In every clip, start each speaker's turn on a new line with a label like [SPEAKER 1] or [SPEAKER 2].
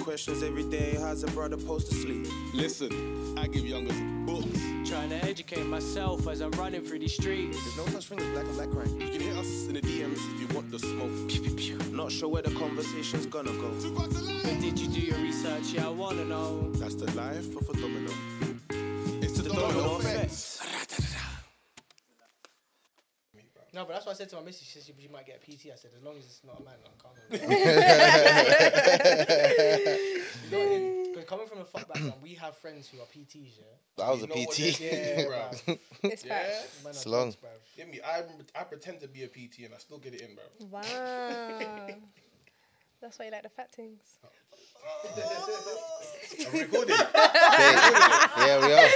[SPEAKER 1] questions every day. How's a brother supposed to sleep?
[SPEAKER 2] Listen, I give youngers books.
[SPEAKER 3] Trying to educate myself as I'm running through these streets.
[SPEAKER 1] There's no such thing as black and black crime.
[SPEAKER 2] You can hit us in the DMs if you want the smoke. Pew, pew, pew.
[SPEAKER 1] Not sure where the conversation's gonna go.
[SPEAKER 2] Two bucks a
[SPEAKER 3] But
[SPEAKER 2] line.
[SPEAKER 3] did you do your research? Yeah, I wanna know.
[SPEAKER 2] That's the life of a domino. It's the, domino,
[SPEAKER 1] domino
[SPEAKER 2] effect.
[SPEAKER 4] No, but that's what I said to my missus. She said you might get PT. I said as long as it's not a man, I can't. you know, it- 'cause coming from a fuck background, we have friends who are PTs. Yeah,
[SPEAKER 5] I was a
[SPEAKER 6] You know what
[SPEAKER 5] PT.
[SPEAKER 6] they
[SPEAKER 4] yeah,
[SPEAKER 6] do,
[SPEAKER 4] bruv.
[SPEAKER 6] bruv.
[SPEAKER 7] It's
[SPEAKER 6] Yeah.
[SPEAKER 7] facts.
[SPEAKER 4] Man are
[SPEAKER 5] It's long.
[SPEAKER 4] dogs, bruv.
[SPEAKER 6] Get me. I I pretend to be a PT and I still get it in, bro.
[SPEAKER 7] Wow. That's why you like the fat things.
[SPEAKER 6] I'm recording.
[SPEAKER 5] yeah, we are.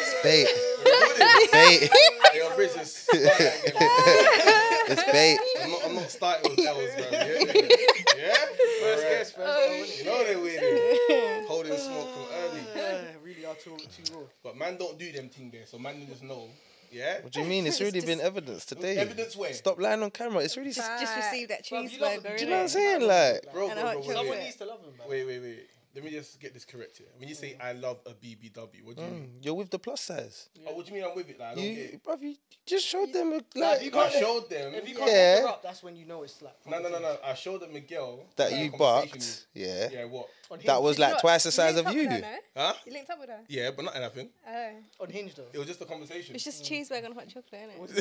[SPEAKER 5] it's bait. It's bait.
[SPEAKER 6] Yo, Rich, just start that again, bro.
[SPEAKER 5] It's bait.
[SPEAKER 6] I'm not, I'm not starting with L's, bro. Yeah? yeah? First guess,
[SPEAKER 4] First, oh,
[SPEAKER 6] You know they're winning. Holding smoke from early.
[SPEAKER 4] yeah, really are too too raw.
[SPEAKER 6] But man don't do them thing there, so man just know. Yeah?
[SPEAKER 5] What do you mean? It's already been evidence today.
[SPEAKER 6] Evidence where?
[SPEAKER 5] Stop lying on camera. It's really.
[SPEAKER 7] Just, just
[SPEAKER 4] Facts.
[SPEAKER 7] receive that
[SPEAKER 4] Bruv, you
[SPEAKER 7] cheeseburger.
[SPEAKER 4] love-
[SPEAKER 7] burger.
[SPEAKER 4] do
[SPEAKER 5] you know what I'm
[SPEAKER 7] innit?
[SPEAKER 5] saying? Like,
[SPEAKER 6] Bro, bro,
[SPEAKER 7] And I
[SPEAKER 6] bro,
[SPEAKER 7] want
[SPEAKER 6] wait,
[SPEAKER 4] Someone
[SPEAKER 7] Yeah.
[SPEAKER 4] needs to love him, man.
[SPEAKER 6] wait, wait, wait. Let me just get this correct here. When you say I love a BBW, what do you mean?
[SPEAKER 5] you're with the plus size.
[SPEAKER 6] Oh, what do you mean I'm with it? Like, I don't get
[SPEAKER 5] Mm. You,
[SPEAKER 6] it.
[SPEAKER 5] bruv, you just showed them a,
[SPEAKER 4] if
[SPEAKER 5] like
[SPEAKER 4] you
[SPEAKER 6] I
[SPEAKER 4] can't-
[SPEAKER 6] showed them.
[SPEAKER 4] If you can't
[SPEAKER 5] Yeah.
[SPEAKER 4] pick her up, that's when you know it's like.
[SPEAKER 6] No, no, no, no. I showed them Miguel.
[SPEAKER 5] that
[SPEAKER 6] had a
[SPEAKER 5] you
[SPEAKER 6] conversation
[SPEAKER 5] barked.
[SPEAKER 6] with-
[SPEAKER 5] Yeah.
[SPEAKER 6] Yeah, what?
[SPEAKER 4] On Hinge,
[SPEAKER 5] That was
[SPEAKER 7] You
[SPEAKER 5] like
[SPEAKER 7] know-
[SPEAKER 5] twice the
[SPEAKER 7] you
[SPEAKER 5] size
[SPEAKER 7] linked
[SPEAKER 5] of
[SPEAKER 7] up
[SPEAKER 5] you.
[SPEAKER 7] with her, no?
[SPEAKER 6] Huh?
[SPEAKER 7] You linked up with her?
[SPEAKER 6] Yeah, but not anything.
[SPEAKER 7] Oh.
[SPEAKER 4] on Hinge though.
[SPEAKER 6] It was just a conversation.
[SPEAKER 7] It's just cheeseburger and hot chocolate, innit? Was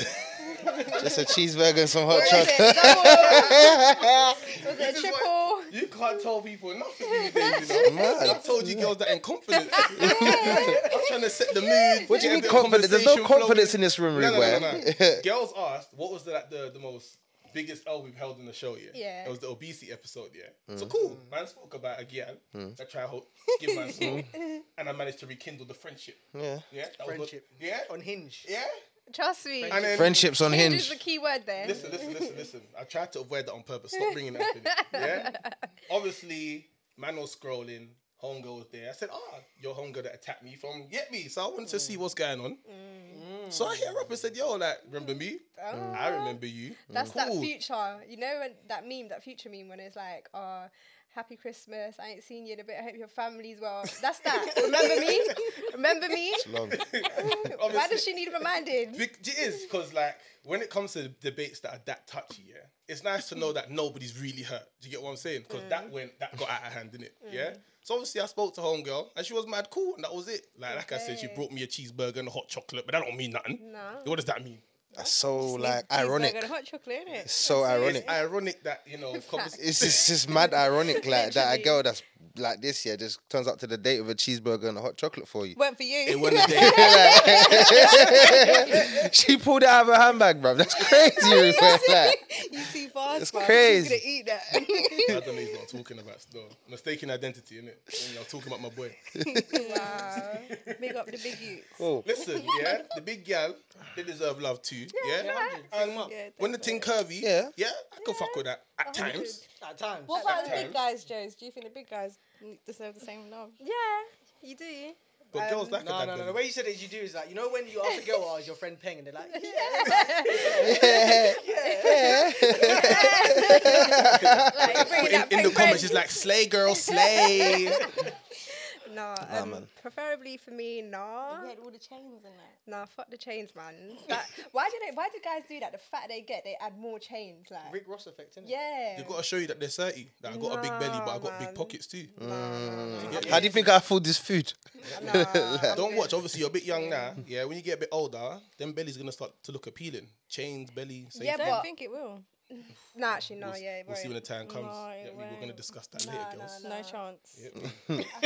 [SPEAKER 5] Just
[SPEAKER 6] eh?
[SPEAKER 5] a cheeseburger and some hot chocolate.
[SPEAKER 7] it double? was it
[SPEAKER 6] This
[SPEAKER 7] a
[SPEAKER 6] is
[SPEAKER 7] triple?
[SPEAKER 6] You can't tell people nothing these days, you know.
[SPEAKER 5] Mad.
[SPEAKER 6] I told you girls that in confidence. I'm trying to set the mood.
[SPEAKER 5] What do you
[SPEAKER 6] get a bit
[SPEAKER 5] mean
[SPEAKER 6] of
[SPEAKER 5] confidence? There's no
[SPEAKER 6] conversation flowing.
[SPEAKER 5] confidence in this room,
[SPEAKER 6] No, no, no,
[SPEAKER 5] Ruben.
[SPEAKER 6] no, no. girls asked, what was the, like, the the most biggest L we've held in the show? Yeah,
[SPEAKER 7] Yeah.
[SPEAKER 6] It was the obesity episode. Yeah. So cool. Man spoke about a girl that tried to give man smoke, and I managed to rekindle the friendship.
[SPEAKER 5] yeah.
[SPEAKER 6] Yeah. That was what-
[SPEAKER 4] Friendship. Oh,
[SPEAKER 6] yeah.
[SPEAKER 4] On Hinge.
[SPEAKER 6] Yeah.
[SPEAKER 7] Trust me.
[SPEAKER 6] And then
[SPEAKER 5] Friendships on
[SPEAKER 7] Hinge is
[SPEAKER 5] hinge.
[SPEAKER 7] the key word there.
[SPEAKER 6] Listen, listen, listen, listen. I tried to avoid that on purpose. Stop bringing that to me. Yeah. Obviously, man was scrolling. Homegirl was there. I said, "Ah, your homegirl that attacked me from get me." So I wanted to
[SPEAKER 7] Mm.
[SPEAKER 6] see what's going on. So I hit her up and said, "Yo, like, remember me? I remember you."
[SPEAKER 7] Oh. That's that
[SPEAKER 6] Cool.
[SPEAKER 7] future. You know when that meme, that future meme when it's like, oh, happy Christmas. I ain't seen you in a bit. I hope your family's well. That's that. Remember me? Remember me?
[SPEAKER 5] Long.
[SPEAKER 7] Why does she need reminding?
[SPEAKER 6] Bec- It is because, like, when it comes to debates that are that touchy, yeah, it's nice to know that nobody's really hurt. Do you get what I'm saying? Because that went, that got out of hand, didn't it? Yeah. So obviously, I spoke to homegirl, and she was mad cool, and that was it. Like, like I said, she
[SPEAKER 7] Okay.
[SPEAKER 6] brought me a cheeseburger and a hot chocolate, but that don't mean nothing.
[SPEAKER 7] No.
[SPEAKER 6] What does that mean?
[SPEAKER 5] That's so like
[SPEAKER 7] Cheeseburger
[SPEAKER 5] ironic.
[SPEAKER 7] and hot chocolate, innit?
[SPEAKER 5] It's so ironic.
[SPEAKER 6] It's ironic that you know, convers-
[SPEAKER 5] It's just, it's just mad ironic like that a
[SPEAKER 7] Literally.
[SPEAKER 5] girl that's like this yeah just turns up to the date with a cheeseburger and a hot chocolate for you.
[SPEAKER 7] Went for you.
[SPEAKER 6] it wasn't a date.
[SPEAKER 5] she pulled it out of her handbag, bruv. That's crazy. bruv. like,
[SPEAKER 7] you too fast.
[SPEAKER 5] It's
[SPEAKER 7] bruv.
[SPEAKER 5] crazy.
[SPEAKER 7] You're gonna eat that.
[SPEAKER 6] I don't know he's not talking about still mistaken identity, innit? When you're talking about my boy.
[SPEAKER 7] wow. Big up the big youths.
[SPEAKER 5] oh,
[SPEAKER 6] Listen, yeah, the big gal, they deserve love too. Yeah. And
[SPEAKER 7] Yeah,
[SPEAKER 6] when the thing curvy,
[SPEAKER 5] Yeah.
[SPEAKER 6] yeah, I could fuck with that at times.
[SPEAKER 4] At times.
[SPEAKER 7] What about the
[SPEAKER 6] Sometimes.
[SPEAKER 7] big guys, Joes? Do you think the big guys deserve the same love?
[SPEAKER 8] Yeah, you do.
[SPEAKER 6] But girls like
[SPEAKER 4] No,
[SPEAKER 6] that.
[SPEAKER 4] no, no. The
[SPEAKER 6] then.
[SPEAKER 4] way you said it, you do is like you know when you ask a girl, "Oh, is your friend Peng?" and they're like, "Yeah."
[SPEAKER 7] Like, bring
[SPEAKER 6] in,
[SPEAKER 7] that
[SPEAKER 6] in the
[SPEAKER 7] pink
[SPEAKER 6] comments,
[SPEAKER 7] friend.
[SPEAKER 6] she's like, "Slay, girl, slay."
[SPEAKER 7] No, um, preferably for me, no.
[SPEAKER 8] Yeah, all the chains and that.
[SPEAKER 7] Nah, fuck the chains, man. That, why do they? Why do guys do that? The fatter they get, they add more chains. Like,
[SPEAKER 4] Rick Ross effect, innit?
[SPEAKER 7] yeah.
[SPEAKER 6] They've got to show you that they're thirty. That I got a big belly, but I got
[SPEAKER 7] Nah,
[SPEAKER 6] big pockets too.
[SPEAKER 7] Mm.
[SPEAKER 5] how do you think I afford this food?
[SPEAKER 6] Don't watch. Obviously, you're a bit young now. Yeah, when you get a bit older, then belly's gonna start to look appealing. Chains, belly. Same
[SPEAKER 7] Yeah,
[SPEAKER 6] thing.
[SPEAKER 7] but-
[SPEAKER 8] think it will.
[SPEAKER 7] No, actually, no.
[SPEAKER 6] We'll-
[SPEAKER 7] yeah, it
[SPEAKER 6] we'll see when the
[SPEAKER 7] won't.
[SPEAKER 6] time comes.
[SPEAKER 8] No,
[SPEAKER 6] Yeah,
[SPEAKER 8] it
[SPEAKER 6] we- we're gonna
[SPEAKER 8] won't.
[SPEAKER 6] discuss that later,
[SPEAKER 7] Nah,
[SPEAKER 6] girls.
[SPEAKER 7] nah,
[SPEAKER 8] No chance.
[SPEAKER 7] I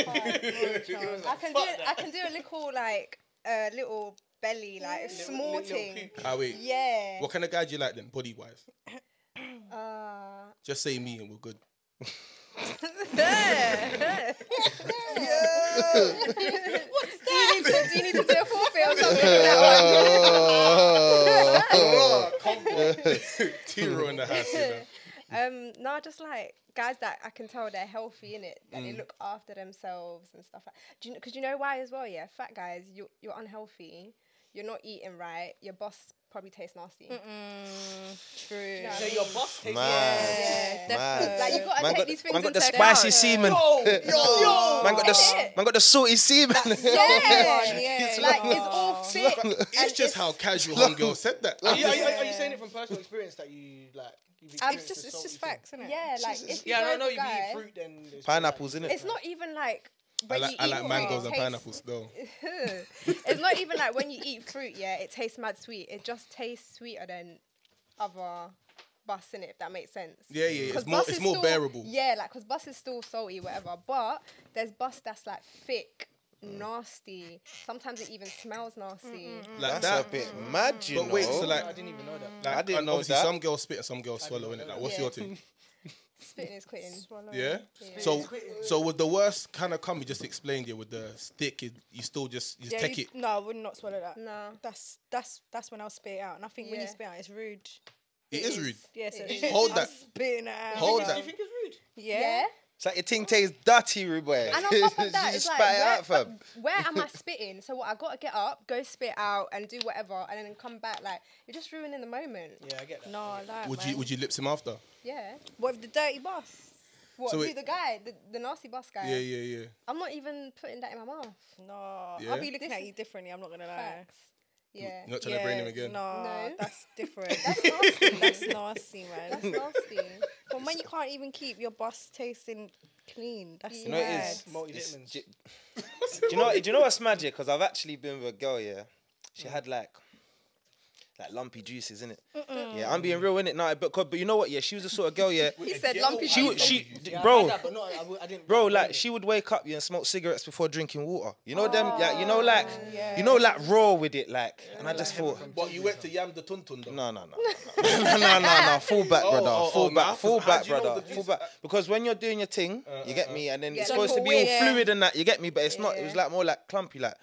[SPEAKER 7] can do. I can do a little like a little belly, like snorting.
[SPEAKER 6] Ah, wait.
[SPEAKER 7] Yeah.
[SPEAKER 6] What kind of guy do you like then, body wise?
[SPEAKER 7] Uh,
[SPEAKER 6] Just say me and we're good.
[SPEAKER 7] do you need to? Do you need to do a forfeit or something? for that one?
[SPEAKER 5] Oh,
[SPEAKER 6] Tiro in the house. You know?
[SPEAKER 7] Um, no, just like guys that I can tell they're healthy in it, that
[SPEAKER 5] Mm.
[SPEAKER 7] they look after themselves and stuff like. Do you because you know why as well? Yeah, fat guys, you you're unhealthy, you're not eating right. Your boss probably tastes nasty.
[SPEAKER 8] True.
[SPEAKER 7] Yeah.
[SPEAKER 6] So your boss takes
[SPEAKER 5] Mad.
[SPEAKER 8] Yeah,
[SPEAKER 5] Mad.
[SPEAKER 7] Like you gotta
[SPEAKER 5] Man
[SPEAKER 7] take
[SPEAKER 5] got,
[SPEAKER 7] these things
[SPEAKER 5] man got the
[SPEAKER 7] into
[SPEAKER 5] spicy
[SPEAKER 7] account.
[SPEAKER 5] semen.
[SPEAKER 6] Yo, yo, yo.
[SPEAKER 5] Man got the s-
[SPEAKER 7] That's it.
[SPEAKER 5] man got the salty semen.
[SPEAKER 7] Yeah,
[SPEAKER 8] yeah.
[SPEAKER 7] like it's all fit.
[SPEAKER 6] It's just how casual homegirl said that.
[SPEAKER 4] Are you, are, you,
[SPEAKER 6] Like,
[SPEAKER 4] are you saying it from personal experience that you like? You've
[SPEAKER 7] I'm
[SPEAKER 8] It's
[SPEAKER 4] experienced
[SPEAKER 8] just
[SPEAKER 4] the
[SPEAKER 8] it's
[SPEAKER 4] salty
[SPEAKER 8] just
[SPEAKER 4] thing?
[SPEAKER 8] facts, isn't it?
[SPEAKER 7] Yeah, like if
[SPEAKER 4] Yeah, I
[SPEAKER 7] you know
[SPEAKER 4] don't know
[SPEAKER 7] the
[SPEAKER 4] if
[SPEAKER 7] guy,
[SPEAKER 4] you eat fruit, then it's
[SPEAKER 5] Pineapples
[SPEAKER 4] like-
[SPEAKER 5] in it.
[SPEAKER 7] It's not even like.
[SPEAKER 6] I
[SPEAKER 7] When
[SPEAKER 6] like,
[SPEAKER 7] you
[SPEAKER 6] I
[SPEAKER 7] eat
[SPEAKER 6] like
[SPEAKER 7] fruit,
[SPEAKER 6] mangoes
[SPEAKER 7] it
[SPEAKER 6] and
[SPEAKER 7] tastes-
[SPEAKER 6] pineapples though.
[SPEAKER 7] it's not even like when you eat fruit, yeah, it tastes mad sweet. It just tastes sweeter than other bus in it, if that makes sense.
[SPEAKER 6] Yeah, yeah, it's
[SPEAKER 7] 'Cause
[SPEAKER 6] more,
[SPEAKER 7] bus
[SPEAKER 6] it's
[SPEAKER 7] is
[SPEAKER 6] more
[SPEAKER 7] still-
[SPEAKER 6] bearable.
[SPEAKER 7] Yeah, like because bus is still salty, whatever. But there's bus that's like thick,
[SPEAKER 6] Mm.
[SPEAKER 7] nasty. Sometimes it even smells nasty.
[SPEAKER 6] Like
[SPEAKER 5] That's
[SPEAKER 6] that.
[SPEAKER 5] a bit mad, you
[SPEAKER 6] But
[SPEAKER 5] know.
[SPEAKER 6] wait, so
[SPEAKER 4] I
[SPEAKER 6] like,
[SPEAKER 4] didn't even know that.
[SPEAKER 6] like
[SPEAKER 5] I didn't
[SPEAKER 6] and
[SPEAKER 5] know
[SPEAKER 6] obviously
[SPEAKER 5] that.
[SPEAKER 6] Some girls spit and some girls swallow in it. Like, what's
[SPEAKER 7] Yeah.
[SPEAKER 6] your thing?
[SPEAKER 7] Spitting is quitting.
[SPEAKER 6] Yeah. So, so with the worst kind of cum you just explained here with the stick, you, you still just you just take
[SPEAKER 8] you-
[SPEAKER 6] it.
[SPEAKER 8] No, I would not swallow that.
[SPEAKER 7] No.
[SPEAKER 8] That's that's that's when I'll spit it out. And I think when you
[SPEAKER 7] Yeah.
[SPEAKER 8] spit out, it's rude.
[SPEAKER 6] It is rude.
[SPEAKER 8] Yeah, so
[SPEAKER 6] Hold
[SPEAKER 8] I'm
[SPEAKER 6] that.
[SPEAKER 8] Spitting it out.
[SPEAKER 6] Hold
[SPEAKER 4] Do
[SPEAKER 6] that.
[SPEAKER 4] you think it's rude?
[SPEAKER 8] Yeah.
[SPEAKER 7] yeah.
[SPEAKER 5] It's like your ting tastes dirty, Rubai.
[SPEAKER 7] And on top of that,
[SPEAKER 5] you
[SPEAKER 7] it's
[SPEAKER 5] just
[SPEAKER 7] like,
[SPEAKER 5] spat it
[SPEAKER 7] where, um,
[SPEAKER 5] out, fam.
[SPEAKER 7] where am I spitting? So what? I gotta get up, go spit out, and do whatever, and then come back. Like you're just ruining the moment.
[SPEAKER 4] Yeah, I get that.
[SPEAKER 8] No, I like.
[SPEAKER 6] Would
[SPEAKER 8] man.
[SPEAKER 6] you would you lips him after?
[SPEAKER 7] Yeah.
[SPEAKER 8] What with the dirty bus?
[SPEAKER 7] What?
[SPEAKER 6] So
[SPEAKER 7] who,
[SPEAKER 6] it-
[SPEAKER 7] the guy, the, the nasty bus guy.
[SPEAKER 6] Yeah, yeah, yeah.
[SPEAKER 7] I'm not even putting that in my mouth.
[SPEAKER 8] No,
[SPEAKER 6] Yeah?
[SPEAKER 8] I'll be looking at you differently. I'm not gonna lie.
[SPEAKER 7] Facts. Yeah.
[SPEAKER 6] You're not trying to brain him again.
[SPEAKER 8] No,
[SPEAKER 7] No.
[SPEAKER 8] that's different.
[SPEAKER 7] That's nasty.
[SPEAKER 8] that's nasty, man.
[SPEAKER 7] That's nasty.
[SPEAKER 8] From when you can't even keep your bus tasting clean. That's
[SPEAKER 7] You
[SPEAKER 5] You know it
[SPEAKER 8] mad.
[SPEAKER 5] is. It's-
[SPEAKER 4] Multivitamins.
[SPEAKER 5] do, do you know? Do you know what's magic? Because I've actually been with a girl. Yeah, she had like, like lumpy juices in it. Yeah, I'm being real in it now. But 'cause- but you know what? Yeah, she was the sort of girl. Yeah,
[SPEAKER 7] He said lumpy
[SPEAKER 5] she would
[SPEAKER 7] juice.
[SPEAKER 5] she d-
[SPEAKER 4] Yeah, oh, I
[SPEAKER 5] bro.
[SPEAKER 4] had that, but not, I, w- I didn't.
[SPEAKER 5] Bro, like she would wake up yeah, and smoke cigarettes before drinking water. You know them, yeah. You know, like, you know, like raw with it, Oh, like. And I just thought,
[SPEAKER 6] But you went to yam the tuntun though.
[SPEAKER 5] No, no, no, no, no, no, no, no. Fall back,
[SPEAKER 6] Oh,
[SPEAKER 5] brother.
[SPEAKER 6] oh, oh,
[SPEAKER 5] fall
[SPEAKER 6] nah,
[SPEAKER 5] back,
[SPEAKER 6] 'cause
[SPEAKER 5] fall
[SPEAKER 6] how
[SPEAKER 5] back,
[SPEAKER 6] do you know
[SPEAKER 5] brother.
[SPEAKER 6] the Uh,
[SPEAKER 5] Fall
[SPEAKER 6] juice-
[SPEAKER 5] back. Because when you're doing your thing, you get me, and then it's
[SPEAKER 7] like
[SPEAKER 5] supposed to
[SPEAKER 7] all
[SPEAKER 5] be all
[SPEAKER 7] weird.
[SPEAKER 5] fluid and that. You get me, but it's not. It
[SPEAKER 7] Yeah.
[SPEAKER 5] was like more like clumpy, like.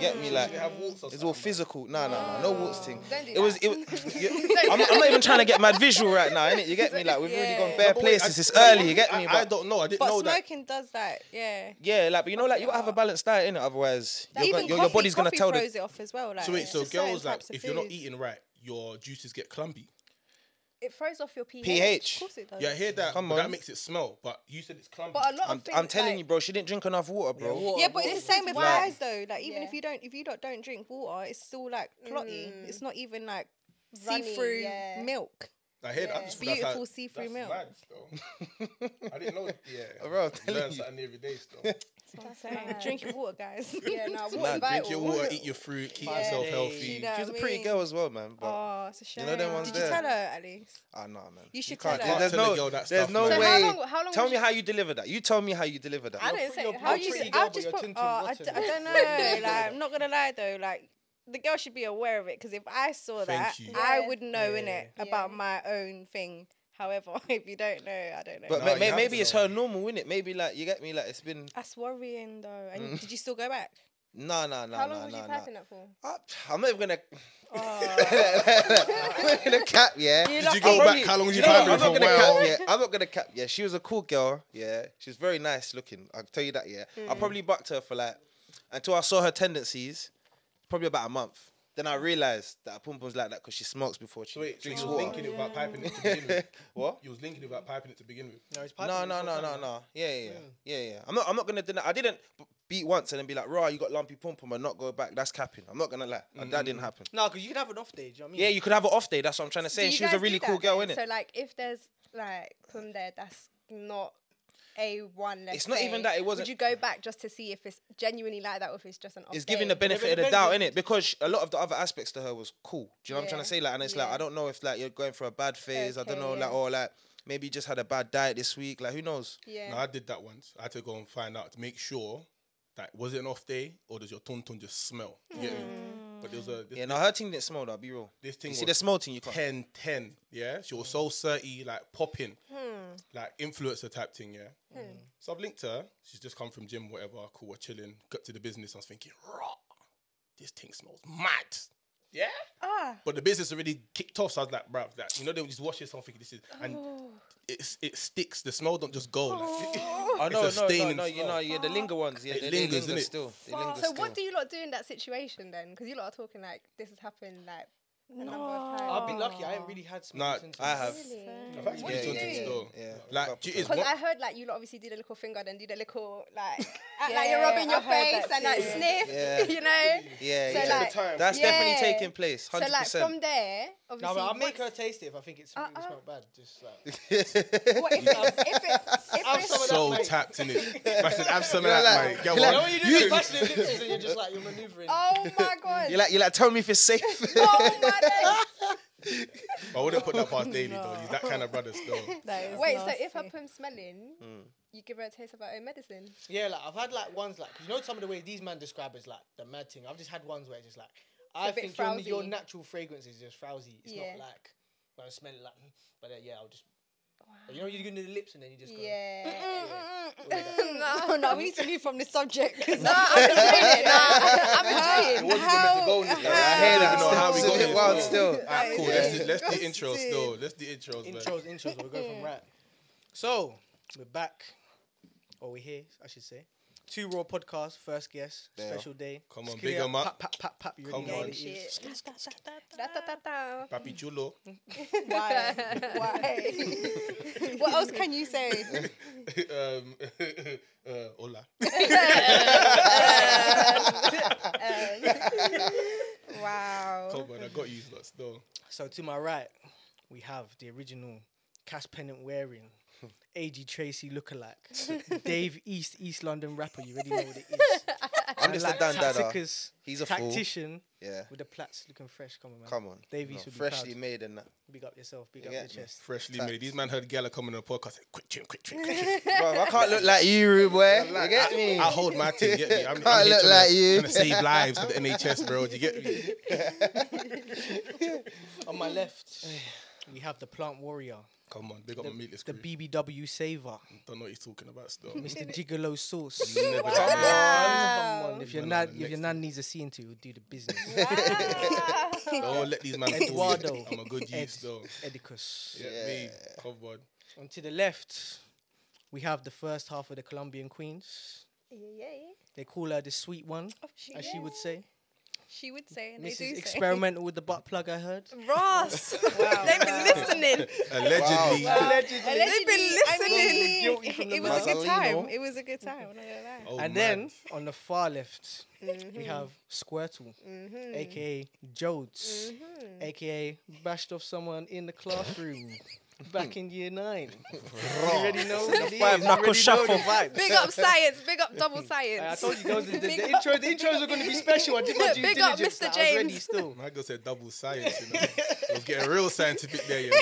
[SPEAKER 5] Get me, like.
[SPEAKER 6] They have walks or
[SPEAKER 5] It's all
[SPEAKER 6] something.
[SPEAKER 5] physical. No, no, no, no warts thing.
[SPEAKER 7] Don't do
[SPEAKER 5] It was.
[SPEAKER 7] that.
[SPEAKER 5] It. was- you- I'm, I'm not even trying to get mad visual right now, innit? You get me? Like we've already gone bare
[SPEAKER 6] But wait, I-
[SPEAKER 5] places. It's
[SPEAKER 6] no,
[SPEAKER 5] early. You get
[SPEAKER 6] I-
[SPEAKER 5] me?
[SPEAKER 6] I
[SPEAKER 5] But
[SPEAKER 6] don't know. I didn't
[SPEAKER 8] But
[SPEAKER 6] know that.
[SPEAKER 8] smoking does that, yeah.
[SPEAKER 5] yeah, like but you know, like you gotta have a balanced diet, innit? Otherwise, your bo-
[SPEAKER 8] Even
[SPEAKER 5] your your
[SPEAKER 8] coffee-
[SPEAKER 5] body's gonna
[SPEAKER 8] coffee
[SPEAKER 5] tell the
[SPEAKER 8] throws it off as well. Like,
[SPEAKER 6] So wait,
[SPEAKER 8] it's
[SPEAKER 6] so
[SPEAKER 8] just certain
[SPEAKER 6] girls like
[SPEAKER 8] types of
[SPEAKER 6] if you're not
[SPEAKER 8] foods.
[SPEAKER 6] eating right, your juices get clumpy.
[SPEAKER 7] It throws off your pH.
[SPEAKER 5] pH.
[SPEAKER 8] of course it does.
[SPEAKER 6] Yeah, I hear that.
[SPEAKER 5] Come
[SPEAKER 6] but
[SPEAKER 5] on.
[SPEAKER 6] That makes it smell. But you said it's clumpy.
[SPEAKER 7] But a lot
[SPEAKER 5] I'm,
[SPEAKER 7] of things.
[SPEAKER 5] I'm telling
[SPEAKER 7] like-
[SPEAKER 5] you, bro. She didn't drink enough water, bro.
[SPEAKER 8] Yeah, but it's the same with
[SPEAKER 5] why-
[SPEAKER 8] eyes though. Like even
[SPEAKER 7] Yeah.
[SPEAKER 8] if you don't, if you don't, don't drink water, it's still like clotty. It's not even like
[SPEAKER 7] Runny,
[SPEAKER 8] see-through
[SPEAKER 7] yeah.
[SPEAKER 8] milk.
[SPEAKER 6] I hear that. I just realised
[SPEAKER 8] Beautiful
[SPEAKER 6] that-
[SPEAKER 8] see-through
[SPEAKER 6] that's
[SPEAKER 8] milk.
[SPEAKER 6] mad still. I didn't know. Yeah,
[SPEAKER 5] Bro, I'm telling
[SPEAKER 6] learn
[SPEAKER 5] you.
[SPEAKER 6] something every day still.
[SPEAKER 8] That's what I'm saying. Drink your water, guys.
[SPEAKER 7] Yeah, no, water's
[SPEAKER 5] mad.
[SPEAKER 7] vital.
[SPEAKER 6] Drink your water, eat your fruit, keep
[SPEAKER 4] Yeah.
[SPEAKER 6] yourself
[SPEAKER 4] Yeah.
[SPEAKER 6] healthy.
[SPEAKER 8] Yeah.
[SPEAKER 5] She was a pretty
[SPEAKER 8] mean-
[SPEAKER 5] girl as well, man. But
[SPEAKER 8] Oh, it's a shame.
[SPEAKER 5] know them ones
[SPEAKER 8] Did you
[SPEAKER 5] there?
[SPEAKER 8] tell her at least?
[SPEAKER 5] Ah, no, man.
[SPEAKER 8] You should
[SPEAKER 5] can't-
[SPEAKER 8] tell her.
[SPEAKER 5] There's
[SPEAKER 6] Can't tell a
[SPEAKER 5] no,
[SPEAKER 6] girl that
[SPEAKER 5] there's
[SPEAKER 6] stuff,
[SPEAKER 5] no
[SPEAKER 6] man. So
[SPEAKER 5] way.
[SPEAKER 6] how
[SPEAKER 7] long- how long
[SPEAKER 5] tell
[SPEAKER 7] would
[SPEAKER 5] me
[SPEAKER 7] you-
[SPEAKER 5] how you deliver that. You tell me how you deliver that.
[SPEAKER 7] I didn't say
[SPEAKER 4] you're
[SPEAKER 7] how
[SPEAKER 4] pretty
[SPEAKER 7] you.
[SPEAKER 4] girl,
[SPEAKER 8] I'll
[SPEAKER 4] but
[SPEAKER 8] just
[SPEAKER 4] you're
[SPEAKER 8] put.
[SPEAKER 4] tin
[SPEAKER 8] Oh,
[SPEAKER 4] tin
[SPEAKER 8] I,
[SPEAKER 4] rotten.
[SPEAKER 8] d- I don't know. like, I'm not gonna lie though. Like the girl should be aware of it because if I saw that,
[SPEAKER 6] you.
[SPEAKER 8] I
[SPEAKER 7] Yeah.
[SPEAKER 8] would know in it
[SPEAKER 7] Yeah.
[SPEAKER 8] about my own thing. However, if you don't know, I don't know.
[SPEAKER 5] But
[SPEAKER 6] No,
[SPEAKER 5] ma-
[SPEAKER 6] you
[SPEAKER 5] ma-
[SPEAKER 6] have
[SPEAKER 5] maybe
[SPEAKER 6] to
[SPEAKER 5] it's
[SPEAKER 6] know.
[SPEAKER 5] her normal, innit? Maybe like you get me, like it's been
[SPEAKER 8] That's worrying though. And did you still go back?
[SPEAKER 5] no, no, no,
[SPEAKER 7] How
[SPEAKER 5] no,
[SPEAKER 7] long was
[SPEAKER 5] no,
[SPEAKER 7] you
[SPEAKER 5] no.
[SPEAKER 7] piping up for?
[SPEAKER 5] I- I'm not even gonna. I'm not gonna cap, yeah.
[SPEAKER 8] You
[SPEAKER 6] Did
[SPEAKER 8] lot
[SPEAKER 6] you
[SPEAKER 8] are
[SPEAKER 6] go
[SPEAKER 5] Probably-
[SPEAKER 6] back? How long did you
[SPEAKER 5] know what,
[SPEAKER 6] plan
[SPEAKER 5] I'm
[SPEAKER 6] for?
[SPEAKER 5] not gonna
[SPEAKER 6] Well,
[SPEAKER 5] cap, yeah. I'm not gonna cap. Yeah, she was a cool girl. Yeah, she was very nice looking. I'll tell you that. Yeah, I probably bucked her for like until I saw her tendencies, probably about a month. Then I realized that a pum pum's like that because she smokes before she
[SPEAKER 6] wait, so you
[SPEAKER 5] drinks
[SPEAKER 6] was
[SPEAKER 5] water.
[SPEAKER 6] linking it without piping it to begin with.
[SPEAKER 5] What?
[SPEAKER 6] You was linking it without piping it to begin with.
[SPEAKER 4] No, it's
[SPEAKER 5] No,
[SPEAKER 4] piping,
[SPEAKER 5] no,
[SPEAKER 4] it's
[SPEAKER 5] no,
[SPEAKER 4] not
[SPEAKER 5] no,
[SPEAKER 4] piping.
[SPEAKER 5] no. Yeah, yeah,
[SPEAKER 6] Hmm.
[SPEAKER 5] yeah, yeah. I'm not. I'm not gonna deny. I didn't b- beat once and then be like, "Raw, you got lumpy pum pum," and not go back. That's capping. I'm not gonna lie.
[SPEAKER 6] Mm-hmm.
[SPEAKER 5] That didn't happen.
[SPEAKER 4] No, because you can have an off day. Do you know what I mean?
[SPEAKER 5] Yeah, you could have an off day. That's what I'm trying to
[SPEAKER 7] Do
[SPEAKER 5] say.
[SPEAKER 7] you
[SPEAKER 5] She was a
[SPEAKER 7] guys do
[SPEAKER 5] really cool
[SPEAKER 7] that
[SPEAKER 5] girl,
[SPEAKER 7] then?
[SPEAKER 5] innit?
[SPEAKER 7] So like, if there's like from there, that's not a one.
[SPEAKER 5] It's not even that, it wasn't-
[SPEAKER 7] Would you go back just to see if it's genuinely like that, or if it's just an? Off
[SPEAKER 5] It's giving
[SPEAKER 7] day?
[SPEAKER 5] the benefit
[SPEAKER 4] it
[SPEAKER 5] of the
[SPEAKER 4] depends
[SPEAKER 5] doubt,
[SPEAKER 4] on-
[SPEAKER 5] innit? Because a lot of the other aspects to her was cool. Do you know what I'm trying
[SPEAKER 7] Yeah,
[SPEAKER 5] to say? Like, and it's like
[SPEAKER 7] yeah.
[SPEAKER 5] I don't know if like you're going for a bad phase. I don't
[SPEAKER 7] Okay,
[SPEAKER 5] know,
[SPEAKER 7] yeah.
[SPEAKER 5] like or like maybe you just had a bad diet this week. Like, who knows?
[SPEAKER 7] Yeah.
[SPEAKER 6] No, I did that once. I had to go and find out to make sure that was it an off day or does your tuntun just smell? You get me?
[SPEAKER 7] Mm.
[SPEAKER 6] But there was a this,
[SPEAKER 5] Yeah, no, her thing didn't smell. though, I'll be real.
[SPEAKER 6] this thing
[SPEAKER 5] You
[SPEAKER 6] was
[SPEAKER 5] see the smell thing, you can't.
[SPEAKER 6] 10 10 yeah she was so certy like popping like influencer type thing yeah Mm. so i've linked her she's just come from gym whatever cool we're chilling got to the business i was thinking raw this thing smells mad yeah but the business already kicked off so i was like bruv that you know they just wash yourself thinking this is and it's it sticks the smell don't just go like,
[SPEAKER 5] I know,
[SPEAKER 6] it's a
[SPEAKER 5] Oh, no,
[SPEAKER 6] stain
[SPEAKER 5] no,
[SPEAKER 6] and
[SPEAKER 5] no, you
[SPEAKER 6] smell.
[SPEAKER 5] know, yeah, the linger ones, yeah,
[SPEAKER 6] It
[SPEAKER 5] they,
[SPEAKER 6] lingers,
[SPEAKER 5] they linger
[SPEAKER 6] innit?
[SPEAKER 5] still. They linger
[SPEAKER 7] So
[SPEAKER 5] still.
[SPEAKER 7] what do you lot do in that situation then? Because you lot are talking like this has happened, like a number of times.
[SPEAKER 4] I've been lucky. I ain't really had
[SPEAKER 6] Nah,
[SPEAKER 4] smoking
[SPEAKER 6] I
[SPEAKER 4] symptoms.
[SPEAKER 6] have.
[SPEAKER 7] Really?
[SPEAKER 6] I've actually
[SPEAKER 7] What
[SPEAKER 6] been
[SPEAKER 7] do you
[SPEAKER 6] doing things
[SPEAKER 7] do?
[SPEAKER 6] though.
[SPEAKER 5] Yeah.
[SPEAKER 6] Like, do you-
[SPEAKER 5] Uh,
[SPEAKER 6] it's
[SPEAKER 7] Because
[SPEAKER 6] what-
[SPEAKER 7] I heard like you lot obviously did a little finger, then did a little like act like
[SPEAKER 8] Yeah,
[SPEAKER 7] you're rubbing your
[SPEAKER 8] I heard that
[SPEAKER 7] face and like
[SPEAKER 8] too.
[SPEAKER 7] sniff,
[SPEAKER 5] Yeah.
[SPEAKER 7] you know.
[SPEAKER 5] Yeah,
[SPEAKER 7] So,
[SPEAKER 5] yeah.
[SPEAKER 6] It's at
[SPEAKER 7] like-
[SPEAKER 6] the time.
[SPEAKER 5] That's
[SPEAKER 7] Yeah.
[SPEAKER 5] definitely taking place.
[SPEAKER 7] So
[SPEAKER 5] Hundred
[SPEAKER 7] like from
[SPEAKER 5] percent.
[SPEAKER 7] there,
[SPEAKER 4] No,
[SPEAKER 7] obviously.
[SPEAKER 4] but I'll make her
[SPEAKER 7] once-
[SPEAKER 4] taste it if I think it's
[SPEAKER 7] Uh-uh.
[SPEAKER 4] it's not bad. Just like
[SPEAKER 7] What if it's if it if
[SPEAKER 4] I'm some
[SPEAKER 7] it's
[SPEAKER 4] of that,
[SPEAKER 6] so
[SPEAKER 4] mate.
[SPEAKER 6] tapped in it. Imagine, have some of
[SPEAKER 5] You're
[SPEAKER 6] that,
[SPEAKER 5] like-
[SPEAKER 6] mate. Go
[SPEAKER 5] you're
[SPEAKER 6] on.
[SPEAKER 5] like-
[SPEAKER 4] know what you do? You're bashing your lips and you're just like you're manoeuvring.
[SPEAKER 7] Oh my god.
[SPEAKER 5] You're like, you're like, tell me if it's safe.
[SPEAKER 7] oh my days.
[SPEAKER 6] I wouldn't put that past Daily though. He's that kind of brother still.
[SPEAKER 8] That is
[SPEAKER 7] Wait, so if her
[SPEAKER 8] nasty.
[SPEAKER 7] pum's smelling,
[SPEAKER 5] Mm.
[SPEAKER 7] you give her a taste of her own medicine.
[SPEAKER 4] Yeah, like I've had like ones like 'cause you know some of the ways these man describe is like the mad thing. I've just had ones where it's just like I
[SPEAKER 7] a bit
[SPEAKER 4] think your, your
[SPEAKER 7] frowsy.
[SPEAKER 4] natural fragrance is just frowsy. It's
[SPEAKER 7] Yeah.
[SPEAKER 4] not like when I smell it like, "Mm," but uh, yeah, I'll just you know you do the lips and then you just go.
[SPEAKER 8] Mm,
[SPEAKER 7] Yeah.
[SPEAKER 8] no, mm, Oh, no, we need to leave from this subject. 'cause
[SPEAKER 7] Nah, I'm enjoying it. Nah, I'm
[SPEAKER 6] It
[SPEAKER 7] enjoying it.
[SPEAKER 6] wasn't even meant to go in this.
[SPEAKER 5] I hear that.
[SPEAKER 6] I don't know how we
[SPEAKER 5] Still,
[SPEAKER 6] got
[SPEAKER 5] still
[SPEAKER 6] here.
[SPEAKER 5] wild still.
[SPEAKER 6] Alright, cool.
[SPEAKER 8] is
[SPEAKER 6] Let's do, let's do
[SPEAKER 8] disgusting.
[SPEAKER 6] intros still. Let's do intros, man.
[SPEAKER 4] Intros, intros. We're going from right. So we're back, or we're here, I should say. Two raw podcast, first guest,
[SPEAKER 5] Yeah.
[SPEAKER 4] special day.
[SPEAKER 6] Come on,
[SPEAKER 4] Screw
[SPEAKER 6] big
[SPEAKER 4] it
[SPEAKER 6] 'em up.
[SPEAKER 4] Pap, pap, pap, pap. You already
[SPEAKER 6] Come
[SPEAKER 4] know what
[SPEAKER 6] on.
[SPEAKER 4] it is.
[SPEAKER 7] Shit. Da, da, da, da.
[SPEAKER 6] Papi Chulo.
[SPEAKER 8] Why? Why? what else can you say?
[SPEAKER 6] um, uh, hola.
[SPEAKER 8] Wow.
[SPEAKER 6] Come on, I got you lot still.
[SPEAKER 4] So to my right, we have the original Cash Pennant wearing, AG Tracy lookalike, Dave East, East London rapper. You already know what it is.
[SPEAKER 5] I'm just a
[SPEAKER 4] like
[SPEAKER 5] Dan Dada.
[SPEAKER 4] Tacticus,
[SPEAKER 5] He's a fool.
[SPEAKER 4] tactician
[SPEAKER 5] Yeah.
[SPEAKER 4] with the plaits looking fresh. Come on, man.
[SPEAKER 5] Come on.
[SPEAKER 4] Dave
[SPEAKER 5] No,
[SPEAKER 4] East would be
[SPEAKER 5] freshly
[SPEAKER 4] proud.
[SPEAKER 5] made and that.
[SPEAKER 4] Big up yourself. Big
[SPEAKER 5] You
[SPEAKER 4] up
[SPEAKER 5] get
[SPEAKER 4] your
[SPEAKER 5] me?
[SPEAKER 4] chest.
[SPEAKER 6] Freshly
[SPEAKER 5] Tax.
[SPEAKER 6] made. These man heard Gala coming on the podcast. Said, quick tune, quick tune, quick tune.
[SPEAKER 5] Bro, I can't look like you, rude boy. You get me?
[SPEAKER 6] I hold my team. Get me. I'm, I'm
[SPEAKER 5] Can't
[SPEAKER 6] here
[SPEAKER 5] look
[SPEAKER 6] tryna-
[SPEAKER 5] like you.
[SPEAKER 6] tryna save lives with the NHS, bro. Do you get me?
[SPEAKER 4] On my left, we have the plant warrior,
[SPEAKER 6] Come on, big up my meatless
[SPEAKER 4] the
[SPEAKER 6] crew.
[SPEAKER 4] BBW saver,
[SPEAKER 6] Don't know what he's talking about still.
[SPEAKER 4] Mr. Gigolo Sauce.
[SPEAKER 6] Never done
[SPEAKER 5] Come
[SPEAKER 6] that.
[SPEAKER 5] on.
[SPEAKER 4] Come on, if your
[SPEAKER 6] Man, I'm
[SPEAKER 4] nan,
[SPEAKER 6] the
[SPEAKER 4] if your
[SPEAKER 6] next
[SPEAKER 4] nan needs a scene to, he'll do the business.
[SPEAKER 6] Don't let these man
[SPEAKER 4] Eduardo.
[SPEAKER 6] I'm a good
[SPEAKER 4] Ed.
[SPEAKER 6] youth though.
[SPEAKER 4] Edicus.
[SPEAKER 6] Get me. Come on.
[SPEAKER 4] And to the left, we have the first half of the Colombian Queens.
[SPEAKER 7] Yeah, yeah.
[SPEAKER 4] They call her the sweet one,
[SPEAKER 8] Oh,
[SPEAKER 7] She,
[SPEAKER 4] as she would say.
[SPEAKER 7] she would say, and they
[SPEAKER 4] Mrs.
[SPEAKER 7] do
[SPEAKER 4] Experimental with the butt plug, I heard.
[SPEAKER 8] Ross, they've been listening.
[SPEAKER 6] Allegedly.
[SPEAKER 7] Allegedly,
[SPEAKER 8] They've been
[SPEAKER 7] I mean,
[SPEAKER 8] listening.
[SPEAKER 4] guilty from the
[SPEAKER 8] it was a good
[SPEAKER 5] Mazzolino.
[SPEAKER 8] time. It was a good time. I'm not gonna lie.
[SPEAKER 6] Oh, man.
[SPEAKER 4] and then on the far left,
[SPEAKER 8] Mm-hmm.
[SPEAKER 4] we have Squirtle, aka Jodes,
[SPEAKER 8] Mm-hmm.
[SPEAKER 4] aka bashed off someone in the classroom back in year nine. you already know what it
[SPEAKER 5] Five
[SPEAKER 4] is.
[SPEAKER 5] knuckle shuffle.
[SPEAKER 8] Big up science. Big up double
[SPEAKER 4] I
[SPEAKER 8] science.
[SPEAKER 4] told you girls, the, the, the,
[SPEAKER 8] Big up-
[SPEAKER 4] intros, the intros are going to be special. I did my due
[SPEAKER 8] Big up
[SPEAKER 4] diligence,
[SPEAKER 8] Mr.
[SPEAKER 4] like, I was ready
[SPEAKER 8] James.
[SPEAKER 4] still.
[SPEAKER 6] My girl said double science, you know. it was getting real scientific there, you know.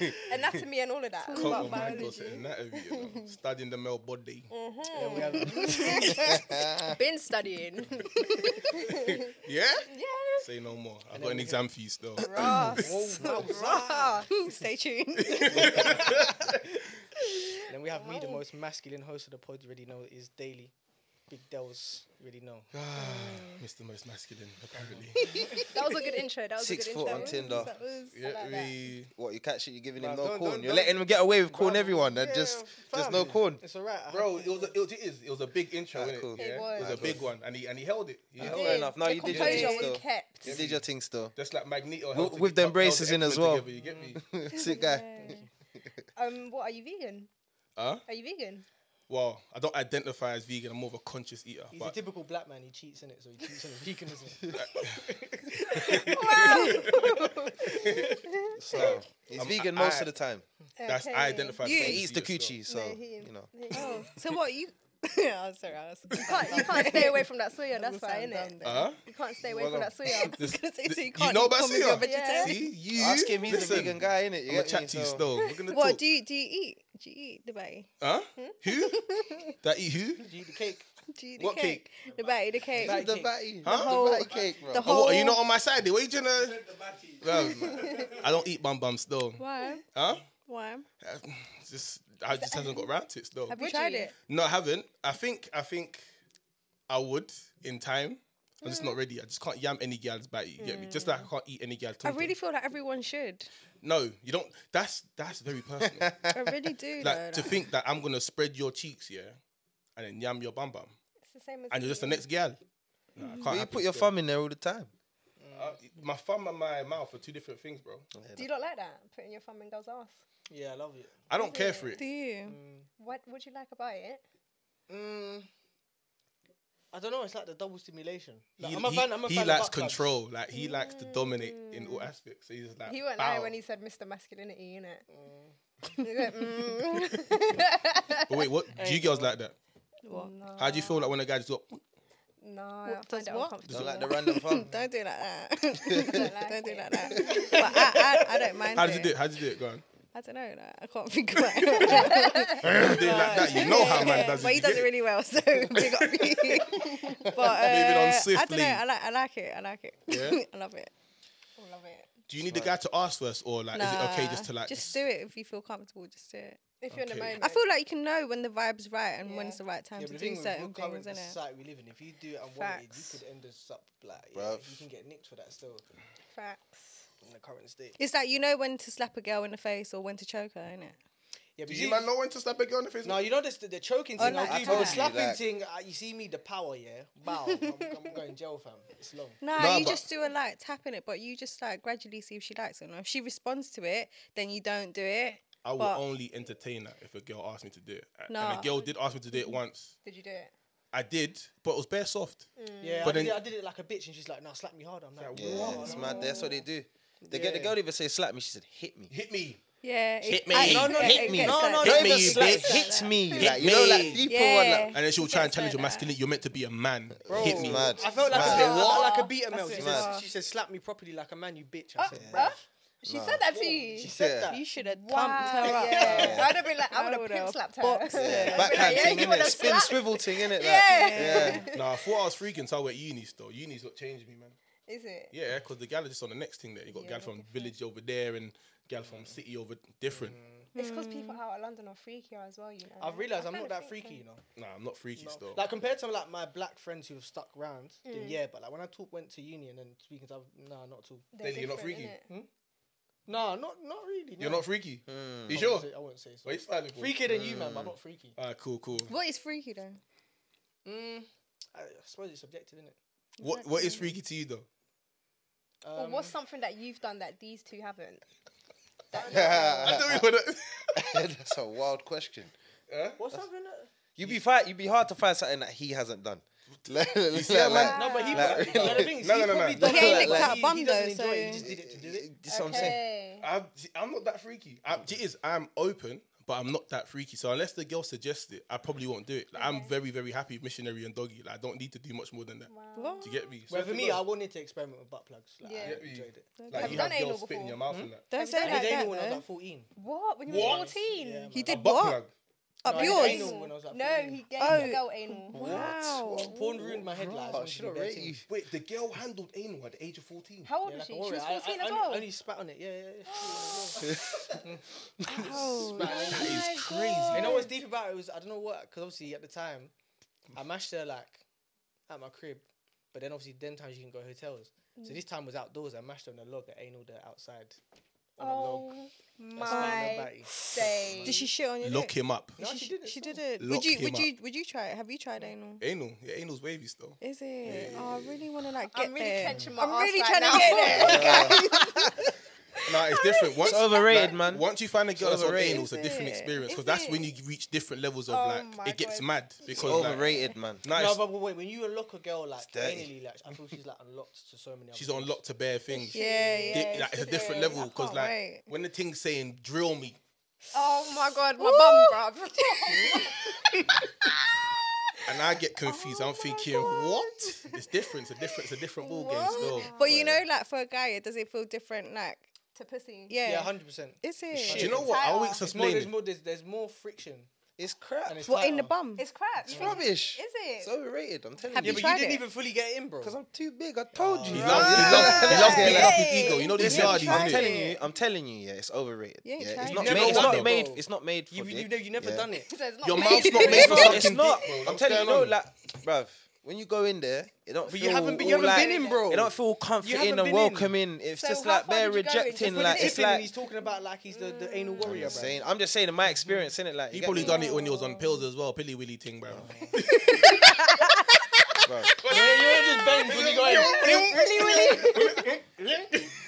[SPEAKER 6] Yeah.
[SPEAKER 7] anatomy and all of that.
[SPEAKER 6] Come on, my girl said anatomy, you know. Studying the male body.
[SPEAKER 4] Then we have
[SPEAKER 7] Been studying.
[SPEAKER 6] Yeah?
[SPEAKER 7] Mm.
[SPEAKER 6] Yeah. Say no more. I've got an exam for you still.
[SPEAKER 8] Ross. Ross. Stay tuned.
[SPEAKER 4] Then we have me, the most masculine host of the pod, you already know, is Daily. Big Dells, you already know.
[SPEAKER 6] Mr. Most Masculine, apparently.
[SPEAKER 7] That was a good intro. That was
[SPEAKER 5] Six
[SPEAKER 7] a good
[SPEAKER 5] foot
[SPEAKER 7] intro.
[SPEAKER 5] on Tinder.
[SPEAKER 7] That was,
[SPEAKER 6] Yeah,
[SPEAKER 7] I like that.
[SPEAKER 6] we.
[SPEAKER 5] What you catch it? You're giving him
[SPEAKER 4] Bruv,
[SPEAKER 5] no
[SPEAKER 4] don't-
[SPEAKER 5] corn.
[SPEAKER 4] don't-
[SPEAKER 5] You're
[SPEAKER 4] don't-
[SPEAKER 5] letting him get away with corn
[SPEAKER 4] Bruv,
[SPEAKER 5] everyone. And
[SPEAKER 4] yeah,
[SPEAKER 5] just, just no
[SPEAKER 4] fam.
[SPEAKER 5] corn.
[SPEAKER 4] It's all right. I
[SPEAKER 6] Bro, it was a, it, was- it is it was a big intro,
[SPEAKER 5] Ah,
[SPEAKER 6] innit?
[SPEAKER 5] cool.
[SPEAKER 6] Yeah?
[SPEAKER 5] It
[SPEAKER 6] It was
[SPEAKER 7] was.
[SPEAKER 6] a big one, and he and he held it. He held
[SPEAKER 5] Fair
[SPEAKER 6] it.
[SPEAKER 5] enough. No,
[SPEAKER 7] The
[SPEAKER 5] you did your thing
[SPEAKER 7] composure
[SPEAKER 5] still.
[SPEAKER 7] was kept.
[SPEAKER 5] You did your thing still.
[SPEAKER 6] Just like Magneto.
[SPEAKER 5] With-
[SPEAKER 6] held it-
[SPEAKER 5] with them
[SPEAKER 6] held- held the
[SPEAKER 5] braces in
[SPEAKER 6] X-Men
[SPEAKER 5] as well.
[SPEAKER 6] Together, you get me?
[SPEAKER 5] Sick guy.
[SPEAKER 7] Um, what are you vegan?
[SPEAKER 6] Huh?
[SPEAKER 7] Are you vegan?
[SPEAKER 6] Well, I don't identify as vegan. I'm more of a conscious eater.
[SPEAKER 4] He's a
[SPEAKER 6] But
[SPEAKER 4] typical black man. He cheats in it, so he cheats on his veganism.
[SPEAKER 5] So he's
[SPEAKER 6] I'm-
[SPEAKER 5] vegan
[SPEAKER 6] I-
[SPEAKER 5] most of the time.
[SPEAKER 6] that's I identify. as
[SPEAKER 8] You
[SPEAKER 6] a
[SPEAKER 5] He
[SPEAKER 6] conscious
[SPEAKER 5] eats the
[SPEAKER 6] eater, so-
[SPEAKER 5] coochie, so you know.
[SPEAKER 8] Oh, so what you? I'm "Oh, sorry. I was.
[SPEAKER 7] You can't, you can't stay away from that soya. That's
[SPEAKER 8] Doesn't
[SPEAKER 7] why,
[SPEAKER 8] sound
[SPEAKER 7] innit?
[SPEAKER 8] dumb,
[SPEAKER 6] Huh?
[SPEAKER 7] You can't stay away from that soya.
[SPEAKER 6] This-
[SPEAKER 8] Gonna say, so you
[SPEAKER 6] you
[SPEAKER 8] can't
[SPEAKER 6] know
[SPEAKER 8] eat
[SPEAKER 6] about
[SPEAKER 8] corn when you're
[SPEAKER 6] Suya?
[SPEAKER 8] vegetarian?
[SPEAKER 6] See, you
[SPEAKER 5] Ask him, he's
[SPEAKER 6] listen,
[SPEAKER 5] a vegan guy, innit? You
[SPEAKER 6] I'm gonna
[SPEAKER 5] get me?
[SPEAKER 6] chat to you
[SPEAKER 5] So-
[SPEAKER 6] still. We're gonna
[SPEAKER 8] What
[SPEAKER 6] talk.
[SPEAKER 8] do you do you eat? Do you eat the bay?
[SPEAKER 6] huh?
[SPEAKER 8] Hmm?
[SPEAKER 6] Who? that eat who?
[SPEAKER 4] Did you eat the cake?
[SPEAKER 8] Do you eat the
[SPEAKER 6] What
[SPEAKER 8] cake? The bay, the cake.
[SPEAKER 4] Batty
[SPEAKER 5] The
[SPEAKER 4] cake.
[SPEAKER 5] batty.
[SPEAKER 6] Huh?
[SPEAKER 5] The batty cake, bro.
[SPEAKER 8] The
[SPEAKER 6] Oh,
[SPEAKER 8] whole.
[SPEAKER 6] what, are you not on my side? What are you trying to? Well, I don't eat bum bums though.
[SPEAKER 8] Why?
[SPEAKER 6] Huh?
[SPEAKER 8] Why?
[SPEAKER 6] It's Just I just haven't got round to it still.
[SPEAKER 8] Have you
[SPEAKER 7] Would
[SPEAKER 8] tried
[SPEAKER 7] you?
[SPEAKER 8] it?
[SPEAKER 6] No, I haven't. I think I think I would in time. I'm
[SPEAKER 8] Hmm.
[SPEAKER 6] just not ready. I just can't yam any girl's batty. You get me? Just like I can't eat any girl's.
[SPEAKER 8] I
[SPEAKER 6] tongue.
[SPEAKER 8] really feel like everyone should.
[SPEAKER 6] No, you don't. That's that's very personal.
[SPEAKER 8] I really do.
[SPEAKER 6] like
[SPEAKER 8] though,
[SPEAKER 6] to
[SPEAKER 8] like-
[SPEAKER 6] think that I'm gonna spread your cheeks, yeah, and then yam your bum bum,
[SPEAKER 7] It's the same as.
[SPEAKER 6] and you're just the next gal. Nah, I can't
[SPEAKER 5] But you
[SPEAKER 6] have
[SPEAKER 5] put
[SPEAKER 6] it
[SPEAKER 5] your
[SPEAKER 6] still.
[SPEAKER 5] thumb in there all the time.
[SPEAKER 6] Uh, my thumb and my mouth are two different things, bro.
[SPEAKER 7] Do you not like that? Putting your thumb in girls' ass.
[SPEAKER 4] Yeah, I love it.
[SPEAKER 6] I don't care for it.
[SPEAKER 8] Do you?
[SPEAKER 6] Mm.
[SPEAKER 7] What would you like about it?
[SPEAKER 4] Mm, I don't know. It's like the double stimulation. Like,
[SPEAKER 6] He,
[SPEAKER 4] I'm a
[SPEAKER 6] he-
[SPEAKER 4] fan. I'm a
[SPEAKER 6] he
[SPEAKER 4] fan of
[SPEAKER 6] likes
[SPEAKER 4] butt plugs.
[SPEAKER 6] control. Like he likes to dominate in all aspects. So he's just like
[SPEAKER 7] He won't
[SPEAKER 6] Uh, bow.
[SPEAKER 7] lie when he said Mr. Masculinity, innit? He went, mm.
[SPEAKER 6] But wait, what? Do you girls like that?
[SPEAKER 8] What?
[SPEAKER 6] How do you feel like when a guy just got?
[SPEAKER 7] no, I find
[SPEAKER 8] does
[SPEAKER 7] it
[SPEAKER 8] what?
[SPEAKER 5] Don't
[SPEAKER 7] uncomfortable.
[SPEAKER 5] like the random fun.
[SPEAKER 8] Don't do like that.
[SPEAKER 7] like
[SPEAKER 8] don't do
[SPEAKER 7] it.
[SPEAKER 8] like that. But I, I, I don't mind.
[SPEAKER 6] How did you do it? How did you do it? Go on.
[SPEAKER 8] I don't know. Like, I can't think about it.
[SPEAKER 6] If you do it like that, you know how man does it.
[SPEAKER 8] but he
[SPEAKER 6] You
[SPEAKER 8] does
[SPEAKER 6] get
[SPEAKER 8] it really well, so big up you. But uh,
[SPEAKER 6] Moving on
[SPEAKER 8] I don't
[SPEAKER 6] swiftly.
[SPEAKER 8] know. I like, I like it. I like it.
[SPEAKER 6] Yeah?
[SPEAKER 8] I love it.
[SPEAKER 7] I love it.
[SPEAKER 6] Do you need the guy to ask first, or like, is it okay
[SPEAKER 8] Nah,
[SPEAKER 6] just to like?
[SPEAKER 8] Just do it if you feel comfortable. Just do it.
[SPEAKER 7] If you're in the
[SPEAKER 6] Okay.
[SPEAKER 7] moment.
[SPEAKER 8] I feel like you can know when the vibe's right and when
[SPEAKER 7] Yeah.
[SPEAKER 8] it's the right time
[SPEAKER 4] Yeah,
[SPEAKER 8] to
[SPEAKER 4] but the
[SPEAKER 8] do
[SPEAKER 4] thing with
[SPEAKER 8] certain
[SPEAKER 4] the
[SPEAKER 8] things,
[SPEAKER 4] current
[SPEAKER 8] isn't it?
[SPEAKER 4] society we live in, if you do it unwanted, you
[SPEAKER 8] Facts.
[SPEAKER 4] could end us up like yeah,
[SPEAKER 5] Bruv.
[SPEAKER 4] you can get nicked for that still
[SPEAKER 7] facts.
[SPEAKER 4] in the current state.
[SPEAKER 8] It's like you know when to slap a girl in the face or when to choke her, innit?
[SPEAKER 4] Yeah,
[SPEAKER 6] Do you man know when to slap a girl in the face?
[SPEAKER 4] No, you know this the, the choking thing.
[SPEAKER 8] no,
[SPEAKER 4] I'll
[SPEAKER 8] I
[SPEAKER 4] do,
[SPEAKER 8] told
[SPEAKER 4] but the
[SPEAKER 8] you,
[SPEAKER 4] slapping
[SPEAKER 5] like-
[SPEAKER 4] thing. Uh, you see me, the power. Yeah, bow. I'm, I'm going jail, fam. It's long.
[SPEAKER 8] No,
[SPEAKER 6] Nah,
[SPEAKER 8] you
[SPEAKER 6] but-
[SPEAKER 8] just do a light tap in it, but you just like gradually see if she likes it or not. If she responds to it, then you don't do it.
[SPEAKER 6] I will
[SPEAKER 8] but-
[SPEAKER 6] only entertain that if a girl asked me to do it. A- And
[SPEAKER 8] Nah.
[SPEAKER 6] a girl did ask me to do it once.
[SPEAKER 7] Did you do it?
[SPEAKER 6] I did, but it was bare soft.
[SPEAKER 8] Mm.
[SPEAKER 4] Yeah,
[SPEAKER 6] But
[SPEAKER 4] I, did
[SPEAKER 6] then-
[SPEAKER 4] it, I did it like a bitch, and she's like, "No, slap me harder." I'm like,
[SPEAKER 5] Yeah,
[SPEAKER 4] "Whoa,
[SPEAKER 5] it's
[SPEAKER 4] no."
[SPEAKER 5] mad. That's what they do. They get the
[SPEAKER 4] Yeah.
[SPEAKER 5] girl even say slap me. She said hit me.
[SPEAKER 6] Hit me.
[SPEAKER 8] Yeah. it-
[SPEAKER 5] Hit me.
[SPEAKER 8] I-
[SPEAKER 5] No, no,
[SPEAKER 8] it-
[SPEAKER 5] hit
[SPEAKER 8] it
[SPEAKER 5] me.
[SPEAKER 8] gets
[SPEAKER 5] No,
[SPEAKER 8] like
[SPEAKER 4] no,
[SPEAKER 8] that.
[SPEAKER 5] Don't
[SPEAKER 4] no,
[SPEAKER 5] even
[SPEAKER 4] you
[SPEAKER 5] slap.
[SPEAKER 4] bitch.
[SPEAKER 5] Hit me.
[SPEAKER 8] Hit
[SPEAKER 5] like you know,
[SPEAKER 6] me.
[SPEAKER 5] like deeper one.
[SPEAKER 8] Yeah.
[SPEAKER 5] Like,
[SPEAKER 6] And then she'll try and
[SPEAKER 8] It's
[SPEAKER 6] challenge your
[SPEAKER 8] like that.
[SPEAKER 6] masculinity. You're meant to be a man. Hit
[SPEAKER 5] It's
[SPEAKER 6] me.
[SPEAKER 5] Mad.
[SPEAKER 4] I felt like,
[SPEAKER 5] It's
[SPEAKER 4] a,
[SPEAKER 5] mad.
[SPEAKER 4] I- like a beta male.
[SPEAKER 8] That's
[SPEAKER 4] She
[SPEAKER 8] it.
[SPEAKER 4] said,
[SPEAKER 8] Wow.
[SPEAKER 4] she said, slap me properly like a man, you bitch. I
[SPEAKER 7] Oh,
[SPEAKER 4] said,
[SPEAKER 7] huh?
[SPEAKER 4] "Bruh."
[SPEAKER 7] She said that to you.
[SPEAKER 4] She said that.
[SPEAKER 8] You should have
[SPEAKER 7] Wow.
[SPEAKER 8] thumped her up.
[SPEAKER 7] Yeah. I'd have been like, I
[SPEAKER 8] I
[SPEAKER 7] would have
[SPEAKER 8] would've
[SPEAKER 7] pimp slapped her.
[SPEAKER 8] boxed her.
[SPEAKER 7] I'd be
[SPEAKER 5] Backhand
[SPEAKER 7] like, yeah,
[SPEAKER 5] thing,
[SPEAKER 7] you would
[SPEAKER 5] innit?
[SPEAKER 7] have
[SPEAKER 5] Spin
[SPEAKER 7] slapped.
[SPEAKER 5] swivel thing, innit? Like,
[SPEAKER 7] Yeah.
[SPEAKER 5] yeah.
[SPEAKER 6] Nah, I thought I was freaking, so I went unis though. Uni's not changing me, man.
[SPEAKER 7] Is it?
[SPEAKER 6] Yeah, because the gal are just on the next thing there. You got gal from village over there and gal
[SPEAKER 4] Mm.
[SPEAKER 6] from city over different.
[SPEAKER 7] It's because people out of London are freakier as well, you know.
[SPEAKER 4] I've realized I'm
[SPEAKER 7] I
[SPEAKER 4] not
[SPEAKER 7] kinda
[SPEAKER 4] that
[SPEAKER 7] think
[SPEAKER 4] freaky, you know.
[SPEAKER 6] Nah, I'm not freaky still.
[SPEAKER 4] Like compared to like my black friends who have stuck round, then yeah. But like when I talk, went to uni and then speaking to, other- nah, not at all.
[SPEAKER 7] they're
[SPEAKER 6] Then you're not
[SPEAKER 7] different,
[SPEAKER 6] freaky.
[SPEAKER 7] innit?
[SPEAKER 4] Nah, not not really.
[SPEAKER 6] You're
[SPEAKER 4] no.
[SPEAKER 6] not freaky. You
[SPEAKER 4] I
[SPEAKER 6] sure? Mm.
[SPEAKER 4] wouldn't say- I wouldn't say so.
[SPEAKER 6] What you smiling for?
[SPEAKER 4] Freakier than you, man, but not freaky.
[SPEAKER 6] Alright, cool, cool.
[SPEAKER 8] What is freaky though?
[SPEAKER 4] Mm, I, I suppose it's subjective, isn't it?
[SPEAKER 6] What what is freaky to you though?
[SPEAKER 4] Um,
[SPEAKER 7] Or what's something that you've done that these two haven't?
[SPEAKER 6] I don't even know.
[SPEAKER 5] That's a wild question.
[SPEAKER 4] what's something? That,
[SPEAKER 5] You be fight. You be hard to find something that he hasn't done. Like, like,
[SPEAKER 4] no, but he.
[SPEAKER 5] Like-
[SPEAKER 4] probably- no, the thing is,
[SPEAKER 6] No,
[SPEAKER 4] he
[SPEAKER 6] no, no, no.
[SPEAKER 4] probably
[SPEAKER 6] He
[SPEAKER 4] doesn't-
[SPEAKER 5] ain't licked out
[SPEAKER 4] he,
[SPEAKER 8] bum
[SPEAKER 4] he
[SPEAKER 8] though,
[SPEAKER 4] doesn't enjoy it. He
[SPEAKER 8] so-
[SPEAKER 4] just did it to do it.
[SPEAKER 5] That's what I'm saying.
[SPEAKER 7] Okay.
[SPEAKER 6] I'm, see, I'm not that freaky. I,
[SPEAKER 4] Mm.
[SPEAKER 6] it is. I'm open, but I'm not that freaky. So unless the girl suggests it, I probably won't do it. Like, I'm very, very happy, missionary and doggy. Like I don't need to do much more than that. Do you get me? So
[SPEAKER 4] Well,
[SPEAKER 6] if
[SPEAKER 4] for
[SPEAKER 6] the
[SPEAKER 4] me,
[SPEAKER 6] girl-
[SPEAKER 4] I wanted to experiment with butt plugs. Like, I
[SPEAKER 7] Yeah.
[SPEAKER 4] enjoyed it. Hmm?
[SPEAKER 6] like
[SPEAKER 7] I've
[SPEAKER 6] you
[SPEAKER 7] done
[SPEAKER 6] have
[SPEAKER 7] anal
[SPEAKER 6] girls spit in
[SPEAKER 7] before.
[SPEAKER 6] your mouth and that.
[SPEAKER 8] Don't say
[SPEAKER 7] done
[SPEAKER 4] I
[SPEAKER 8] like
[SPEAKER 4] did
[SPEAKER 8] that.
[SPEAKER 4] anal when I was
[SPEAKER 8] Though.
[SPEAKER 4] like 14.
[SPEAKER 7] What? When you
[SPEAKER 6] What?
[SPEAKER 7] were 14?
[SPEAKER 4] Yeah, man.
[SPEAKER 8] He
[SPEAKER 6] A
[SPEAKER 8] did
[SPEAKER 6] butt
[SPEAKER 8] what?
[SPEAKER 6] plug.
[SPEAKER 8] Up
[SPEAKER 4] No, I did
[SPEAKER 8] yours?
[SPEAKER 4] anal when I was like
[SPEAKER 7] No,
[SPEAKER 4] 14.
[SPEAKER 7] he gave the girl anal.
[SPEAKER 8] Wow.
[SPEAKER 4] Porn ruined my head. like, I just
[SPEAKER 5] Oh,
[SPEAKER 4] wanted
[SPEAKER 5] she
[SPEAKER 4] to
[SPEAKER 5] don't
[SPEAKER 4] be
[SPEAKER 5] rate
[SPEAKER 4] 18.
[SPEAKER 5] you.
[SPEAKER 6] Wait, the girl handled anal at the age of fourteen.
[SPEAKER 7] How old
[SPEAKER 4] Yeah, like,
[SPEAKER 7] was she?
[SPEAKER 4] don't
[SPEAKER 7] She
[SPEAKER 4] worry,
[SPEAKER 7] was
[SPEAKER 4] I- I-
[SPEAKER 7] 14
[SPEAKER 4] I
[SPEAKER 7] as
[SPEAKER 4] only-
[SPEAKER 7] well.
[SPEAKER 4] only spat on it. Yeah, yeah, yeah.
[SPEAKER 8] Oh,
[SPEAKER 6] That is crazy.
[SPEAKER 4] You know what's deep about it was I don't know what because obviously at the time I mashed her like at my crib, but then obviously then times you can go hotels. So this time was outdoors. I mashed her on the log. I ain't all the outside. On
[SPEAKER 7] Oh
[SPEAKER 4] a log. I spat on her
[SPEAKER 7] my
[SPEAKER 4] batty.
[SPEAKER 7] day.
[SPEAKER 8] Did she shit on your
[SPEAKER 6] Lock
[SPEAKER 8] dick?
[SPEAKER 6] him up.
[SPEAKER 4] No, she, did it.
[SPEAKER 8] She
[SPEAKER 4] still.
[SPEAKER 8] did it.
[SPEAKER 6] Lock
[SPEAKER 8] Would you?
[SPEAKER 6] him
[SPEAKER 8] Would
[SPEAKER 6] up.
[SPEAKER 8] you? Would you try it? Have you tried anal?
[SPEAKER 6] Anal. Yeah, anal's wavy still.
[SPEAKER 8] Is it? Oh, I really want to like get
[SPEAKER 7] I'm really
[SPEAKER 8] there.
[SPEAKER 7] clenching my
[SPEAKER 8] I'm
[SPEAKER 7] arse
[SPEAKER 8] really
[SPEAKER 7] right
[SPEAKER 8] trying
[SPEAKER 7] now.
[SPEAKER 8] to get there.
[SPEAKER 6] Nah, it's different. Once,
[SPEAKER 5] overrated,
[SPEAKER 6] like,
[SPEAKER 5] man.
[SPEAKER 6] Once you find a girl that's on
[SPEAKER 5] overrated.
[SPEAKER 6] anal, it's a
[SPEAKER 8] Is
[SPEAKER 6] different
[SPEAKER 8] it?
[SPEAKER 6] experience because
[SPEAKER 8] Is
[SPEAKER 6] that's when you
[SPEAKER 8] it?
[SPEAKER 6] reach different levels of
[SPEAKER 7] Oh my
[SPEAKER 6] like it gets
[SPEAKER 7] God.
[SPEAKER 6] mad because like,
[SPEAKER 5] Overrated, man.
[SPEAKER 6] nah,
[SPEAKER 4] No,
[SPEAKER 6] it's-
[SPEAKER 4] but wait. When you unlock a girl like
[SPEAKER 5] dirty.
[SPEAKER 4] anally, like I feel she's like unlocked to so many. Other
[SPEAKER 6] she's
[SPEAKER 4] things.
[SPEAKER 6] unlocked to bare things.
[SPEAKER 8] Yeah, yeah.
[SPEAKER 6] Di- like, it's a different
[SPEAKER 8] different.
[SPEAKER 6] level
[SPEAKER 8] I
[SPEAKER 6] because
[SPEAKER 8] can't
[SPEAKER 6] like
[SPEAKER 8] wait.
[SPEAKER 6] when the thing's saying drill me,
[SPEAKER 7] Oh my god, my bum, bruv.
[SPEAKER 6] and I get
[SPEAKER 8] Oh
[SPEAKER 6] confused. I'm thinking, what? It's different. It's a different. It's a different ball game still.
[SPEAKER 8] But you know, like for a guy, it does it feel different? Like,
[SPEAKER 7] to pussy.
[SPEAKER 8] yeah.
[SPEAKER 4] Yeah, hundred percent.
[SPEAKER 8] Is it?
[SPEAKER 6] Do you know what? I always
[SPEAKER 4] It's more.
[SPEAKER 6] explain
[SPEAKER 4] There's
[SPEAKER 6] it.
[SPEAKER 4] more. There's, there's more friction.
[SPEAKER 5] It's crap.
[SPEAKER 4] And it's
[SPEAKER 8] What in the
[SPEAKER 4] tighter.
[SPEAKER 8] bum?
[SPEAKER 7] It's crap.
[SPEAKER 5] It's rubbish.
[SPEAKER 7] Is it?
[SPEAKER 5] It's overrated. I'm telling
[SPEAKER 8] Have
[SPEAKER 4] Yeah,
[SPEAKER 5] you.
[SPEAKER 4] but you
[SPEAKER 8] you tried
[SPEAKER 4] didn't
[SPEAKER 8] it?
[SPEAKER 4] even fully get in, bro.
[SPEAKER 5] Because I'm too big. I
[SPEAKER 4] Oh,
[SPEAKER 5] told you.
[SPEAKER 6] He loves, he loves, he loves
[SPEAKER 5] Yeah,
[SPEAKER 6] beating up
[SPEAKER 5] like-
[SPEAKER 6] his ego. You know these
[SPEAKER 5] Listen,
[SPEAKER 6] yardies,
[SPEAKER 5] I'm
[SPEAKER 6] innit?
[SPEAKER 5] telling you, I'm telling you, yeah, it's overrated.
[SPEAKER 8] You
[SPEAKER 5] Yeah,
[SPEAKER 8] ain't
[SPEAKER 5] it's
[SPEAKER 8] tried
[SPEAKER 5] not
[SPEAKER 8] it.
[SPEAKER 5] made.
[SPEAKER 4] Never
[SPEAKER 5] It's not
[SPEAKER 4] done
[SPEAKER 5] made.
[SPEAKER 4] it.
[SPEAKER 5] It's not made for
[SPEAKER 4] You, you,
[SPEAKER 5] dick.
[SPEAKER 4] know, you never
[SPEAKER 5] Yeah.
[SPEAKER 4] done it.
[SPEAKER 7] So it's not
[SPEAKER 6] Your
[SPEAKER 7] made-
[SPEAKER 6] mouth's not made for
[SPEAKER 5] It's
[SPEAKER 6] sucking
[SPEAKER 5] not.
[SPEAKER 6] dick, bro.
[SPEAKER 5] I'm
[SPEAKER 6] What's
[SPEAKER 5] telling you,
[SPEAKER 6] going
[SPEAKER 5] no,
[SPEAKER 6] on?
[SPEAKER 5] like, bruv, when you go in there, it don't.
[SPEAKER 4] But you
[SPEAKER 5] feel
[SPEAKER 4] haven't been. You
[SPEAKER 5] all
[SPEAKER 4] haven't
[SPEAKER 5] like-
[SPEAKER 4] been in, bro.
[SPEAKER 5] It don't feel
[SPEAKER 4] haven't
[SPEAKER 5] comforting
[SPEAKER 4] been
[SPEAKER 5] and
[SPEAKER 4] in.
[SPEAKER 5] welcoming. It's
[SPEAKER 7] So
[SPEAKER 5] just
[SPEAKER 7] how
[SPEAKER 5] like
[SPEAKER 7] far
[SPEAKER 5] they're
[SPEAKER 7] did you go in? Just
[SPEAKER 5] rejecting.
[SPEAKER 7] when
[SPEAKER 5] Like
[SPEAKER 7] it's
[SPEAKER 5] it's
[SPEAKER 4] Tipping and
[SPEAKER 5] like.
[SPEAKER 4] he's talking about like he's the,
[SPEAKER 8] Mm.
[SPEAKER 4] the anal warrior,
[SPEAKER 5] I'm
[SPEAKER 4] bro.
[SPEAKER 5] saying, I'm just saying,
[SPEAKER 4] Mm-hmm.
[SPEAKER 5] in my experience, innit? Like,
[SPEAKER 6] He
[SPEAKER 5] you get
[SPEAKER 6] probably
[SPEAKER 5] me?
[SPEAKER 6] done it when he was on pills as well, Pilly Willy thing, bro.
[SPEAKER 4] You ain't just banged when you got in.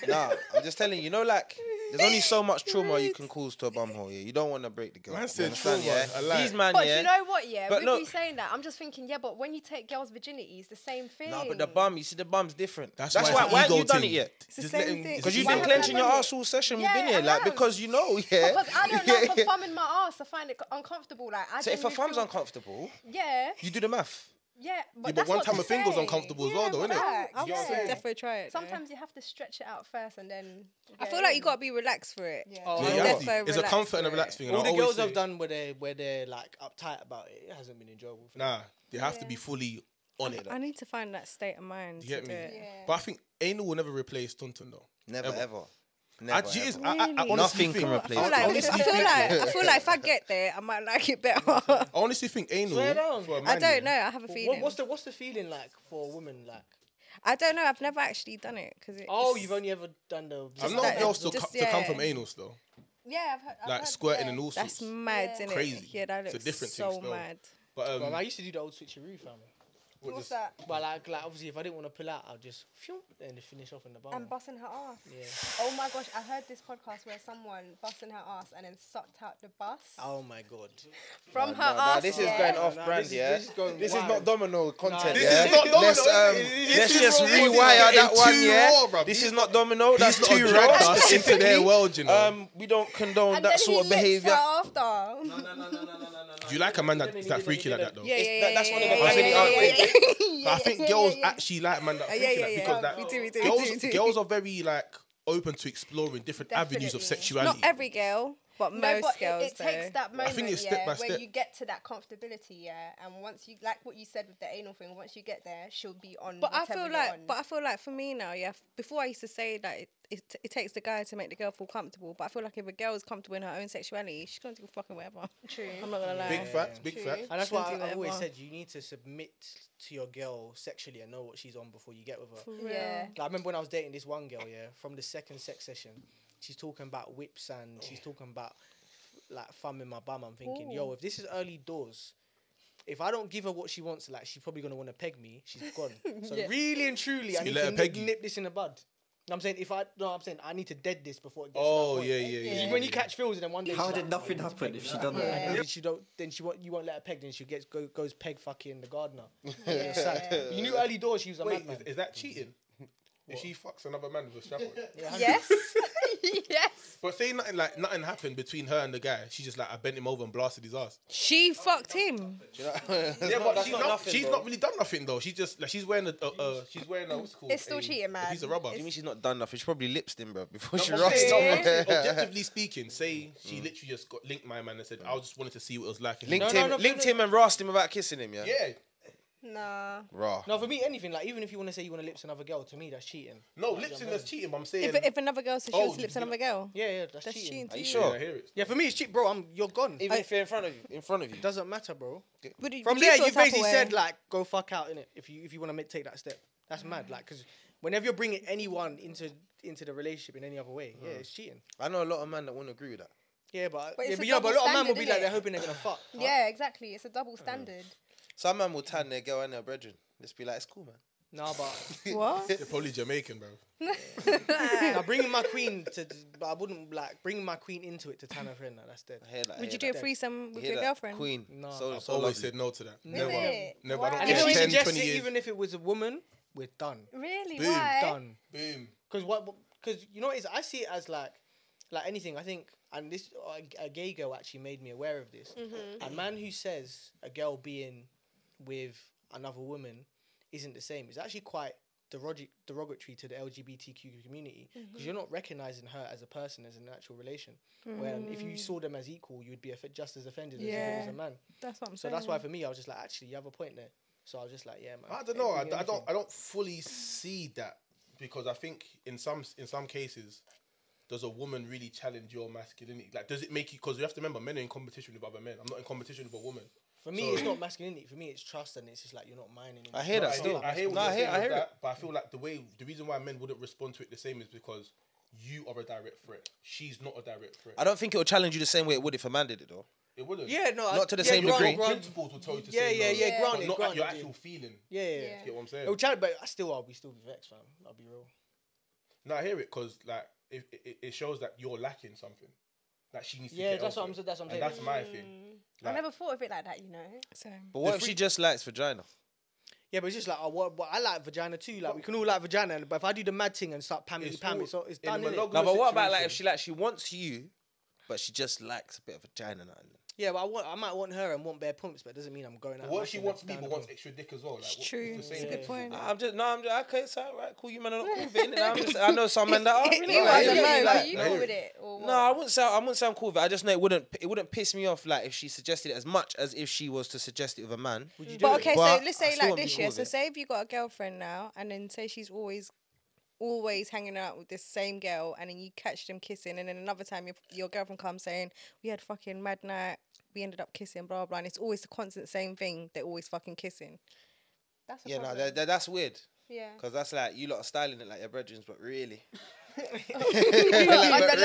[SPEAKER 5] nah, I'm just telling you, you know, like, there's only so much trauma you can cause to a bumhole, yeah? You don't want to break the girl.
[SPEAKER 6] Man
[SPEAKER 5] you
[SPEAKER 6] said
[SPEAKER 5] understand,
[SPEAKER 6] trauma, I
[SPEAKER 5] yeah?
[SPEAKER 6] like.
[SPEAKER 5] These man,
[SPEAKER 7] But
[SPEAKER 5] yeah.
[SPEAKER 7] you know what? Yeah,
[SPEAKER 5] But
[SPEAKER 7] with
[SPEAKER 5] no-
[SPEAKER 7] you saying that, I'm just thinking, yeah, but when you take girls' virginity, it's the same thing.
[SPEAKER 5] nah, but the bum, you see, the bum's different.
[SPEAKER 6] That's
[SPEAKER 5] That's,
[SPEAKER 6] why
[SPEAKER 5] why,
[SPEAKER 6] it's an
[SPEAKER 5] why haven't
[SPEAKER 6] ego
[SPEAKER 5] you done
[SPEAKER 6] thing.
[SPEAKER 5] it yet?
[SPEAKER 8] It's the
[SPEAKER 6] Just let
[SPEAKER 8] same
[SPEAKER 6] him-
[SPEAKER 8] thing.
[SPEAKER 5] Because you've
[SPEAKER 7] Why
[SPEAKER 5] been
[SPEAKER 7] haven't I
[SPEAKER 5] clenching your
[SPEAKER 7] done it?
[SPEAKER 5] ass all session.
[SPEAKER 7] Yeah,
[SPEAKER 5] we've been here,
[SPEAKER 7] I
[SPEAKER 5] like,
[SPEAKER 7] am.
[SPEAKER 5] because you know, yeah.
[SPEAKER 7] Because I don't
[SPEAKER 5] Yeah,
[SPEAKER 7] like
[SPEAKER 5] yeah.
[SPEAKER 7] a thumb in my ass. I find it uncomfortable. Like I
[SPEAKER 5] So if her
[SPEAKER 7] genuinely
[SPEAKER 5] thumb's
[SPEAKER 7] feel-
[SPEAKER 5] uncomfortable,
[SPEAKER 7] Yeah,
[SPEAKER 5] you do the math.
[SPEAKER 7] yeah, but,
[SPEAKER 6] Yeah, but
[SPEAKER 7] that's
[SPEAKER 6] one
[SPEAKER 7] what
[SPEAKER 6] time
[SPEAKER 7] to
[SPEAKER 6] a thing was
[SPEAKER 7] say.
[SPEAKER 6] uncomfortable as well,
[SPEAKER 7] Yeah,
[SPEAKER 6] though,
[SPEAKER 7] but
[SPEAKER 6] innit?
[SPEAKER 7] that-
[SPEAKER 8] I would
[SPEAKER 6] You know what I'm saying?
[SPEAKER 8] definitely try it. though.
[SPEAKER 7] Sometimes you have to stretch it out first, and then.
[SPEAKER 8] I
[SPEAKER 7] go
[SPEAKER 8] feel like
[SPEAKER 7] in.
[SPEAKER 8] you gotta be relaxed for it.
[SPEAKER 7] Yeah.
[SPEAKER 4] Oh,
[SPEAKER 6] Yeah,
[SPEAKER 4] I
[SPEAKER 6] you
[SPEAKER 4] know.
[SPEAKER 6] have
[SPEAKER 8] Defo
[SPEAKER 6] to. It's a
[SPEAKER 8] relax
[SPEAKER 6] comfort and a
[SPEAKER 8] for it.
[SPEAKER 6] relax thing. and
[SPEAKER 4] All
[SPEAKER 6] I
[SPEAKER 4] the
[SPEAKER 6] always
[SPEAKER 4] girls
[SPEAKER 6] say-
[SPEAKER 4] I've done where they where they're like uptight about it, it hasn't been enjoyable. For me.
[SPEAKER 6] Nah, they have to be fully on it.
[SPEAKER 8] I need to find that state of mind.
[SPEAKER 6] You get
[SPEAKER 8] to
[SPEAKER 6] me?
[SPEAKER 8] Do it.
[SPEAKER 7] Yeah.
[SPEAKER 6] But I think anal will never replace Tunton though.
[SPEAKER 5] Never,
[SPEAKER 6] Ever.
[SPEAKER 5] ever. Never,
[SPEAKER 6] I, it is-
[SPEAKER 5] ever.
[SPEAKER 6] I, I, I honestly
[SPEAKER 5] Nothing
[SPEAKER 6] think,
[SPEAKER 5] can
[SPEAKER 8] I
[SPEAKER 5] replace
[SPEAKER 8] feel,
[SPEAKER 5] Please,
[SPEAKER 8] like,
[SPEAKER 5] honestly,
[SPEAKER 8] I, feel like, I feel like if I get there, I might like it better. I
[SPEAKER 6] I honestly think anal.
[SPEAKER 4] Swear down.
[SPEAKER 6] for a man, yeah.
[SPEAKER 8] don't know. I have a
[SPEAKER 4] What,
[SPEAKER 8] feeling.
[SPEAKER 4] what's the what's the feeling like for a woman? Like,
[SPEAKER 8] I don't know. I've never actually done it because
[SPEAKER 4] oh, you've only ever done the.
[SPEAKER 6] I'm
[SPEAKER 8] that-
[SPEAKER 6] not girls to,
[SPEAKER 8] just-
[SPEAKER 6] co- to come
[SPEAKER 8] yeah.
[SPEAKER 6] from anals though,
[SPEAKER 7] Yeah, I've heard. I've
[SPEAKER 6] like
[SPEAKER 7] heard-
[SPEAKER 6] squirting
[SPEAKER 7] yeah.
[SPEAKER 6] and all
[SPEAKER 8] That's
[SPEAKER 6] sorts.
[SPEAKER 8] mad,
[SPEAKER 7] Yeah.
[SPEAKER 8] isn't
[SPEAKER 6] Crazy.
[SPEAKER 8] it? Yeah, that
[SPEAKER 6] It's a
[SPEAKER 8] looks
[SPEAKER 6] different thing
[SPEAKER 8] so
[SPEAKER 6] still.
[SPEAKER 8] mad.
[SPEAKER 6] But um,
[SPEAKER 4] Well, I used to do the old switcheroo, fam.
[SPEAKER 6] what
[SPEAKER 7] What's
[SPEAKER 6] this-
[SPEAKER 7] that?
[SPEAKER 4] But like, like obviously, if I didn't want to pull out, I'll just phew, and finish off in the bum.
[SPEAKER 7] And busting her ass.
[SPEAKER 4] yeah.
[SPEAKER 7] Oh my gosh, I heard this podcast where someone busting her ass and then sucked out the bus
[SPEAKER 4] Oh my god.
[SPEAKER 7] from her
[SPEAKER 5] Nah,
[SPEAKER 7] ass.
[SPEAKER 5] this is
[SPEAKER 7] yeah.
[SPEAKER 5] going off
[SPEAKER 4] Nah,
[SPEAKER 5] brand,
[SPEAKER 4] this is-
[SPEAKER 5] yeah.
[SPEAKER 4] this is going wild.
[SPEAKER 5] not domino content.
[SPEAKER 4] This
[SPEAKER 5] yeah?
[SPEAKER 6] is not domino.
[SPEAKER 5] Let's, um,
[SPEAKER 6] This
[SPEAKER 5] let's
[SPEAKER 6] is
[SPEAKER 5] just
[SPEAKER 6] raw.
[SPEAKER 5] rewire
[SPEAKER 6] Getting
[SPEAKER 5] that one,
[SPEAKER 6] too
[SPEAKER 5] yeah.
[SPEAKER 6] raw, bruv.
[SPEAKER 5] This
[SPEAKER 6] He's
[SPEAKER 5] is not domino. That's
[SPEAKER 6] not
[SPEAKER 5] too
[SPEAKER 6] dragged
[SPEAKER 5] raw.
[SPEAKER 6] us into
[SPEAKER 5] Specifically,
[SPEAKER 6] their world, you know.
[SPEAKER 5] Um, we don't condone
[SPEAKER 7] And
[SPEAKER 5] that
[SPEAKER 7] then he
[SPEAKER 5] sort of
[SPEAKER 7] licked
[SPEAKER 5] behavior.
[SPEAKER 7] Her after.
[SPEAKER 6] Do you like a man that, that's that freaky like that though?
[SPEAKER 8] Yeah,
[SPEAKER 5] It's-
[SPEAKER 8] yeah,
[SPEAKER 5] that-
[SPEAKER 8] yeah.
[SPEAKER 5] that's one of the
[SPEAKER 8] yeah,
[SPEAKER 5] guys
[SPEAKER 8] yeah,
[SPEAKER 5] that
[SPEAKER 8] yeah,
[SPEAKER 5] aren't
[SPEAKER 8] yeah,
[SPEAKER 5] thinking.
[SPEAKER 8] yeah.
[SPEAKER 6] But I think girls actually like a man that
[SPEAKER 8] yeah,
[SPEAKER 6] freaky
[SPEAKER 8] yeah,
[SPEAKER 6] like
[SPEAKER 8] yeah.
[SPEAKER 6] because
[SPEAKER 8] We
[SPEAKER 6] that
[SPEAKER 8] do, we do, we do, we
[SPEAKER 6] girls
[SPEAKER 8] do.
[SPEAKER 6] girls are very like open to exploring different avenues of
[SPEAKER 7] Definitely.
[SPEAKER 6] sexuality.
[SPEAKER 8] Not every girl, but
[SPEAKER 7] No,
[SPEAKER 8] most
[SPEAKER 7] but it,
[SPEAKER 8] girls.
[SPEAKER 7] it takes
[SPEAKER 8] though.
[SPEAKER 7] that moment,
[SPEAKER 6] think it's
[SPEAKER 7] yeah,
[SPEAKER 6] step by
[SPEAKER 7] where
[SPEAKER 6] step.
[SPEAKER 7] you get to that comfortability, yeah, and once you like what you said with the anal thing, once you get there, she'll be on.
[SPEAKER 8] But I
[SPEAKER 7] whatever
[SPEAKER 8] feel
[SPEAKER 7] you're
[SPEAKER 8] like,
[SPEAKER 7] on.
[SPEAKER 8] but I feel like for me now, yeah. f- Before I used to say that it, it, it takes the guy to make the girl feel comfortable, but I feel like if a girl is comfortable in her own sexuality, she's gonna do fucking whatever.
[SPEAKER 7] True.
[SPEAKER 8] I'm not gonna lie.
[SPEAKER 6] Big facts, big
[SPEAKER 7] True.
[SPEAKER 6] facts.
[SPEAKER 4] And that's
[SPEAKER 8] Shouldn't
[SPEAKER 4] why I,
[SPEAKER 8] do
[SPEAKER 4] I've always
[SPEAKER 8] whatever.
[SPEAKER 4] said you need to submit to your girl sexually and know what she's on before you get with her.
[SPEAKER 8] For real.
[SPEAKER 7] Yeah.
[SPEAKER 4] Like, I remember when I was dating this one girl, yeah, from the second sex session, she's talking about whips and she's
[SPEAKER 6] Oh.
[SPEAKER 4] talking about like thumbing my bum. I'm thinking, yo, if this is early doors, if I don't give her what she wants, like she's probably gonna want to peg me. She's gone. So really and truly, I
[SPEAKER 6] you
[SPEAKER 4] need
[SPEAKER 6] let
[SPEAKER 4] to
[SPEAKER 6] her
[SPEAKER 4] nip,
[SPEAKER 6] peg you?
[SPEAKER 4] nip this in the bud. You know what I'm saying if I no, I'm saying I need to dead this before it gets.
[SPEAKER 6] Oh
[SPEAKER 4] to that point.
[SPEAKER 6] yeah, yeah, yeah.
[SPEAKER 4] 'Cause
[SPEAKER 6] yeah.
[SPEAKER 4] When you catch feels and then one day
[SPEAKER 2] How
[SPEAKER 4] she's
[SPEAKER 2] did
[SPEAKER 4] like,
[SPEAKER 2] nothing happen if she done that?
[SPEAKER 4] and then she don't then she won't you won't let her peg then she gets go, goes peg fucking the gardener. Sad. You knew early doors she was a
[SPEAKER 6] Wait,
[SPEAKER 4] madman.
[SPEAKER 6] is, is that cheating? If she fucks another man with a strap on.
[SPEAKER 7] yes, yes.
[SPEAKER 6] But say nothing like nothing happened between her and the guy. She just like I bent him over and blasted his ass.
[SPEAKER 8] She fucked him.
[SPEAKER 6] yeah, but she's,
[SPEAKER 5] not
[SPEAKER 6] not,
[SPEAKER 5] nothing,
[SPEAKER 6] she's
[SPEAKER 5] bro.
[SPEAKER 6] not really done nothing though. She's just like she's wearing a uh, uh, she's wearing a what's it called
[SPEAKER 7] It's still
[SPEAKER 6] a,
[SPEAKER 7] cheating, man.
[SPEAKER 6] A piece of rubber.
[SPEAKER 5] You mean she's not done nothing? She probably lips him, bro, before she
[SPEAKER 6] I'm saying,
[SPEAKER 5] rushed
[SPEAKER 6] I'm
[SPEAKER 5] off.
[SPEAKER 6] saying, objectively speaking, say she literally just got linked my man and said, "I just wanted to see what it was like."
[SPEAKER 5] Linked
[SPEAKER 4] no,
[SPEAKER 5] him,
[SPEAKER 4] no,
[SPEAKER 5] linked
[SPEAKER 4] no.
[SPEAKER 5] him and rasped him about kissing him, yeah.
[SPEAKER 6] Yeah,
[SPEAKER 7] Nah.
[SPEAKER 5] Raw.
[SPEAKER 4] No, for me anything like even if you want to say you want to lips another girl to me that's cheating.
[SPEAKER 6] no, lips in that's cheating. but I'm saying,
[SPEAKER 8] If, if another girl says she
[SPEAKER 6] Oh,
[SPEAKER 8] was lips
[SPEAKER 6] you-
[SPEAKER 8] another girl,
[SPEAKER 4] Yeah, yeah, that's,
[SPEAKER 8] that's
[SPEAKER 4] cheating.
[SPEAKER 8] cheating.
[SPEAKER 5] Are you
[SPEAKER 8] too.
[SPEAKER 6] yeah,
[SPEAKER 5] sure?
[SPEAKER 6] I hear it.
[SPEAKER 4] Yeah, for me it's cheat, bro. I'm you're gone.
[SPEAKER 5] Even if you're in front of you, in front of you.
[SPEAKER 4] Doesn't matter, bro.
[SPEAKER 8] Would you-
[SPEAKER 4] From
[SPEAKER 8] would
[SPEAKER 4] there,
[SPEAKER 8] feel
[SPEAKER 4] you
[SPEAKER 8] type of
[SPEAKER 4] basically
[SPEAKER 8] way?
[SPEAKER 4] said like, go fuck out in it if you if you want to make, take that step. That's
[SPEAKER 7] Mm.
[SPEAKER 4] mad, like, because whenever you're bringing anyone into into the relationship in any other way, yeah, it's cheating.
[SPEAKER 5] I know a lot of men that won't agree with that.
[SPEAKER 4] Yeah, but,
[SPEAKER 7] But
[SPEAKER 4] yeah,
[SPEAKER 7] it's
[SPEAKER 4] but
[SPEAKER 7] a
[SPEAKER 4] you know, but a lot
[SPEAKER 7] double
[SPEAKER 4] of men will
[SPEAKER 7] standard,
[SPEAKER 4] be
[SPEAKER 7] innit?
[SPEAKER 4] like they're hoping they're gonna fuck.
[SPEAKER 7] Yeah, exactly. It's a double standard.
[SPEAKER 5] Some man will tan their girl and their brethren. Just be like, it's cool, man.
[SPEAKER 4] Nah, but
[SPEAKER 8] What?
[SPEAKER 6] They're probably Jamaican, bro.
[SPEAKER 4] now bringing my queen to, but I wouldn't like bringing my queen into it to tan her friend. Like, that's dead.
[SPEAKER 5] I hear that. I
[SPEAKER 8] Would
[SPEAKER 5] hear
[SPEAKER 8] you do a
[SPEAKER 5] that.
[SPEAKER 8] threesome with
[SPEAKER 5] Hear
[SPEAKER 8] your
[SPEAKER 5] that.
[SPEAKER 8] girlfriend?
[SPEAKER 5] Queen.
[SPEAKER 4] Nah.
[SPEAKER 5] So, so
[SPEAKER 6] Always
[SPEAKER 5] lovely.
[SPEAKER 6] said no to that. Never,
[SPEAKER 7] it?
[SPEAKER 6] never. I
[SPEAKER 7] Why?
[SPEAKER 6] don't
[SPEAKER 4] And if
[SPEAKER 6] care.
[SPEAKER 4] we
[SPEAKER 6] 10,
[SPEAKER 4] suggest
[SPEAKER 6] 20
[SPEAKER 4] it,
[SPEAKER 6] years.
[SPEAKER 4] even if it was a woman, we're done.
[SPEAKER 7] Really?
[SPEAKER 6] Boom,
[SPEAKER 7] Why?
[SPEAKER 4] Done.
[SPEAKER 6] Boom.
[SPEAKER 4] Because what? Because you know, what it is I see it as like, like anything. I think, and this a, a gay girl actually made me aware of this. A man who says a girl being with another woman isn't the same is actually quite derog- derogatory to the LGBTQ community because you're not recognizing her as a person as an actual relation. When if you saw them as equal, you would be offe- just as offended as if it
[SPEAKER 8] Yeah.
[SPEAKER 4] was a man.
[SPEAKER 8] That's what I'm
[SPEAKER 4] So
[SPEAKER 8] saying.
[SPEAKER 4] that's why for me, I was just like, actually, you have a point there. So I was just like, yeah, man.
[SPEAKER 6] I don't know. I,
[SPEAKER 4] Anything,
[SPEAKER 6] I don't.
[SPEAKER 4] anything.
[SPEAKER 6] I don't fully see that because I think in some in some cases, does a woman really challenge your masculinity? Like, does it make you? Because you have to remember, men are in competition with other men. I'm not in competition with a woman.
[SPEAKER 4] For me, it's not masculinity. For me, it's trust, and it's just like you're not mine anymore.
[SPEAKER 5] I hear that
[SPEAKER 6] I hear,
[SPEAKER 5] still.
[SPEAKER 6] I hear what
[SPEAKER 5] No,
[SPEAKER 6] you're
[SPEAKER 5] I hear,
[SPEAKER 6] saying
[SPEAKER 5] I
[SPEAKER 6] with
[SPEAKER 5] hear
[SPEAKER 6] that,
[SPEAKER 5] it.
[SPEAKER 6] but I feel like the way the reason why men wouldn't respond to it the same is because you are a direct threat. She's not a direct threat.
[SPEAKER 5] I don't think it will challenge you the same way it would if a man did it, though.
[SPEAKER 6] It wouldn't.
[SPEAKER 4] Yeah, no, I-
[SPEAKER 5] Not to the
[SPEAKER 4] yeah,
[SPEAKER 5] same
[SPEAKER 4] grant-
[SPEAKER 5] degree.
[SPEAKER 6] Your
[SPEAKER 4] grant-
[SPEAKER 6] principles will tell you to
[SPEAKER 4] Yeah,
[SPEAKER 6] say
[SPEAKER 4] yeah,
[SPEAKER 6] no,
[SPEAKER 4] yeah,
[SPEAKER 6] but
[SPEAKER 4] granted,
[SPEAKER 6] Not at
[SPEAKER 4] granted,
[SPEAKER 6] your
[SPEAKER 4] yeah.
[SPEAKER 6] actual feeling.
[SPEAKER 4] yeah, Oh, yeah.
[SPEAKER 7] Yeah.
[SPEAKER 4] yeah.
[SPEAKER 6] Get what I'm saying?
[SPEAKER 4] It'll try, but I still, I'll be still be vexed, fam. I'll be real.
[SPEAKER 6] No, I hear it because like if it, it shows that you're lacking something, that she needs to. get
[SPEAKER 4] Yeah, that's
[SPEAKER 6] elsewhere.
[SPEAKER 4] what I'm saying, that's what I'm
[SPEAKER 6] And
[SPEAKER 4] saying.
[SPEAKER 6] that's
[SPEAKER 4] Mm.
[SPEAKER 6] my thing.
[SPEAKER 7] I
[SPEAKER 6] Like-
[SPEAKER 7] never thought of it like that, you know.
[SPEAKER 8] So
[SPEAKER 5] But what if she just likes vagina?
[SPEAKER 4] Yeah, but it's just like, oh, what, what I like vagina too. Like we can all like vagina, but if I do the mad thing and start pamming,
[SPEAKER 6] It's
[SPEAKER 4] pamming,
[SPEAKER 6] all-
[SPEAKER 4] so it's
[SPEAKER 6] in
[SPEAKER 4] done. innit?
[SPEAKER 6] monog-
[SPEAKER 5] No, but what about
[SPEAKER 6] situation.
[SPEAKER 5] like if she like she wants you, but she just likes a bit of vagina? now and then?
[SPEAKER 4] Yeah, but I want, I might want her and want bare pumps, but it doesn't mean I'm going out.
[SPEAKER 6] What if she
[SPEAKER 4] mashing
[SPEAKER 6] wants
[SPEAKER 4] up
[SPEAKER 6] me
[SPEAKER 4] down
[SPEAKER 6] but
[SPEAKER 4] the
[SPEAKER 6] wants
[SPEAKER 4] road.
[SPEAKER 6] extra dick as well? Like, what-
[SPEAKER 8] it's true.
[SPEAKER 6] It's
[SPEAKER 8] It's
[SPEAKER 6] the
[SPEAKER 8] a
[SPEAKER 6] same
[SPEAKER 8] good
[SPEAKER 6] thing.
[SPEAKER 8] point.
[SPEAKER 5] I'm just no, I'm just okay, so right, cool. You man are not cool with it. innit? I'm just, I know some men that are. innit?
[SPEAKER 7] You
[SPEAKER 5] Like,
[SPEAKER 7] are
[SPEAKER 5] yeah,
[SPEAKER 7] the
[SPEAKER 5] like-
[SPEAKER 7] most.
[SPEAKER 6] I
[SPEAKER 7] You
[SPEAKER 6] hear
[SPEAKER 7] go
[SPEAKER 6] it.
[SPEAKER 7] with it or what?
[SPEAKER 5] No, I wouldn't say I wouldn't say I'm cool with it. I just know it wouldn't it wouldn't piss me off like if she suggested it as much as if she was to suggest it with a man.
[SPEAKER 4] Would you do
[SPEAKER 8] But
[SPEAKER 4] it?
[SPEAKER 8] okay,
[SPEAKER 5] But
[SPEAKER 8] so let's
[SPEAKER 5] I still
[SPEAKER 8] say like
[SPEAKER 5] wouldn't be
[SPEAKER 8] this
[SPEAKER 5] cool
[SPEAKER 8] year.
[SPEAKER 5] with
[SPEAKER 8] So
[SPEAKER 5] it.
[SPEAKER 8] say if you got a girlfriend now, and then say she's always, always hanging out with this same girl, and then you catch them kissing, and then another time your your girlfriend comes saying we had fucking mad night, we ended up kissing, blah blah, and it's always the constant same thing. They're always fucking kissing.
[SPEAKER 7] That's a
[SPEAKER 5] Yeah, no,
[SPEAKER 7] problem.
[SPEAKER 5] that, that, that's weird.
[SPEAKER 7] yeah.
[SPEAKER 5] Cause that's like you lot are styling it like your brethrens, but really,
[SPEAKER 7] I don't know.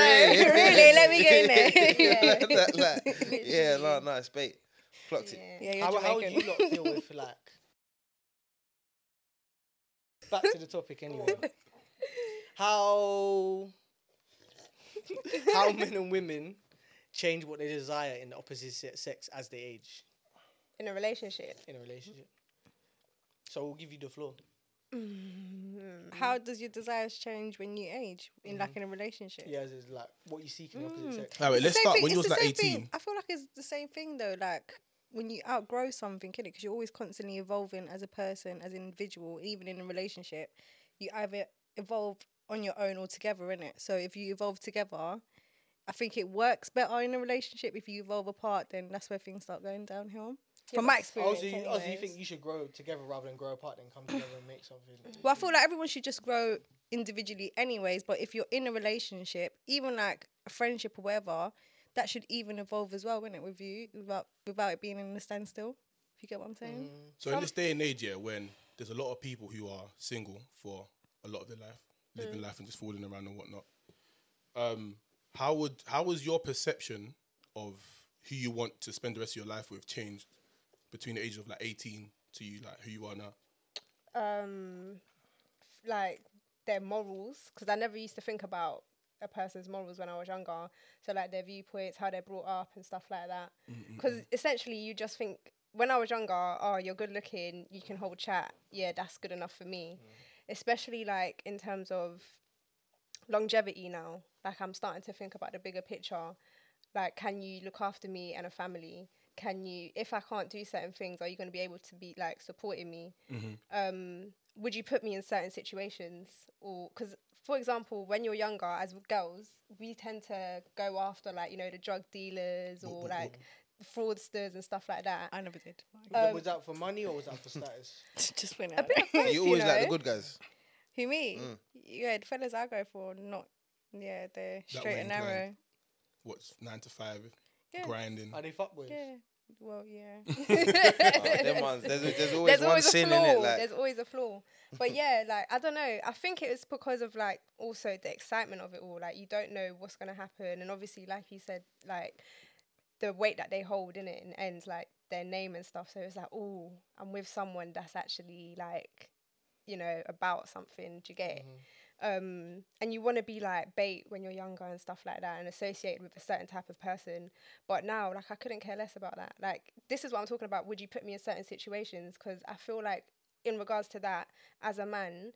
[SPEAKER 8] "Oh, really? Let me get in there.
[SPEAKER 7] Yeah.
[SPEAKER 5] That- like, yeah, no, no, it's bait. Clocked it.
[SPEAKER 7] Yeah.
[SPEAKER 8] yeah, you're
[SPEAKER 4] How, how would
[SPEAKER 8] Jamaican.
[SPEAKER 4] you lot feel if like? Back to the topic anyway. How how men and women change what they desire in the opposite se- sex as they age
[SPEAKER 7] In a relationship.
[SPEAKER 4] in a relationship. So we'll give you the floor.
[SPEAKER 8] How does your desires change when you age in like in a relationship?
[SPEAKER 4] Yeah, it's like what you seek in the
[SPEAKER 8] Mm.
[SPEAKER 4] opposite sex.
[SPEAKER 6] All right,
[SPEAKER 8] It's
[SPEAKER 6] let's
[SPEAKER 8] the same
[SPEAKER 6] start
[SPEAKER 8] thing-
[SPEAKER 6] when you
[SPEAKER 8] it's
[SPEAKER 6] was
[SPEAKER 8] the
[SPEAKER 6] like
[SPEAKER 8] same thing.
[SPEAKER 6] 18.
[SPEAKER 8] I feel like it's the same thing though. Like when you outgrow something, is Because you're always constantly evolving as a person, as an individual, even in a relationship. You either evolve on your own or together, innit? So if you evolve together, I think it works better in a relationship. If you evolve apart, then that's where things start going downhill. From my experience,
[SPEAKER 4] Also, you, also, you
[SPEAKER 8] anyways.
[SPEAKER 4] think you should grow together rather than grow apart, then come together and make something.
[SPEAKER 8] Well, I feel like everyone should just grow individually, anyways. But if you're in a relationship, even like a friendship or whatever, that should even evolve as well, wouldn't it? With you, without without it being in a standstill. If you get what I'm saying.
[SPEAKER 7] Mm.
[SPEAKER 6] So in this day and age, yeah, when there's a lot of people who are single for a lot of their life, living
[SPEAKER 7] Mm.
[SPEAKER 6] life and just falling around and whatnot. Um, how would how was your perception of who you want to spend the rest of your life with changed between the ages of like 18 to you like who you are now?
[SPEAKER 7] um like their morals because I never used to think about a person's morals when I was younger. So like their viewpoints, how they're brought up and stuff like that. Because essentially you just think when I was younger, oh you're good looking, you can hold chat. Yeah, that's good enough for me. Especially like in terms of longevity now. Like I'm starting to think about the bigger picture. Like can you look after me and a family? Can you if I can't do certain things, are you gonna be able to be like supporting me?
[SPEAKER 5] Mm-hmm.
[SPEAKER 7] um, would you put me in certain situations or because for example when you're younger as girls we tend to go after like you know the drug dealers or like fraudsters and stuff like that
[SPEAKER 8] I never did.
[SPEAKER 4] was that for money or was that for status?
[SPEAKER 8] just went out.
[SPEAKER 5] You always like the
[SPEAKER 7] know.
[SPEAKER 5] good guys.
[SPEAKER 8] Who me?
[SPEAKER 5] Mm.
[SPEAKER 8] Yeah, the fellas I go for not. Yeah, they're straight
[SPEAKER 6] way
[SPEAKER 8] and
[SPEAKER 6] inclined.
[SPEAKER 8] narrow.
[SPEAKER 6] What's nine to five,
[SPEAKER 8] Yeah.
[SPEAKER 6] grinding?
[SPEAKER 4] Are they fuckboys?
[SPEAKER 8] Yeah. Well, yeah.
[SPEAKER 5] Oh, them ones. There's, there's always
[SPEAKER 7] there's
[SPEAKER 5] one
[SPEAKER 7] always a
[SPEAKER 5] sin
[SPEAKER 7] flaw
[SPEAKER 5] in it. Like
[SPEAKER 7] there's always a flaw but yeah like i don't know i think it was because of like also the excitement of it all like you don't know what's going to happen and obviously like you said like the weight that they hold in it and ends like their name and stuff so it's like oh i'm with someone that's actually like you know about something do you get
[SPEAKER 5] Mm-hmm.
[SPEAKER 7] it um, and you want to be like bait when you're younger and stuff like that and associated with a certain type of person but now like i couldn't care less about that like this is what i'm talking about would you put me in certain situations because i feel like in regards to that as a man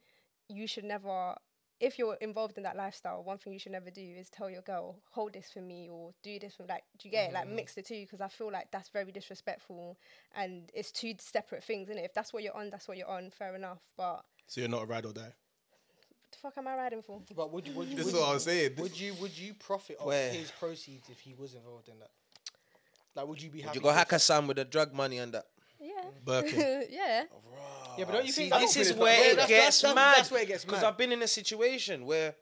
[SPEAKER 7] you should never if you're involved in that lifestyle one thing you should never do is tell your girl hold this for me or do this for like do you get it like mix the two because i feel like that's very disrespectful and it's two separate things is it if that's what you're on that's what you're on fair enough but
[SPEAKER 6] So you're not a ride or die.
[SPEAKER 7] what the fuck am i riding for
[SPEAKER 4] But would you would you
[SPEAKER 6] This
[SPEAKER 4] would,
[SPEAKER 6] is what I was saying.
[SPEAKER 4] would you would you profit off
[SPEAKER 5] Where?
[SPEAKER 4] his proceeds if he was involved in that? Like, would you be happy?
[SPEAKER 5] you go
[SPEAKER 4] to-
[SPEAKER 5] hack a Sam with the drug money and that.
[SPEAKER 7] yeah
[SPEAKER 6] Birkin.
[SPEAKER 7] yeah
[SPEAKER 4] Yeah, but don't you
[SPEAKER 5] See,
[SPEAKER 4] think
[SPEAKER 5] this is
[SPEAKER 6] really
[SPEAKER 5] where
[SPEAKER 6] bad.
[SPEAKER 5] it
[SPEAKER 6] Yeah, that's-
[SPEAKER 5] gets
[SPEAKER 4] that's-
[SPEAKER 5] mad.
[SPEAKER 4] that's where it gets
[SPEAKER 5] Because
[SPEAKER 4] mad.
[SPEAKER 5] I've been in a situation where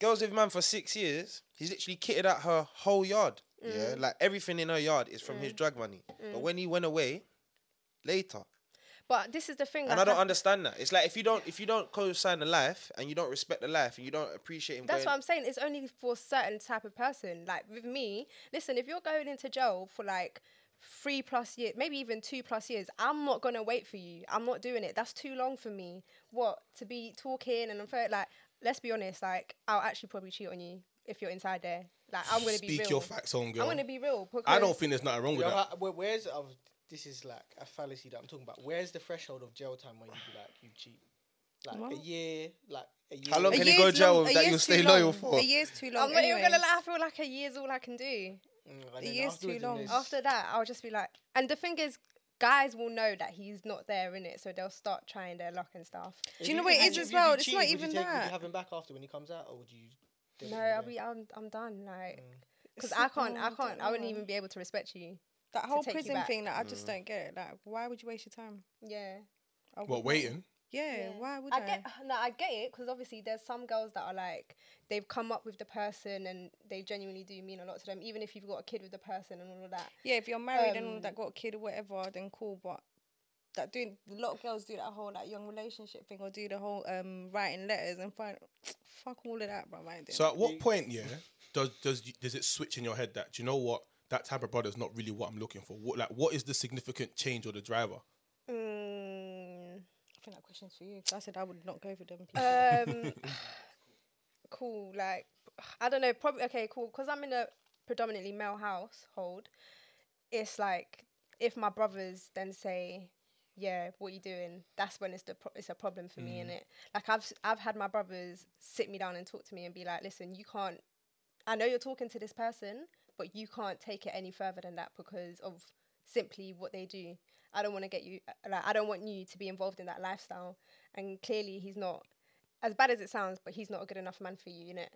[SPEAKER 5] girls with man for six years, he's literally kitted out her whole yard. Mm. Yeah, like everything in her yard is from his drug money. But when he went away later,
[SPEAKER 7] But this is the thing.
[SPEAKER 5] And I
[SPEAKER 7] like,
[SPEAKER 5] don't
[SPEAKER 7] I-
[SPEAKER 5] understand that. It's like if you don't if you don't co-sign the life and you don't respect the life and you don't appreciate him.
[SPEAKER 7] That's
[SPEAKER 5] going,
[SPEAKER 7] what I'm saying. It's only for certain type of person. Like with me, listen, if you're going into jail for like three plus years, maybe even two plus years, I'm not gonna wait for you. I'm not doing it. That's too long for me. What to be talking and I'm fair- like, let's be honest. Like, I'll actually probably cheat on you if you're inside there. Like, I'm gonna be
[SPEAKER 6] Speak
[SPEAKER 7] real.
[SPEAKER 6] your facts, homegirl.
[SPEAKER 7] I'm gonna be real. Because
[SPEAKER 6] I don't think there's nothing wrong with
[SPEAKER 4] You know,
[SPEAKER 6] that.
[SPEAKER 4] I- where- where's i this is like a fallacy that I'm talking about. Where's the threshold of jail time where you be like you cheat? Like a
[SPEAKER 8] What?
[SPEAKER 4] year, like a year. Mm,
[SPEAKER 5] How long
[SPEAKER 8] A
[SPEAKER 5] can you
[SPEAKER 8] year's
[SPEAKER 5] go jail
[SPEAKER 8] long-
[SPEAKER 5] with
[SPEAKER 8] a
[SPEAKER 5] that
[SPEAKER 8] year's
[SPEAKER 5] you'll stay
[SPEAKER 8] too
[SPEAKER 5] loyal
[SPEAKER 8] long.
[SPEAKER 5] for?
[SPEAKER 8] A year's too long.
[SPEAKER 7] I'm not even gonna
[SPEAKER 8] anyways.
[SPEAKER 7] lie. I feel like a year's all I can do.
[SPEAKER 4] Mm,
[SPEAKER 8] A
[SPEAKER 4] and then
[SPEAKER 8] year's too
[SPEAKER 4] afterwards in
[SPEAKER 8] long.
[SPEAKER 4] this-
[SPEAKER 7] After that, I'll just be like, and the thing is, guys will know that he's not there in it, so they'll start trying their luck and stuff.
[SPEAKER 4] If
[SPEAKER 8] Do you know what it
[SPEAKER 4] if
[SPEAKER 8] is
[SPEAKER 4] you-
[SPEAKER 8] as
[SPEAKER 4] if
[SPEAKER 8] well?
[SPEAKER 4] you
[SPEAKER 8] It's
[SPEAKER 4] cheat,
[SPEAKER 8] not
[SPEAKER 4] would you
[SPEAKER 8] even
[SPEAKER 4] take- Would
[SPEAKER 8] that.
[SPEAKER 4] you have him back after when he comes out, or would you? take
[SPEAKER 7] No,
[SPEAKER 4] him there?
[SPEAKER 7] I'll be, I'm, I'm done. Like,
[SPEAKER 8] It's
[SPEAKER 7] because I
[SPEAKER 8] so
[SPEAKER 7] can't, I
[SPEAKER 8] long,
[SPEAKER 7] can't,
[SPEAKER 8] that
[SPEAKER 7] I wouldn't
[SPEAKER 8] long.
[SPEAKER 7] even be able to respect you.
[SPEAKER 8] That whole
[SPEAKER 7] take you
[SPEAKER 8] prison
[SPEAKER 7] back.
[SPEAKER 8] thing, like, I
[SPEAKER 5] Mm.
[SPEAKER 8] just don't get it. Like, why would you waste your time?
[SPEAKER 7] Yeah.
[SPEAKER 8] I would
[SPEAKER 6] What
[SPEAKER 8] not.
[SPEAKER 6] waiting?
[SPEAKER 8] Yeah,
[SPEAKER 7] Yeah.
[SPEAKER 8] why would I?
[SPEAKER 7] I get, no, I get it because obviously there's some girls that are like they've come up with the person and they genuinely do mean a lot to them, even if you've got a kid with the person and all of that.
[SPEAKER 8] Yeah, if you're married and all
[SPEAKER 7] Um,
[SPEAKER 8] that got a kid or whatever, then cool. But that doing a lot of girls do that whole like young relationship thing or do the whole um writing letters and find fuck all of that, bro. I ain't doing
[SPEAKER 6] So at what point, yeah, does does you- does it switch in your head that do you know what that type of brother is not really what I'm looking for? What like what is the significant change or the driver?
[SPEAKER 7] Mm,
[SPEAKER 8] that. I think that question's for you. 'cause I said I would not go for them.
[SPEAKER 6] Uh,
[SPEAKER 8] People.
[SPEAKER 7] um, cool. Like, I don't know. Probably okay. Cool. Because I'm in a predominantly male household. It's like if my brothers then say, "Yeah, what you doing?" That's when it's the pro- it's a problem for me in it. Like I've s- I've had my brothers sit me down and talk to me and be like, "Listen, you can't. I know you're talking to this person, but you can't take it any further than that because of simply what they do. I don't want to get you. uh, Like I don't want you to be involved in that lifestyle." And clearly, he's not as bad as it sounds, but he's not a good enough man for you, innit?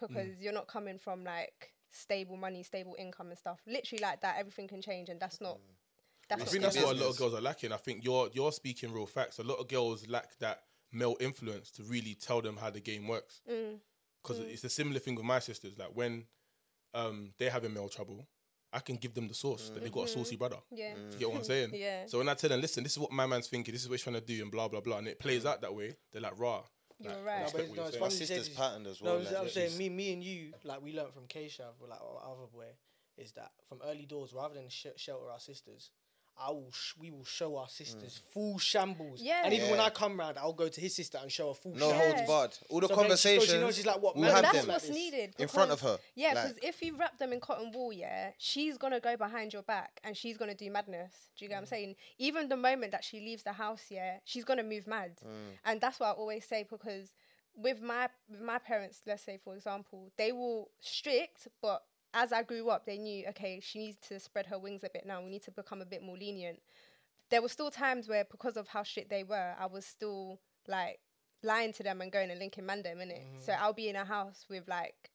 [SPEAKER 7] Because you're not coming from like stable money, stable income and stuff. Literally like that, everything can change and that's not that's
[SPEAKER 6] I
[SPEAKER 7] not
[SPEAKER 6] think
[SPEAKER 7] good
[SPEAKER 6] that's what a
[SPEAKER 7] enough.
[SPEAKER 6] lot of girls are lacking. I think you're you're speaking real facts. A lot of girls lack that male influence to really tell them how the game works.
[SPEAKER 7] Mm.
[SPEAKER 6] Because it's a similar thing with my sisters. Like when um they're having male trouble, I can give them the source that they got a saucy brother.
[SPEAKER 7] Yeah.
[SPEAKER 6] Do You get what I'm saying?
[SPEAKER 7] Mm. Yeah.
[SPEAKER 6] So when I tell them, listen, this is what my man's thinking, this is what he's trying to do, and blah blah blah, and it plays out that way, they're like, rah.
[SPEAKER 7] Mm. You're
[SPEAKER 6] Like, I
[SPEAKER 4] No, but
[SPEAKER 7] right.
[SPEAKER 6] respect
[SPEAKER 4] it's,
[SPEAKER 6] what
[SPEAKER 4] no,
[SPEAKER 6] you're
[SPEAKER 4] it's
[SPEAKER 6] saying.
[SPEAKER 4] funny
[SPEAKER 5] My
[SPEAKER 4] you said
[SPEAKER 5] sister's
[SPEAKER 4] this.
[SPEAKER 5] patterned as
[SPEAKER 4] No,
[SPEAKER 5] well,
[SPEAKER 4] I'm,
[SPEAKER 5] like,
[SPEAKER 4] I'm
[SPEAKER 5] yeah,
[SPEAKER 4] saying
[SPEAKER 5] she's-
[SPEAKER 4] me, me and you, like we learnt from Keisha, but, like our other boy, is that from early doors, rather than sh- shelter our sisters, I will, sh- we will show our sisters full shambles.
[SPEAKER 7] Yeah.
[SPEAKER 4] And even when
[SPEAKER 5] Mm. Yeah.
[SPEAKER 4] I come round, I'll go to his sister and show her full.
[SPEAKER 5] No
[SPEAKER 4] shambles.
[SPEAKER 5] holds barred. All the
[SPEAKER 4] So then she- so she knows
[SPEAKER 5] conversations.
[SPEAKER 4] she's like, what,
[SPEAKER 5] we'll
[SPEAKER 4] man,
[SPEAKER 5] have
[SPEAKER 7] That's
[SPEAKER 5] them.
[SPEAKER 7] what's
[SPEAKER 4] Like this.
[SPEAKER 7] needed.
[SPEAKER 5] In front of
[SPEAKER 7] because-
[SPEAKER 5] her,
[SPEAKER 7] Yeah,
[SPEAKER 5] like-
[SPEAKER 7] because if you wrap them in cotton wool, yeah, she's gonna go behind your back and she's gonna do madness. Do
[SPEAKER 5] Mm.
[SPEAKER 7] you get what I'm saying? Even the moment that she leaves the house, yeah, she's gonna move mad.
[SPEAKER 5] Mm.
[SPEAKER 7] And that's what I always say because with my with my parents, let's say for example, they were strict, but as I grew up, they knew okay, she needs to spread her wings a bit now. We need to become a bit more lenient there were still times where because of how shit they were, I was still like lying to them and going and linking mandem in it.
[SPEAKER 5] Mm.
[SPEAKER 7] So I'll be in a house with like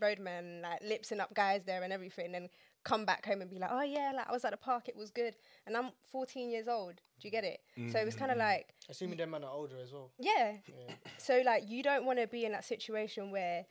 [SPEAKER 7] roadmen, like lipsing up guys there and everything, and come back home and be like, oh yeah, like I was at the park, it was good, and I'm 14 years old. Do you get it? So it was
[SPEAKER 5] Mm-hmm.
[SPEAKER 7] kind of like
[SPEAKER 4] Assuming them men are older as well.
[SPEAKER 7] yeah. So like you don't want to be in that situation where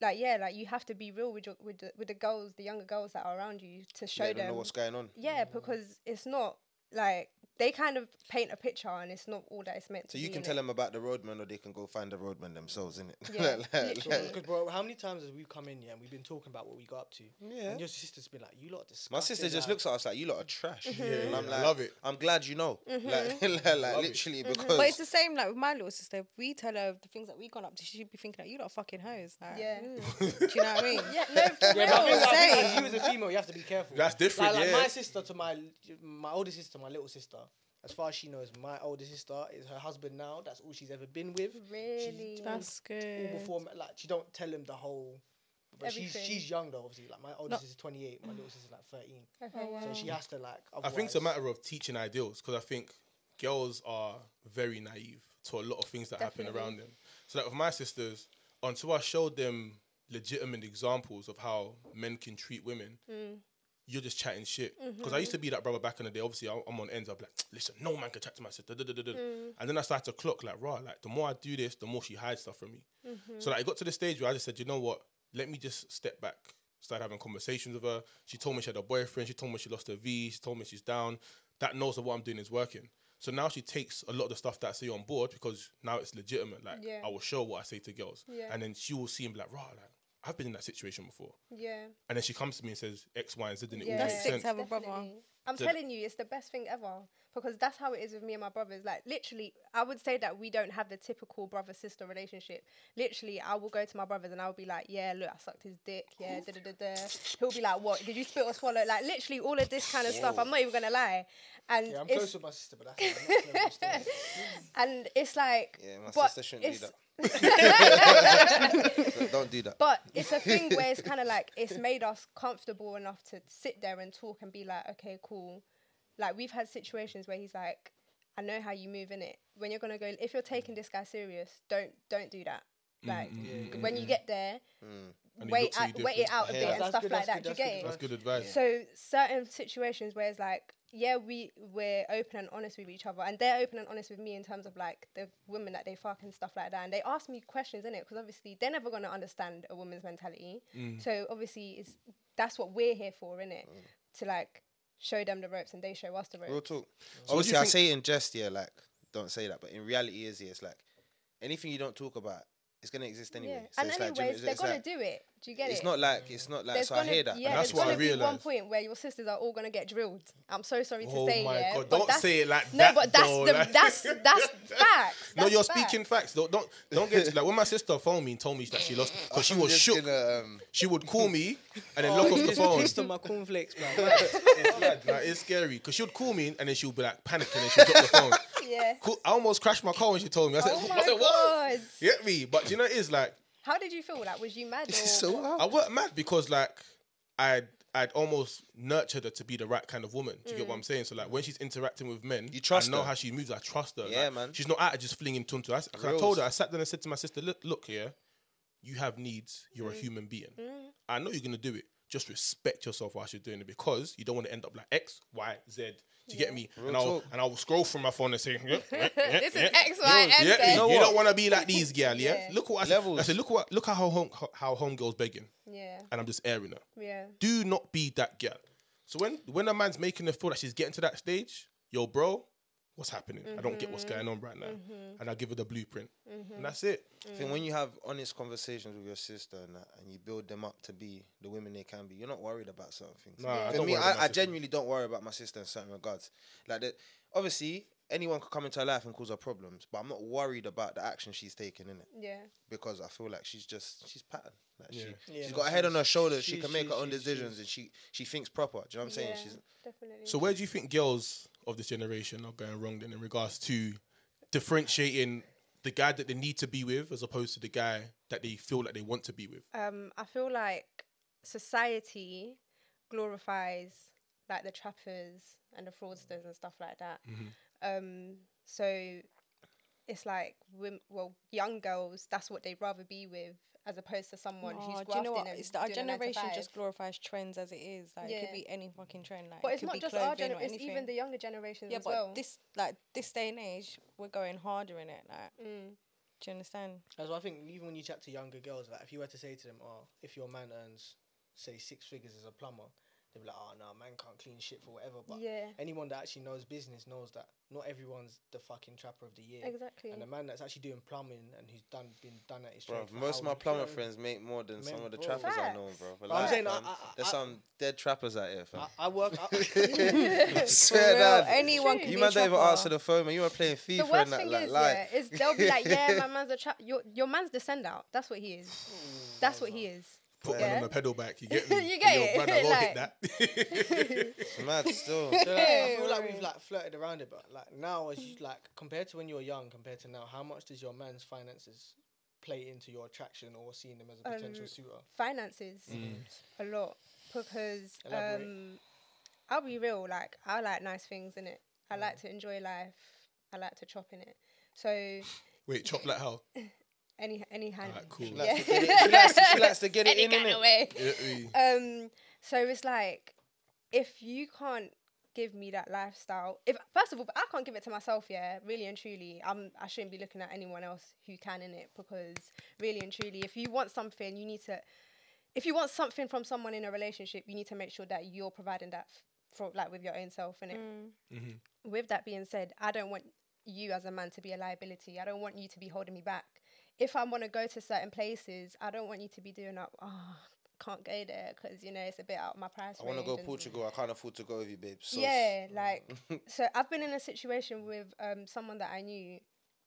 [SPEAKER 7] like yeah, like you have to be real with your with the, with the girls, the younger girls that are around you to show
[SPEAKER 5] Let them
[SPEAKER 7] them
[SPEAKER 5] know what's going on.
[SPEAKER 7] yeah, because it's not like they kind of paint a picture and it's not all that it's meant to
[SPEAKER 5] So
[SPEAKER 7] be.
[SPEAKER 5] you can
[SPEAKER 7] innit?
[SPEAKER 5] tell them about the roadman, or they can go find the roadman themselves, innit?
[SPEAKER 7] Yeah,
[SPEAKER 5] Like- like-
[SPEAKER 7] literally.
[SPEAKER 4] Because bro, how many times has we come in here and we've been talking about what we got up to? Yeah. And your sister's been like, "You lot disgusting."
[SPEAKER 5] My sister just
[SPEAKER 4] like, Mm-hmm.
[SPEAKER 5] looks at us like you lot are trash. and
[SPEAKER 6] yeah,
[SPEAKER 5] I'm
[SPEAKER 6] I
[SPEAKER 5] like,
[SPEAKER 6] love it.
[SPEAKER 5] I'm glad you know. Like, like, literally
[SPEAKER 4] Mm-hmm.
[SPEAKER 5] because
[SPEAKER 8] But it's the same like with my little sister. If we tell her the things that we gone up to, she'd be thinking like, "You lot fucking hoes."
[SPEAKER 5] "Ah."
[SPEAKER 8] Like,
[SPEAKER 7] Yeah.
[SPEAKER 8] mm. do you know what I mean?
[SPEAKER 7] Yeah, no, for
[SPEAKER 4] Yeah, but I
[SPEAKER 7] real.
[SPEAKER 4] think that- I think
[SPEAKER 8] Same.
[SPEAKER 4] as you as a female, you have to be careful.
[SPEAKER 6] That's different,
[SPEAKER 4] Like, like
[SPEAKER 6] yeah.
[SPEAKER 4] my sister to my my older sister, my little sister. As far as she knows, my older sister is her husband now. That's all she's ever been with.
[SPEAKER 7] Really?
[SPEAKER 4] She's
[SPEAKER 8] That's
[SPEAKER 4] all
[SPEAKER 8] good.
[SPEAKER 4] before, like she don't tell him the whole. But she's
[SPEAKER 7] Everything.
[SPEAKER 4] she's young though, obviously. Like my older sister's twenty eight, my little sister's like thirteen.
[SPEAKER 7] Okay, yeah.
[SPEAKER 4] So she has to like.
[SPEAKER 6] I think it's a
[SPEAKER 4] otherwise-
[SPEAKER 6] matter of teaching ideals because I think girls are very naive to a lot of things that happen around them. So, like with my sisters, until I showed them legitimate examples of how men can treat women, you're just chatting shit.
[SPEAKER 7] Mm-hmm.
[SPEAKER 6] Because I used to be that brother back in the day. Obviously, I- I'm on ends. I'm like, listen, no man can chat to my sister. da, da, da, da, da."
[SPEAKER 7] Mm.
[SPEAKER 6] And then I started to clock, like, right, like the more I do this, the more she hides stuff from me.
[SPEAKER 7] Mm-hmm.
[SPEAKER 6] So like, it got to the stage where I just said, you know what? Let me just step back. Started having conversations with her. She told me she had a boyfriend. She told me she lost her V. She told me she's down. That knows that what I'm doing is working. So now she takes a lot of the stuff that I say on board because now it's legitimate. Like
[SPEAKER 7] Yeah.
[SPEAKER 6] I will show what I say to girls,
[SPEAKER 7] Yeah.
[SPEAKER 6] and then she will see and be like, "Right, like I've been in that situation before."
[SPEAKER 7] Yeah.
[SPEAKER 6] And then she comes to me and says X, Y, and Z, and it
[SPEAKER 7] Yeah.
[SPEAKER 6] all
[SPEAKER 8] That's
[SPEAKER 6] makes
[SPEAKER 8] sick
[SPEAKER 6] sense.
[SPEAKER 8] to have a brother.
[SPEAKER 7] Definitely. I'm
[SPEAKER 6] The-
[SPEAKER 7] telling you, it's the best thing ever because that's how it is with me and my brothers. Like, literally, I would say that we don't have the typical brother sister relationship. Literally, I will go to my brothers and I will be like, Yeah, look, I sucked his dick. Yeah, da da da da. He'll be like, What? Did you spit or swallow? Like, literally, all of this kind of stuff. I'm not even going to lie. And
[SPEAKER 4] Yeah, I'm
[SPEAKER 7] it's,
[SPEAKER 4] close with my sister, but that's I'm not telling you story.
[SPEAKER 7] and it's like,
[SPEAKER 5] Yeah, my
[SPEAKER 7] but
[SPEAKER 5] sister shouldn't do
[SPEAKER 7] it's-
[SPEAKER 5] that. Don't- Don't do that.
[SPEAKER 7] But it's a thing where it's kind of like it's made us comfortable enough to sit there and talk and be like, okay, cool. Like we've had situations where he's like, I know how you move in it. When you're gonna go, if you're taking this guy serious, don't don't do that.
[SPEAKER 6] Mm,
[SPEAKER 7] Like when you get there,
[SPEAKER 6] And he
[SPEAKER 7] wait
[SPEAKER 6] looks at
[SPEAKER 7] out,
[SPEAKER 6] you
[SPEAKER 7] wait it
[SPEAKER 6] different.
[SPEAKER 7] out a bit
[SPEAKER 4] Yeah,
[SPEAKER 7] and
[SPEAKER 4] Mm. that's
[SPEAKER 7] stuff
[SPEAKER 4] good,
[SPEAKER 7] like
[SPEAKER 4] that's
[SPEAKER 7] that.
[SPEAKER 4] good,
[SPEAKER 7] Do you
[SPEAKER 4] that's
[SPEAKER 7] get
[SPEAKER 4] good
[SPEAKER 7] it?
[SPEAKER 6] That's good advice.
[SPEAKER 7] So certain situations where it's like, yeah, we we're open and honest with each other, and they're open and honest with me in terms of like the women that they fuck and stuff like that, and they ask me questions in it because obviously they're never gonna understand a woman's mentality.
[SPEAKER 5] Mm.
[SPEAKER 7] So obviously it's that's what we're here for, in
[SPEAKER 5] Oh.
[SPEAKER 7] it, to like show them the ropes and they show us the ropes.
[SPEAKER 5] Real talk.
[SPEAKER 6] what do
[SPEAKER 5] Obviously,
[SPEAKER 6] you
[SPEAKER 5] I
[SPEAKER 6] think-
[SPEAKER 5] say it in jest, yeah, like don't say that, but in reality, is yeah, it's like anything you don't talk about, it's gonna exist anyway.
[SPEAKER 7] Yeah.
[SPEAKER 5] So
[SPEAKER 7] and
[SPEAKER 5] it's like, do you know-
[SPEAKER 7] anyways, they're
[SPEAKER 5] it's
[SPEAKER 7] gonna
[SPEAKER 5] like-
[SPEAKER 7] do it. Do you get
[SPEAKER 5] It's
[SPEAKER 7] it?
[SPEAKER 5] not like it's not like.
[SPEAKER 7] There's
[SPEAKER 5] So I
[SPEAKER 7] gonna,
[SPEAKER 5] hear that.
[SPEAKER 7] Yeah,
[SPEAKER 6] And that's
[SPEAKER 7] there's
[SPEAKER 6] what I
[SPEAKER 7] gonna be one
[SPEAKER 6] realised.
[SPEAKER 7] point where your sisters are all gonna get drilled. I'm so sorry to
[SPEAKER 6] Oh
[SPEAKER 7] say,
[SPEAKER 6] my
[SPEAKER 7] yeah,
[SPEAKER 6] God,
[SPEAKER 7] but
[SPEAKER 6] don't
[SPEAKER 7] that's-
[SPEAKER 6] say it like
[SPEAKER 7] no,
[SPEAKER 6] that,
[SPEAKER 7] but that's
[SPEAKER 6] though,
[SPEAKER 7] the
[SPEAKER 6] like-
[SPEAKER 7] that's that's facts.
[SPEAKER 6] No,
[SPEAKER 7] That's
[SPEAKER 6] you're
[SPEAKER 7] facts.
[SPEAKER 6] speaking facts. Don't don't don't get like when my sister phoned me and told me that she lost because she was
[SPEAKER 5] Just
[SPEAKER 6] shook.
[SPEAKER 5] gonna, um,
[SPEAKER 6] She would call me and then
[SPEAKER 7] Oh.
[SPEAKER 6] lock
[SPEAKER 4] You
[SPEAKER 6] off the
[SPEAKER 4] just
[SPEAKER 6] phone.
[SPEAKER 4] pissed on my cornflakes, man.
[SPEAKER 6] Like, it's scary because she would call me and then she would be like panicking and she'd drop the phone.
[SPEAKER 7] Yeah.
[SPEAKER 6] Cool. I almost crashed my car when she told me. I said,
[SPEAKER 7] Oh
[SPEAKER 6] I said
[SPEAKER 7] my
[SPEAKER 6] what?
[SPEAKER 7] god!
[SPEAKER 6] You Get me? But you know, it is like
[SPEAKER 7] How did you feel? Like, was you mad? Or
[SPEAKER 5] so
[SPEAKER 7] what?
[SPEAKER 5] how-
[SPEAKER 6] I worked mad because like I'd I'd almost nurtured her to be the right kind of woman. Do you get what I'm saying? So like when she's interacting with men,
[SPEAKER 5] You trust
[SPEAKER 6] I know
[SPEAKER 5] her.
[SPEAKER 6] how she moves. I trust her.
[SPEAKER 5] Yeah,
[SPEAKER 6] Like,
[SPEAKER 5] man.
[SPEAKER 6] She's not out of just flinging tuntu. I, s- 'cause I
[SPEAKER 5] Reals.
[SPEAKER 6] told her. I sat down and said to my sister, look, look here, you have needs. You're a human being. I know you're gonna do it. Just respect yourself whilst you're doing it because you don't want to end up like X, Y, Z. Do you get me? and I'll
[SPEAKER 5] talk.
[SPEAKER 6] and I will scroll through my phone and say, yeah, yeah, yeah,
[SPEAKER 7] this is
[SPEAKER 6] yeah.
[SPEAKER 7] X, Y, and
[SPEAKER 6] Yeah,
[SPEAKER 7] Z.
[SPEAKER 6] you, don't want to be like these, gal. Yeah,
[SPEAKER 7] Yeah.
[SPEAKER 6] look what I said. I
[SPEAKER 5] Levels.
[SPEAKER 6] said. Look what, look how home, how homegirls begging,
[SPEAKER 7] Yeah,
[SPEAKER 6] and I'm just airing her.
[SPEAKER 7] yeah.
[SPEAKER 6] Do not be that gal. So when when a man's making her feel that she's getting to that stage, yo, bro, what's happening? I don't get what's
[SPEAKER 7] Mm-hmm.
[SPEAKER 6] going on right now, and I give her the blueprint, and that's it.
[SPEAKER 5] I think when you have honest conversations with your sister and that, and you build them up to be the women they can be, you're not worried about certain things.
[SPEAKER 6] Nah, I
[SPEAKER 5] For
[SPEAKER 6] don't
[SPEAKER 5] me,
[SPEAKER 6] worry about my
[SPEAKER 5] I, I
[SPEAKER 6] sister.
[SPEAKER 5] genuinely don't worry about my sister in certain regards. Like that, obviously, anyone could come into her life and cause her problems, but I'm not worried about the action she's taking in it
[SPEAKER 7] Yeah,
[SPEAKER 5] because I feel like she's just she's patterned. Like she,
[SPEAKER 4] Yeah,
[SPEAKER 5] she's
[SPEAKER 4] no,
[SPEAKER 5] got her head on
[SPEAKER 4] she's-
[SPEAKER 5] her shoulders. She,
[SPEAKER 4] she's-
[SPEAKER 5] can make her
[SPEAKER 4] she's-
[SPEAKER 5] own
[SPEAKER 4] she's-
[SPEAKER 5] decisions, and she she thinks proper. Do you know what I'm saying?
[SPEAKER 7] yeah,
[SPEAKER 5] She's
[SPEAKER 7] definitely.
[SPEAKER 6] So where do you think girls of this generation are going wrong then in regards to differentiating the guy that they need to be with as opposed to the guy that they feel like they want to be with?
[SPEAKER 7] um, I feel like society glorifies like the trappers and the fraudsters and stuff like that.
[SPEAKER 5] Mm-hmm.
[SPEAKER 7] Um, so it's like, wom- well, young girls, that's what they'd rather be with as opposed to someone who's
[SPEAKER 8] Oh,
[SPEAKER 7] grafting
[SPEAKER 8] do you know what?
[SPEAKER 7] and
[SPEAKER 8] It's that our
[SPEAKER 7] doing a nine to
[SPEAKER 8] generation
[SPEAKER 7] five.
[SPEAKER 8] just glorifies trends as it is. Like it
[SPEAKER 7] Yeah.
[SPEAKER 8] could be any fucking trend. Like
[SPEAKER 7] But
[SPEAKER 8] it
[SPEAKER 7] it's
[SPEAKER 8] could
[SPEAKER 7] not
[SPEAKER 8] be
[SPEAKER 7] just our
[SPEAKER 8] clothing or
[SPEAKER 7] generation; it's even
[SPEAKER 8] anything.
[SPEAKER 7] the younger generations
[SPEAKER 8] yeah.
[SPEAKER 7] as
[SPEAKER 8] But
[SPEAKER 7] well.
[SPEAKER 8] this like this day and age, we're going harder in it. Like,
[SPEAKER 7] Mm.
[SPEAKER 8] do you understand?
[SPEAKER 4] That's why I think even when you chat to younger girls, like if you were to say to them, "Oh, if your man earns, say six figures as a plumber," they'd be like, "Oh no, man can't clean shit for whatever." But
[SPEAKER 7] Yeah.
[SPEAKER 4] anyone that actually knows business knows that not everyone's the fucking trapper of the year.
[SPEAKER 7] Exactly.
[SPEAKER 4] And the man that's actually doing plumbing and who's done been done at his
[SPEAKER 5] Bro,
[SPEAKER 4] trade. for
[SPEAKER 5] most of my
[SPEAKER 4] hours,
[SPEAKER 5] plumber
[SPEAKER 4] bro.
[SPEAKER 5] friends make more than some
[SPEAKER 4] Man,
[SPEAKER 5] of the
[SPEAKER 4] bro.
[SPEAKER 5] trappers I know, bro.
[SPEAKER 4] But I'm
[SPEAKER 5] Like,
[SPEAKER 4] saying, I-
[SPEAKER 5] fam,
[SPEAKER 4] I-
[SPEAKER 5] there's
[SPEAKER 4] I-
[SPEAKER 5] some dead trappers out here, fam.
[SPEAKER 4] I, I work. I,
[SPEAKER 5] I
[SPEAKER 8] For
[SPEAKER 5] swear
[SPEAKER 8] real,
[SPEAKER 5] down.
[SPEAKER 8] anyone can
[SPEAKER 5] You
[SPEAKER 8] be a
[SPEAKER 5] man don't even
[SPEAKER 8] trapper.
[SPEAKER 5] answer the phone, man. You were playing FIFA
[SPEAKER 7] The worst
[SPEAKER 5] and that,
[SPEAKER 7] thing
[SPEAKER 5] like,
[SPEAKER 7] is,
[SPEAKER 5] like.
[SPEAKER 7] yeah, is they'll be like, yeah, my man's a trap. Your your man's the send out. That's what he is. That's what he is.
[SPEAKER 6] Put
[SPEAKER 7] Yeah.
[SPEAKER 6] one on a pedal back, you get me.
[SPEAKER 7] You
[SPEAKER 6] And
[SPEAKER 7] get
[SPEAKER 6] your
[SPEAKER 7] it?
[SPEAKER 6] brother will
[SPEAKER 7] Like-
[SPEAKER 6] hit that.
[SPEAKER 5] mad still.
[SPEAKER 4] I feel like we've like flirted around it, but like now, as you, like compared to when you were young, compared to now, how much does your man's finances play into your attraction or seeing them as
[SPEAKER 7] Um,
[SPEAKER 4] a potential suitor?
[SPEAKER 7] Finances
[SPEAKER 6] Mm.
[SPEAKER 7] a lot because
[SPEAKER 4] Elaborate.
[SPEAKER 7] um, I'll be real. Like I like nice things in it. I
[SPEAKER 6] Mm.
[SPEAKER 7] like to enjoy life. I like to chop in it. So
[SPEAKER 6] Wait, chop like how?
[SPEAKER 7] any any hand.
[SPEAKER 6] Alright, cool.
[SPEAKER 7] Yeah.
[SPEAKER 5] she, likes to, she likes to get it
[SPEAKER 7] any
[SPEAKER 5] in,
[SPEAKER 7] kind
[SPEAKER 5] innit?
[SPEAKER 7] of way.
[SPEAKER 6] Get me.
[SPEAKER 7] Um, so it's like, if you can't give me that lifestyle, if first of all, I can't give it to myself, yeah, really and truly, I'm I shouldn't be looking at anyone else who can in it because really and truly, if you want something, you need to, if you want something from someone in a relationship, you need to make sure that you're providing that f- for like with your own self in it.
[SPEAKER 5] Mm-hmm.
[SPEAKER 7] With that being said, I don't want you as a man to be a liability. I don't want you to be holding me back. If I want to go to certain places, I don't want you to be doing up. Oh, can't go there because you know it's a bit out of my price.
[SPEAKER 5] I want to
[SPEAKER 7] range
[SPEAKER 5] go
[SPEAKER 7] and-
[SPEAKER 5] Portugal. I can't afford to go with you, babe. So
[SPEAKER 7] yeah, like
[SPEAKER 6] Mm.
[SPEAKER 7] so I've been in a situation with um someone that I knew.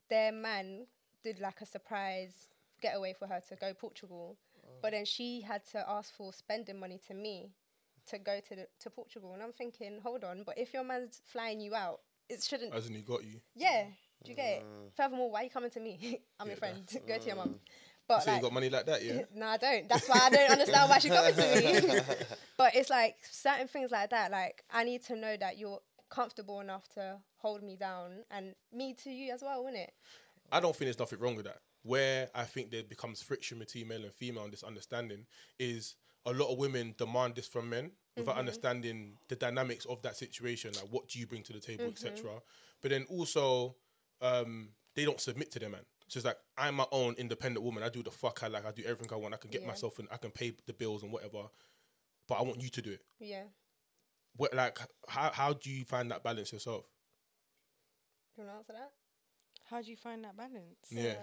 [SPEAKER 7] Their man did like a surprise getaway for her to go Portugal,
[SPEAKER 6] Oh.
[SPEAKER 7] but then she had to ask for spending money to me to go to the, to Portugal, and I'm thinking, hold on, but if your man's flying you out, it shouldn't.
[SPEAKER 6] Hasn't he got you?
[SPEAKER 7] yeah, do you get it?
[SPEAKER 6] Mm.
[SPEAKER 7] Furthermore, why are you coming to me? I'm your friend. go to your mum. But
[SPEAKER 6] So you
[SPEAKER 7] like-
[SPEAKER 6] got money like that, yeah?
[SPEAKER 7] no, I don't. That's why I don't understand why she's coming to me. but it's like certain things like that. Like I need to know that you're comfortable enough to hold me down, and me to you as well, wouldn't it?
[SPEAKER 6] I don't think there's nothing wrong with that. Where I think there becomes friction between male and female and this understanding is a lot of women demand this from men without understanding the dynamics of that situation, like what do you bring to the table, etc. But then also, um, they don't submit to their man. So it's like I'm my own independent woman. I do the fuck I like. I do everything I want. I can get
[SPEAKER 7] Yeah.
[SPEAKER 6] myself and I can pay the bills and whatever. But I want you to do it.
[SPEAKER 7] Yeah.
[SPEAKER 6] What like how how do you find that balance yourself?
[SPEAKER 7] Do you want to answer that?
[SPEAKER 8] How do you find that balance?
[SPEAKER 6] Yeah.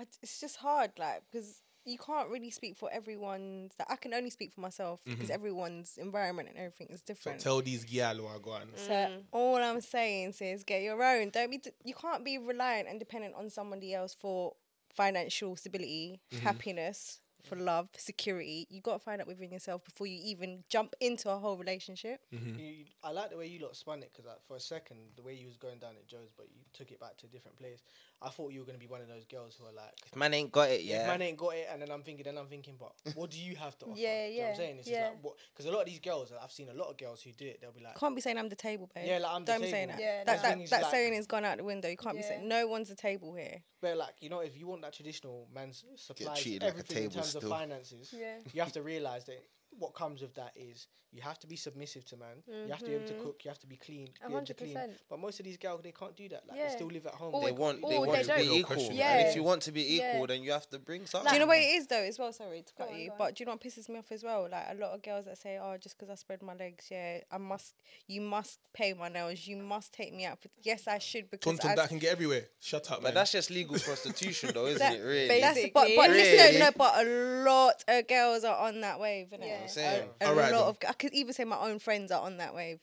[SPEAKER 8] I, it's just hard, like, because you can't really speak for everyone's. Like, I can only speak for myself because everyone's environment and everything is
[SPEAKER 6] Mm-hmm. So
[SPEAKER 8] different. So,
[SPEAKER 6] tell these gyal who are gone.
[SPEAKER 8] Mm.
[SPEAKER 7] Mm.
[SPEAKER 8] all I'm saying is get your own. Don't be. d- You can't be reliant and dependent on somebody else for financial stability,
[SPEAKER 6] Mm-hmm.
[SPEAKER 8] happiness, for love, security. You got to find out within yourself before you even jump into a whole relationship.
[SPEAKER 5] Mm-hmm.
[SPEAKER 4] You, I like the way you lot spun it because like, for a second, the way you was going down at Joe's, but you took it back to a different place. I thought you were gonna be one of those girls who are like,
[SPEAKER 5] man ain't got it
[SPEAKER 4] yeah.
[SPEAKER 5] yet.
[SPEAKER 4] man ain't got it, and then I'm thinking, then I'm thinking, but what do you have to offer?
[SPEAKER 7] Yeah,
[SPEAKER 4] Do you know what
[SPEAKER 7] yeah,
[SPEAKER 4] I'm saying it's
[SPEAKER 7] yeah.
[SPEAKER 4] just like what because a lot of these girls, I've seen a lot of girls who do it. They'll be like,
[SPEAKER 8] Can't be saying I'm the table, babe.
[SPEAKER 4] Yeah, like, I'm the
[SPEAKER 8] Don't be saying that.
[SPEAKER 4] table.
[SPEAKER 7] Yeah,
[SPEAKER 8] that
[SPEAKER 7] no.
[SPEAKER 8] that,
[SPEAKER 4] Thing is,
[SPEAKER 8] that
[SPEAKER 4] like-
[SPEAKER 8] saying has gone out the window. You can't be
[SPEAKER 7] Yeah.
[SPEAKER 8] saying no one's the table here.
[SPEAKER 4] but like you know, if you want that traditional man's supplies
[SPEAKER 5] treated like a
[SPEAKER 4] everything in
[SPEAKER 5] table
[SPEAKER 4] terms of
[SPEAKER 5] still.
[SPEAKER 4] finances,
[SPEAKER 7] Yeah.
[SPEAKER 4] you have to realize that what comes with that is you have to be submissive to man. You have to be able to cook. You have to be clean.
[SPEAKER 7] Mm-hmm.
[SPEAKER 4] Be
[SPEAKER 7] A
[SPEAKER 4] able to
[SPEAKER 7] hundred
[SPEAKER 4] clean.
[SPEAKER 7] percent.
[SPEAKER 4] But most of these girls, they can't do that. Like
[SPEAKER 7] Yeah.
[SPEAKER 4] they still live at home.
[SPEAKER 7] Or
[SPEAKER 5] They
[SPEAKER 7] Or
[SPEAKER 5] want they
[SPEAKER 7] they
[SPEAKER 5] want to
[SPEAKER 7] don't.
[SPEAKER 5] be
[SPEAKER 7] Real
[SPEAKER 5] equal.
[SPEAKER 6] question.
[SPEAKER 5] And
[SPEAKER 7] Yeah.
[SPEAKER 5] if you want to be equal,
[SPEAKER 7] Yeah.
[SPEAKER 5] then you have to bring something.
[SPEAKER 8] Do you know what it is though as well? Sorry to cut
[SPEAKER 7] on,
[SPEAKER 8] you,
[SPEAKER 7] go on.
[SPEAKER 8] but do you know what pisses me off as well? Like a lot of girls that say, "Oh, just because I spread my legs, yeah, I must. You must pay my nails. You must take me out for. Yes, I should because
[SPEAKER 6] Tonton
[SPEAKER 8] as-
[SPEAKER 6] that can get everywhere. Shut up, man.
[SPEAKER 5] But that's just legal prostitution, though, isn't
[SPEAKER 8] That-
[SPEAKER 5] it? Really,
[SPEAKER 8] that's,
[SPEAKER 7] Basically.
[SPEAKER 8] but but listen,
[SPEAKER 5] Really?
[SPEAKER 8] no, but a lot of girls are on that wave, innit?
[SPEAKER 7] Yeah.
[SPEAKER 5] I'm saying.
[SPEAKER 8] A
[SPEAKER 6] All right
[SPEAKER 8] lot
[SPEAKER 6] then.
[SPEAKER 8] of. I could even say my own friends are on that wave.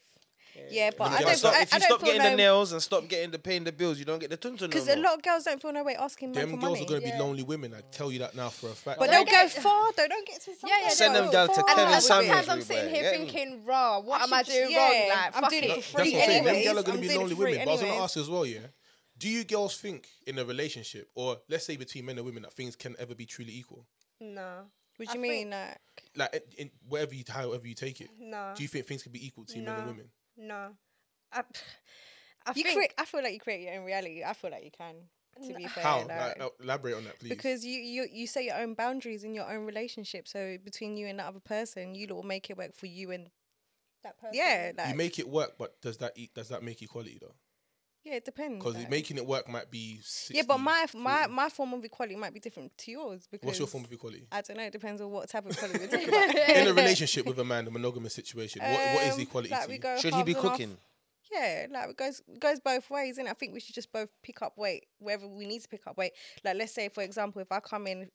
[SPEAKER 8] Yeah,
[SPEAKER 6] Let
[SPEAKER 8] but
[SPEAKER 6] me get
[SPEAKER 8] I don't.
[SPEAKER 6] myself-
[SPEAKER 8] I,
[SPEAKER 5] if you
[SPEAKER 8] I don't
[SPEAKER 5] stop
[SPEAKER 8] feel
[SPEAKER 5] getting
[SPEAKER 8] no,
[SPEAKER 5] the nails and stop getting the paying the bills, you don't get the tuntun no
[SPEAKER 8] because
[SPEAKER 5] more.
[SPEAKER 8] a lot of girls don't feel no way asking man
[SPEAKER 6] Them
[SPEAKER 8] for
[SPEAKER 6] girls
[SPEAKER 8] money.
[SPEAKER 6] are gonna
[SPEAKER 7] Yeah.
[SPEAKER 6] be lonely women. I tell you that now for a fact.
[SPEAKER 8] But
[SPEAKER 7] Well,
[SPEAKER 8] they'll
[SPEAKER 7] they
[SPEAKER 8] go
[SPEAKER 7] get-
[SPEAKER 8] far though. Don't get too.
[SPEAKER 7] Yeah, yeah,
[SPEAKER 5] Send
[SPEAKER 7] they
[SPEAKER 5] them
[SPEAKER 7] will.
[SPEAKER 5] down to
[SPEAKER 7] And
[SPEAKER 5] Kevin
[SPEAKER 7] like,
[SPEAKER 5] Samuels,
[SPEAKER 7] sometimes I'm
[SPEAKER 5] we
[SPEAKER 7] sitting
[SPEAKER 5] buy.
[SPEAKER 7] here
[SPEAKER 5] Yeah.
[SPEAKER 7] thinking, raw, what
[SPEAKER 8] I
[SPEAKER 7] am I
[SPEAKER 8] should-
[SPEAKER 7] doing
[SPEAKER 8] yeah,
[SPEAKER 7] wrong? Like,
[SPEAKER 8] I'm
[SPEAKER 7] fuck
[SPEAKER 8] doing
[SPEAKER 7] it.
[SPEAKER 8] it for
[SPEAKER 6] that's
[SPEAKER 8] free
[SPEAKER 6] what I'm saying. Them
[SPEAKER 8] anyways.
[SPEAKER 6] girls are gonna
[SPEAKER 8] I'm
[SPEAKER 6] be
[SPEAKER 8] doing it
[SPEAKER 6] lonely
[SPEAKER 8] for free
[SPEAKER 6] women. But I was gonna
[SPEAKER 8] anyways.
[SPEAKER 6] ask you as well, yeah. Do you girls think in a relationship, or let's say between men and women, that things can ever be truly equal?
[SPEAKER 7] No,
[SPEAKER 8] What
[SPEAKER 7] I think-
[SPEAKER 8] you mean, like?
[SPEAKER 6] Like in, in wherever you, however you take it.
[SPEAKER 7] No.
[SPEAKER 6] Do you think things can be equal between men and
[SPEAKER 7] No.
[SPEAKER 6] women?
[SPEAKER 7] no. I, I
[SPEAKER 8] You
[SPEAKER 7] think
[SPEAKER 8] create. I feel like you create your own reality. I feel like you can. To be fair,
[SPEAKER 6] How?
[SPEAKER 8] like,
[SPEAKER 6] Like, oh, el- elaborate on that, please.
[SPEAKER 8] because you you you set your own boundaries in your own relationship. So between you and that other person, you lot will make it work for you. And
[SPEAKER 7] that person.
[SPEAKER 8] yeah,
[SPEAKER 6] you
[SPEAKER 8] like
[SPEAKER 6] make it work, but does that e- does that make equality though?
[SPEAKER 8] yeah, it depends.
[SPEAKER 6] Because
[SPEAKER 8] like.
[SPEAKER 6] making it work might be 60,
[SPEAKER 8] yeah, but my my my form of equality might be different to yours. Because
[SPEAKER 6] What's your form of equality?
[SPEAKER 8] I don't know. It depends on what type of equality we're talking about.
[SPEAKER 6] In a relationship with a man, a monogamous situation, what, what is
[SPEAKER 8] Um,
[SPEAKER 6] equality
[SPEAKER 8] like
[SPEAKER 6] to
[SPEAKER 8] we
[SPEAKER 6] you?
[SPEAKER 8] go
[SPEAKER 5] Should he be
[SPEAKER 8] halves and half-
[SPEAKER 5] cooking?
[SPEAKER 8] Yeah, like it goes goes both ways, and I think we should just both pick up weight wherever we need to pick up weight. Like let's say, for example, if I come in,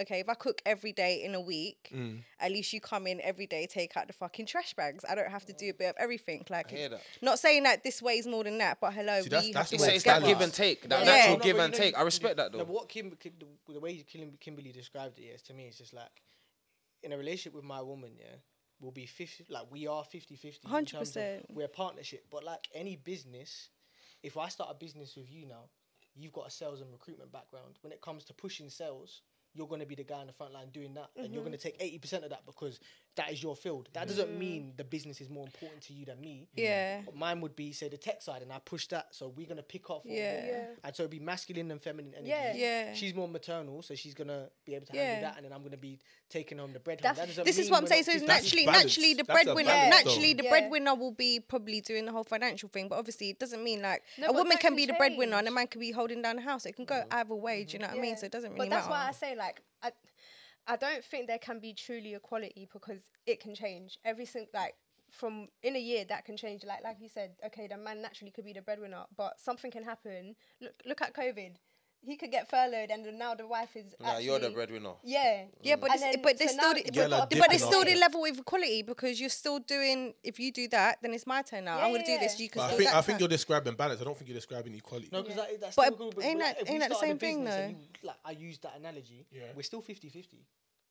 [SPEAKER 8] okay, if I cook every day in a week,
[SPEAKER 6] Mm.
[SPEAKER 8] at least you come in every day, take out the fucking trash bags. I don't have to do a bit of everything. Like,
[SPEAKER 5] hear that.
[SPEAKER 8] not saying that this way is more than that, but hello,
[SPEAKER 6] See, that's-
[SPEAKER 8] we
[SPEAKER 6] that's
[SPEAKER 8] have
[SPEAKER 5] It's,
[SPEAKER 8] to
[SPEAKER 6] what
[SPEAKER 8] work
[SPEAKER 5] it's that
[SPEAKER 8] together.
[SPEAKER 5] give and take, that
[SPEAKER 8] Yeah.
[SPEAKER 5] natural
[SPEAKER 8] Yeah.
[SPEAKER 4] No,
[SPEAKER 5] give
[SPEAKER 4] but
[SPEAKER 5] and
[SPEAKER 4] you know-
[SPEAKER 5] take. I respect that
[SPEAKER 4] No,
[SPEAKER 5] though.
[SPEAKER 4] but what Kim, Kim- the- the way Kim, Kimberly described it, yes, to me, it's just like in a relationship with my woman, yeah, we'll be 50, like we are 50 50.
[SPEAKER 8] 100%.
[SPEAKER 4] We're a partnership, but like any business, if I start a business with you now, you've got a sales and recruitment background. When it comes to pushing sales, you're going to be the guy on the front line doing that, and you're
[SPEAKER 8] Mm-hmm.
[SPEAKER 4] going to take 80% of that because that is your field. That doesn't mean the business is more important to you than me.
[SPEAKER 8] Mm. Yeah.
[SPEAKER 4] But mine would be, say, the tech side, and I push that. So we're going to pick off. on
[SPEAKER 8] Yeah.
[SPEAKER 4] what- And so it'd be masculine and feminine energy.
[SPEAKER 7] Yeah.
[SPEAKER 8] Yeah.
[SPEAKER 4] She's more maternal, so she's gonna be able to
[SPEAKER 8] Yeah.
[SPEAKER 4] handle that, and then I'm gonna be taking home the bread.
[SPEAKER 7] That's-
[SPEAKER 4] That doesn't
[SPEAKER 8] This is
[SPEAKER 4] mean
[SPEAKER 8] what I'm
[SPEAKER 4] we're
[SPEAKER 8] saying.
[SPEAKER 4] not
[SPEAKER 8] So it's
[SPEAKER 4] 50
[SPEAKER 6] that's
[SPEAKER 8] naturally,
[SPEAKER 6] balance.
[SPEAKER 8] naturally, the
[SPEAKER 6] That's a
[SPEAKER 8] breadwinner,
[SPEAKER 7] balance,
[SPEAKER 8] naturally,
[SPEAKER 7] though.
[SPEAKER 8] the
[SPEAKER 7] Yeah.
[SPEAKER 8] breadwinner will be probably doing the whole financial thing. But obviously, it doesn't mean like
[SPEAKER 7] No,
[SPEAKER 8] a
[SPEAKER 7] but
[SPEAKER 8] woman
[SPEAKER 7] that
[SPEAKER 8] can
[SPEAKER 7] can
[SPEAKER 8] be the breadwinner and a
[SPEAKER 7] change.
[SPEAKER 8] man can be holding down the house. It can
[SPEAKER 6] Mm.
[SPEAKER 8] go either way. Do you know what I mean?
[SPEAKER 7] Yeah.
[SPEAKER 8] So it doesn't really
[SPEAKER 7] But that's
[SPEAKER 8] matter.
[SPEAKER 7] why I say like I, I don't think there can be truly equality because it can change every single like from in a year that can change. Like like you said, okay, the man naturally could be the breadwinner, but something can happen. Look look at COVID. He could get furloughed, and then now the wife is.
[SPEAKER 5] Nah, you're the
[SPEAKER 7] actually-
[SPEAKER 5] breadwinner.
[SPEAKER 7] Yeah,
[SPEAKER 8] Yeah, but
[SPEAKER 7] And
[SPEAKER 8] it's-
[SPEAKER 7] then-
[SPEAKER 8] but they
[SPEAKER 7] so
[SPEAKER 8] still
[SPEAKER 7] now
[SPEAKER 8] di-
[SPEAKER 7] you've
[SPEAKER 8] but-
[SPEAKER 7] got
[SPEAKER 6] but
[SPEAKER 7] a
[SPEAKER 6] they
[SPEAKER 8] but
[SPEAKER 7] big
[SPEAKER 8] it's still
[SPEAKER 6] Dipping
[SPEAKER 8] the
[SPEAKER 7] thing.
[SPEAKER 8] level of equality because you're still doing. If you do that, then it's my turn now.
[SPEAKER 7] Yeah,
[SPEAKER 8] I'm gonna do
[SPEAKER 7] yeah,
[SPEAKER 8] this.
[SPEAKER 7] yeah.
[SPEAKER 8] You can.
[SPEAKER 6] But I
[SPEAKER 8] still
[SPEAKER 6] think
[SPEAKER 8] that
[SPEAKER 6] I think
[SPEAKER 8] turn.
[SPEAKER 6] you're describing balance. I don't think you're describing equality.
[SPEAKER 4] No, because that, that's
[SPEAKER 8] But
[SPEAKER 4] still good.
[SPEAKER 8] ain't
[SPEAKER 4] like,
[SPEAKER 8] that-
[SPEAKER 4] if we
[SPEAKER 8] ain't that the
[SPEAKER 4] started a
[SPEAKER 8] same thing,
[SPEAKER 4] business and
[SPEAKER 8] though?
[SPEAKER 4] you- Like I use that analogy.
[SPEAKER 6] Yeah.
[SPEAKER 4] We're still 50-50.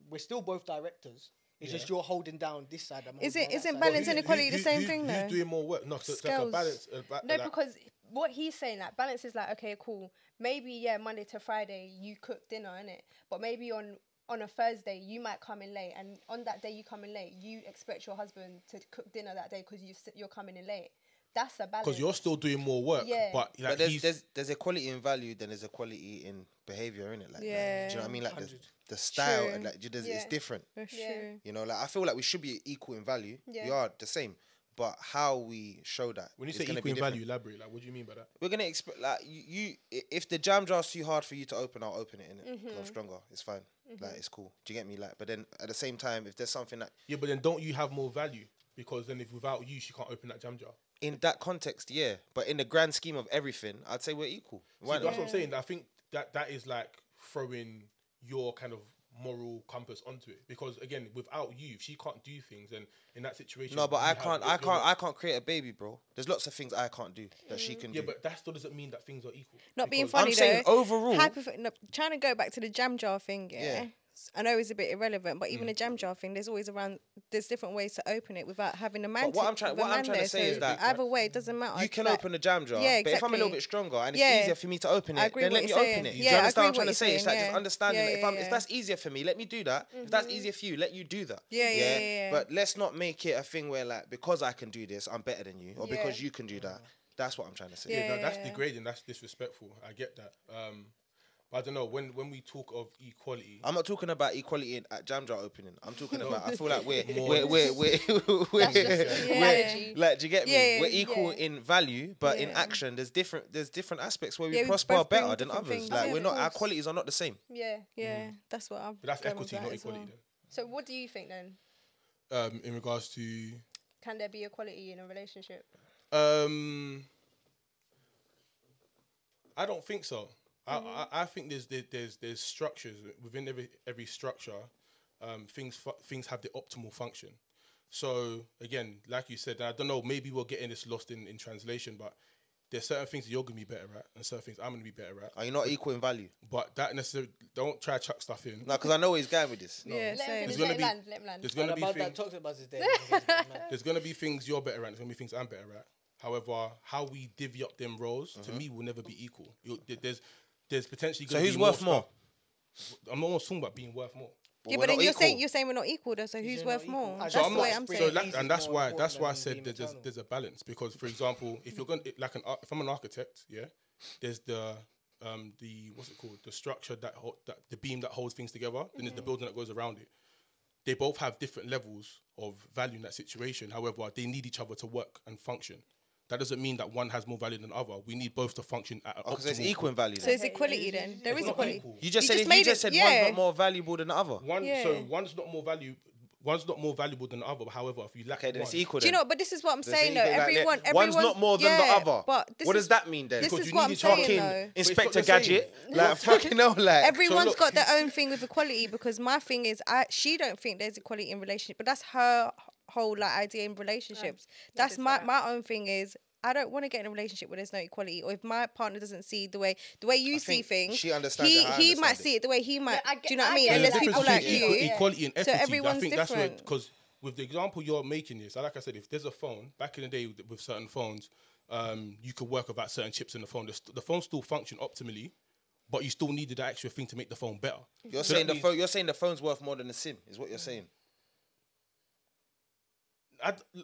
[SPEAKER 4] We're still both directors. It's just you're holding down this side. I'm
[SPEAKER 8] Is
[SPEAKER 4] holding down
[SPEAKER 8] it-
[SPEAKER 4] that
[SPEAKER 8] isn't
[SPEAKER 6] But
[SPEAKER 4] side.
[SPEAKER 8] balance
[SPEAKER 6] who-
[SPEAKER 8] and
[SPEAKER 6] who-
[SPEAKER 8] equality the
[SPEAKER 6] who-
[SPEAKER 8] same
[SPEAKER 6] who-
[SPEAKER 8] thing,
[SPEAKER 6] Who's
[SPEAKER 8] though?
[SPEAKER 6] doing more work? No, so it's like a
[SPEAKER 8] Scales.
[SPEAKER 6] balance. A ba-
[SPEAKER 7] No,
[SPEAKER 6] like-
[SPEAKER 7] because what he's saying, like balance is like okay, cool. Maybe yeah, Monday to Friday you cook dinner, innit? But maybe on on a Thursday you might come in late, and on that day you come in late, you expect your husband to cook dinner that day because you s- you're coming in late. That's a balance.
[SPEAKER 6] because you're still doing more work.
[SPEAKER 7] Yeah.
[SPEAKER 6] But like
[SPEAKER 5] but there's,
[SPEAKER 6] he's
[SPEAKER 5] there's there's equality in value, then there's equality in behavior in it. Like, yeah. do you know what I mean? Like the, the style and
[SPEAKER 8] True.
[SPEAKER 5] like do- there's, it's
[SPEAKER 7] Yeah.
[SPEAKER 5] different.
[SPEAKER 8] That's
[SPEAKER 7] Yeah.
[SPEAKER 8] true.
[SPEAKER 5] You know, like I feel like we should be equal in value. We
[SPEAKER 7] Yeah.
[SPEAKER 5] are the same, but how we show that
[SPEAKER 6] when you
[SPEAKER 5] is
[SPEAKER 6] say
[SPEAKER 5] gonna
[SPEAKER 6] equal
[SPEAKER 5] be
[SPEAKER 6] in
[SPEAKER 5] different.
[SPEAKER 6] value, elaborate. Like, what do you mean by that?
[SPEAKER 5] we're gonna expect like you, you. i- If the jam jar's too hard for you to open, I'll open it in it. I'm stronger. It's fine. Like it's cool. Do you get me? Like, but then at the same time, if there's something that
[SPEAKER 6] Yeah, but then don't you have more value? Because then if without you, she can't open that jam jar.
[SPEAKER 5] in that context, yeah. But in the grand scheme of everything, I'd say we're equal.
[SPEAKER 6] See,
[SPEAKER 5] Why
[SPEAKER 6] that's
[SPEAKER 5] not?
[SPEAKER 6] what I'm saying. I think that that is like throwing your kind of moral compass onto it. Because again, without you, if she can't do things, and in that situation,
[SPEAKER 5] No, but
[SPEAKER 6] you
[SPEAKER 5] I
[SPEAKER 6] have-
[SPEAKER 5] can't. I
[SPEAKER 6] you're not-
[SPEAKER 5] can't. I can't create a baby, bro. There's lots of things I can't do that she can
[SPEAKER 6] yeah,
[SPEAKER 5] do.
[SPEAKER 6] but that still doesn't mean that things are equal.
[SPEAKER 8] Not being
[SPEAKER 6] Because-
[SPEAKER 8] funny
[SPEAKER 5] I'm saying
[SPEAKER 8] though.
[SPEAKER 5] overall-
[SPEAKER 8] Hypothet- no, trying to go back to the jam jar thing. Yeah.
[SPEAKER 5] Yeah. Mm.
[SPEAKER 8] S- I know it's a bit irrelevant, but even the jam jar thing, there's always around. There's different ways to open it without having a man.
[SPEAKER 5] But what
[SPEAKER 8] to-
[SPEAKER 5] I'm trying-
[SPEAKER 8] with a
[SPEAKER 5] what I'm
[SPEAKER 8] man
[SPEAKER 5] trying to
[SPEAKER 8] there,
[SPEAKER 5] say is
[SPEAKER 8] so
[SPEAKER 5] that- Mm.
[SPEAKER 8] either way, it doesn't matter.
[SPEAKER 5] you can
[SPEAKER 8] Like,
[SPEAKER 5] open a jam jar.
[SPEAKER 8] yeah,
[SPEAKER 5] But if I'm a little
[SPEAKER 8] exactly.
[SPEAKER 5] bit stronger and
[SPEAKER 8] Yeah.
[SPEAKER 5] it's easier for me to open
[SPEAKER 8] I
[SPEAKER 5] it,
[SPEAKER 8] agree
[SPEAKER 5] then
[SPEAKER 8] what
[SPEAKER 5] let me
[SPEAKER 8] you're saying.
[SPEAKER 5] open it.
[SPEAKER 8] Yeah,
[SPEAKER 5] Do
[SPEAKER 8] I
[SPEAKER 5] you understand what I'm
[SPEAKER 8] agree what
[SPEAKER 5] trying to
[SPEAKER 8] you're
[SPEAKER 5] say? It's
[SPEAKER 8] saying,
[SPEAKER 5] like just
[SPEAKER 8] yeah.
[SPEAKER 5] understanding
[SPEAKER 8] Yeah,
[SPEAKER 5] that if,
[SPEAKER 8] yeah,
[SPEAKER 5] I'm, if
[SPEAKER 8] yeah. Mm.
[SPEAKER 5] that's easier for me, let me do that. If that's easier for you, let you do that.
[SPEAKER 8] Yeah, yeah, yeah, yeah.
[SPEAKER 5] But let's not make it a thing where like because I can do this, I'm better than you, or
[SPEAKER 7] Yeah.
[SPEAKER 5] because you can do that. That's what I'm trying to say.
[SPEAKER 6] Yeah, that, that's
[SPEAKER 8] Yeah.
[SPEAKER 6] degrading. That's disrespectful. I get that. Um, but I don't know when when we talk of equality.
[SPEAKER 8] Oh,
[SPEAKER 5] I'm not talking about equality in, at jam jar opening. I'm talking about. I feel like we're we're we're we're, we're,
[SPEAKER 7] just an
[SPEAKER 5] we're
[SPEAKER 7] analogy.
[SPEAKER 5] like. Do you get me?
[SPEAKER 8] Yeah, yeah,
[SPEAKER 5] we're equal
[SPEAKER 7] yeah.
[SPEAKER 5] in value, but in
[SPEAKER 8] Yeah.
[SPEAKER 5] action, there's different there's different aspects where we
[SPEAKER 8] Yeah, we
[SPEAKER 5] prosper
[SPEAKER 8] both bring
[SPEAKER 5] better than
[SPEAKER 8] different
[SPEAKER 5] others.
[SPEAKER 8] things.
[SPEAKER 5] Like
[SPEAKER 8] Yeah,
[SPEAKER 5] we're
[SPEAKER 8] of
[SPEAKER 5] not our
[SPEAKER 8] course.
[SPEAKER 5] qualities are not the same.
[SPEAKER 7] yeah.
[SPEAKER 8] Yeah,
[SPEAKER 5] Mm.
[SPEAKER 8] that's what I'm.
[SPEAKER 6] But that's
[SPEAKER 8] going with
[SPEAKER 6] equity,
[SPEAKER 8] that
[SPEAKER 6] not
[SPEAKER 8] as well.
[SPEAKER 6] equality.
[SPEAKER 7] So what do you think then?
[SPEAKER 6] Then. Um, in regards to
[SPEAKER 7] Can there be equality in a relationship?
[SPEAKER 6] Um, I don't think so. I,
[SPEAKER 8] Mm-hmm.
[SPEAKER 6] I, I think there's there- there's there's structures within every every structure. Um, things fu- things have the optimal function. So again, like you said, I don't know. Maybe we're getting this lost in, in translation, but there's certain things you're gonna be better at, and certain things I'm gonna be better at.
[SPEAKER 5] Are you not equal in value?
[SPEAKER 6] But that necessarily don't try to chuck stuff in.
[SPEAKER 5] No, because I know where he's going with this.
[SPEAKER 8] Yeah,
[SPEAKER 7] Let him
[SPEAKER 8] same.
[SPEAKER 7] finish,
[SPEAKER 6] gonna
[SPEAKER 7] let him
[SPEAKER 6] be-
[SPEAKER 7] land, let him land.
[SPEAKER 6] There's gonna
[SPEAKER 4] And
[SPEAKER 6] be
[SPEAKER 4] about
[SPEAKER 6] things.
[SPEAKER 4] that talks about his day.
[SPEAKER 6] There's gonna be things you're better at. There's gonna be things I'm better at. However, how we divvy up them roles to me will never be equal. You'll, there- there's there's potentially
[SPEAKER 5] Mm-hmm. So
[SPEAKER 6] gonna
[SPEAKER 5] who's
[SPEAKER 6] be
[SPEAKER 5] worth
[SPEAKER 6] more.
[SPEAKER 5] more?
[SPEAKER 6] stuff. I'm almost talking about being worth more.
[SPEAKER 8] Yeah,
[SPEAKER 5] we're
[SPEAKER 8] but then
[SPEAKER 5] not
[SPEAKER 8] you're saying
[SPEAKER 5] equal.
[SPEAKER 8] you're saying we're not equal though. So who's
[SPEAKER 4] you're
[SPEAKER 8] worth
[SPEAKER 4] not equal.
[SPEAKER 8] more?
[SPEAKER 4] And
[SPEAKER 8] That's
[SPEAKER 6] So
[SPEAKER 4] That's
[SPEAKER 8] the
[SPEAKER 6] I'm
[SPEAKER 4] why
[SPEAKER 8] way
[SPEAKER 6] not,
[SPEAKER 8] I'm
[SPEAKER 4] it's
[SPEAKER 8] saying.
[SPEAKER 6] so
[SPEAKER 4] saying
[SPEAKER 6] like,
[SPEAKER 4] ease
[SPEAKER 6] and
[SPEAKER 4] is
[SPEAKER 6] that's
[SPEAKER 4] more
[SPEAKER 6] why
[SPEAKER 4] important
[SPEAKER 6] that's why I
[SPEAKER 4] than
[SPEAKER 6] said
[SPEAKER 4] being
[SPEAKER 6] there's a,
[SPEAKER 4] maternal.
[SPEAKER 6] there's a balance because for example, if you're gonna it- like an ar- if I'm an architect, yeah, there's the um the what's it called the structure that hol- that the beam that holds things together, then
[SPEAKER 5] Mm-hmm.
[SPEAKER 6] there's the building that goes around it. They both have different levels of value in that situation. However, they need each other to work and function. That doesn't mean that one has more value than the other. We need both to function at an
[SPEAKER 5] Because it's
[SPEAKER 6] optimal-
[SPEAKER 5] Oh, equal in value.
[SPEAKER 8] So
[SPEAKER 5] then.
[SPEAKER 8] it's equality then. There is
[SPEAKER 6] not
[SPEAKER 8] equality.
[SPEAKER 6] equal.
[SPEAKER 5] you just
[SPEAKER 8] you
[SPEAKER 5] said
[SPEAKER 8] just
[SPEAKER 5] it- you
[SPEAKER 8] made
[SPEAKER 5] just
[SPEAKER 8] it-
[SPEAKER 5] said
[SPEAKER 8] yeah.
[SPEAKER 5] one's not more valuable than the other.
[SPEAKER 6] One so
[SPEAKER 8] Yeah.
[SPEAKER 6] one's not more value. One's not more valuable than the other. However, if you lack
[SPEAKER 5] Okay, then
[SPEAKER 6] one,
[SPEAKER 5] it's equal.
[SPEAKER 8] Do you
[SPEAKER 5] then.
[SPEAKER 8] know? But this is what I'm
[SPEAKER 5] There's
[SPEAKER 8] saying though.
[SPEAKER 5] anything like that.
[SPEAKER 8] Everyone,
[SPEAKER 5] one's
[SPEAKER 8] everyone-
[SPEAKER 5] not more than
[SPEAKER 8] yeah,
[SPEAKER 5] the other.
[SPEAKER 8] But this
[SPEAKER 5] what
[SPEAKER 8] is-
[SPEAKER 5] does that mean then?
[SPEAKER 8] This
[SPEAKER 6] Because
[SPEAKER 8] is
[SPEAKER 6] you
[SPEAKER 8] what
[SPEAKER 6] need
[SPEAKER 8] I'm
[SPEAKER 6] each other.
[SPEAKER 8] saying
[SPEAKER 5] fucking
[SPEAKER 8] though.
[SPEAKER 5] Inspector
[SPEAKER 6] the same.
[SPEAKER 5] Gadget, like fucking hell, like
[SPEAKER 8] Everyone's
[SPEAKER 6] look-
[SPEAKER 8] got their own thing with equality because my thing is I she don't think there's equality in relationship, but that's her whole like idea in relationships. that's
[SPEAKER 7] did say
[SPEAKER 8] my
[SPEAKER 7] that.
[SPEAKER 8] my own thing is I don't want to get in a relationship where there's no equality, or if my partner doesn't see the way the way you see
[SPEAKER 5] think
[SPEAKER 8] things,
[SPEAKER 5] she understands
[SPEAKER 8] he
[SPEAKER 5] it, I
[SPEAKER 8] he might
[SPEAKER 5] understand it.
[SPEAKER 8] see it the way he might.
[SPEAKER 7] I
[SPEAKER 8] do
[SPEAKER 7] get-
[SPEAKER 8] you know what I
[SPEAKER 7] I
[SPEAKER 8] mean?
[SPEAKER 7] get
[SPEAKER 8] And
[SPEAKER 7] it.
[SPEAKER 8] there's
[SPEAKER 7] The
[SPEAKER 8] people
[SPEAKER 7] difference
[SPEAKER 8] like
[SPEAKER 7] between
[SPEAKER 8] you.
[SPEAKER 7] equa-
[SPEAKER 6] equality and equity. I
[SPEAKER 8] everyone's
[SPEAKER 6] think that's where
[SPEAKER 8] different.
[SPEAKER 6] because with the example you're making this, like I said, if there's a phone back in the day with, with certain phones, um, you could work without certain chips in the phone. The, st- the phone still functioned optimally, but you still needed that extra thing to make the phone better.
[SPEAKER 5] You're
[SPEAKER 6] So that
[SPEAKER 5] saying the
[SPEAKER 6] means-
[SPEAKER 5] phone. You're saying the phone's worth more than the sim. Is what you're saying.
[SPEAKER 6] I d-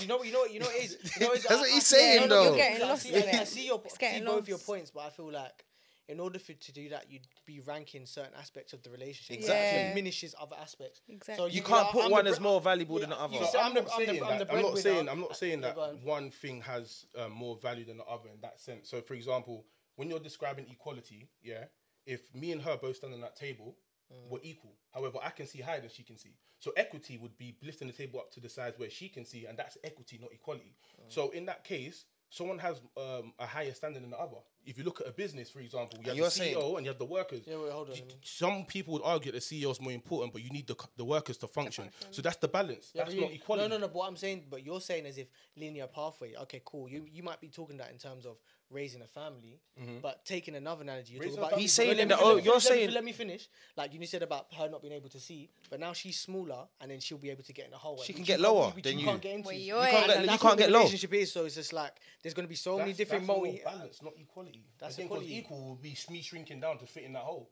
[SPEAKER 4] You know, you know, you know, what it is. You know, it's-
[SPEAKER 5] That's
[SPEAKER 4] I-
[SPEAKER 5] what
[SPEAKER 4] I
[SPEAKER 5] he's
[SPEAKER 4] see- no,
[SPEAKER 5] saying,
[SPEAKER 4] no,
[SPEAKER 5] though.
[SPEAKER 8] You're getting
[SPEAKER 4] I
[SPEAKER 8] lost
[SPEAKER 4] see,
[SPEAKER 8] in
[SPEAKER 4] I
[SPEAKER 8] it.
[SPEAKER 4] see your,
[SPEAKER 8] It's
[SPEAKER 4] see
[SPEAKER 8] getting
[SPEAKER 4] both your
[SPEAKER 8] lost.
[SPEAKER 4] points, but I feel like in order for to do that, you'd be ranking certain aspects of the relationship.
[SPEAKER 5] Exactly.
[SPEAKER 8] Yeah.
[SPEAKER 4] diminishes other aspects. So
[SPEAKER 8] Exactly.
[SPEAKER 5] You
[SPEAKER 4] you'd be
[SPEAKER 5] can't
[SPEAKER 4] like,
[SPEAKER 5] put
[SPEAKER 4] I'm
[SPEAKER 5] one
[SPEAKER 4] the
[SPEAKER 5] as
[SPEAKER 4] bre-
[SPEAKER 5] more valuable
[SPEAKER 4] Yeah,
[SPEAKER 5] than the other.
[SPEAKER 4] you say,
[SPEAKER 6] I'm,
[SPEAKER 4] I'm the-
[SPEAKER 6] not
[SPEAKER 4] I'm the-
[SPEAKER 6] saying
[SPEAKER 4] I'm the
[SPEAKER 6] that. I'm not
[SPEAKER 4] breadwinner.
[SPEAKER 6] saying. I'm not saying
[SPEAKER 4] Yeah,
[SPEAKER 6] that
[SPEAKER 4] go on.
[SPEAKER 6] one thing has um, more value than the other in that sense. So, for example, when you're describing equality, yeah, if me and her both stand on that table,
[SPEAKER 4] Mm.
[SPEAKER 6] were equal. However, I can see higher than she can see. So equity would be lifting the table up to the size where she can see, and that's equity, not equality.
[SPEAKER 4] Mm.
[SPEAKER 6] So in that case, someone has um, a higher standing than the other. If you look at a business, for example, you have
[SPEAKER 5] you're
[SPEAKER 6] the CEO
[SPEAKER 5] saying-
[SPEAKER 6] and you have the workers.
[SPEAKER 4] Yeah, wait, hold on.
[SPEAKER 6] You-
[SPEAKER 4] a minute.
[SPEAKER 6] Some people would argue that the CEO is more important, but you need the, c- the workers to function. So that's the balance.
[SPEAKER 4] Yeah,
[SPEAKER 6] that's
[SPEAKER 4] but you-
[SPEAKER 6] not equality.
[SPEAKER 4] No, no, no. But what I'm saying, but you're saying as if linear pathway. Okay, cool. You you might be talking that in terms of raising a family, but taking another analogy, you're
[SPEAKER 6] Raising
[SPEAKER 4] talking
[SPEAKER 6] a
[SPEAKER 4] about
[SPEAKER 6] family- He's
[SPEAKER 5] saying
[SPEAKER 4] Let
[SPEAKER 5] in
[SPEAKER 4] me
[SPEAKER 5] the-
[SPEAKER 4] finish,
[SPEAKER 5] oh,
[SPEAKER 4] let me
[SPEAKER 5] you're
[SPEAKER 4] finish, let me
[SPEAKER 5] saying-
[SPEAKER 4] fi- Let me finish. Like you said about her not being able to see, but now she's smaller, and then she'll be able to get in a hole.
[SPEAKER 5] She
[SPEAKER 4] which
[SPEAKER 5] can
[SPEAKER 4] you
[SPEAKER 5] get
[SPEAKER 4] can't-
[SPEAKER 5] lower
[SPEAKER 4] which
[SPEAKER 5] than
[SPEAKER 4] you.
[SPEAKER 5] you.
[SPEAKER 4] Can't get into.
[SPEAKER 7] Wait,
[SPEAKER 4] You
[SPEAKER 7] you're
[SPEAKER 4] can't
[SPEAKER 7] right.
[SPEAKER 4] get-
[SPEAKER 5] You
[SPEAKER 4] that's
[SPEAKER 5] can't
[SPEAKER 4] what
[SPEAKER 5] get
[SPEAKER 4] the
[SPEAKER 5] low.
[SPEAKER 4] Relationship is so it's just like there's going to be so many different
[SPEAKER 6] more
[SPEAKER 4] multi.
[SPEAKER 6] balance, not equality.
[SPEAKER 4] That's
[SPEAKER 6] That's because
[SPEAKER 4] equality.
[SPEAKER 6] equal would be sh- me shrinking down to fit in that hole.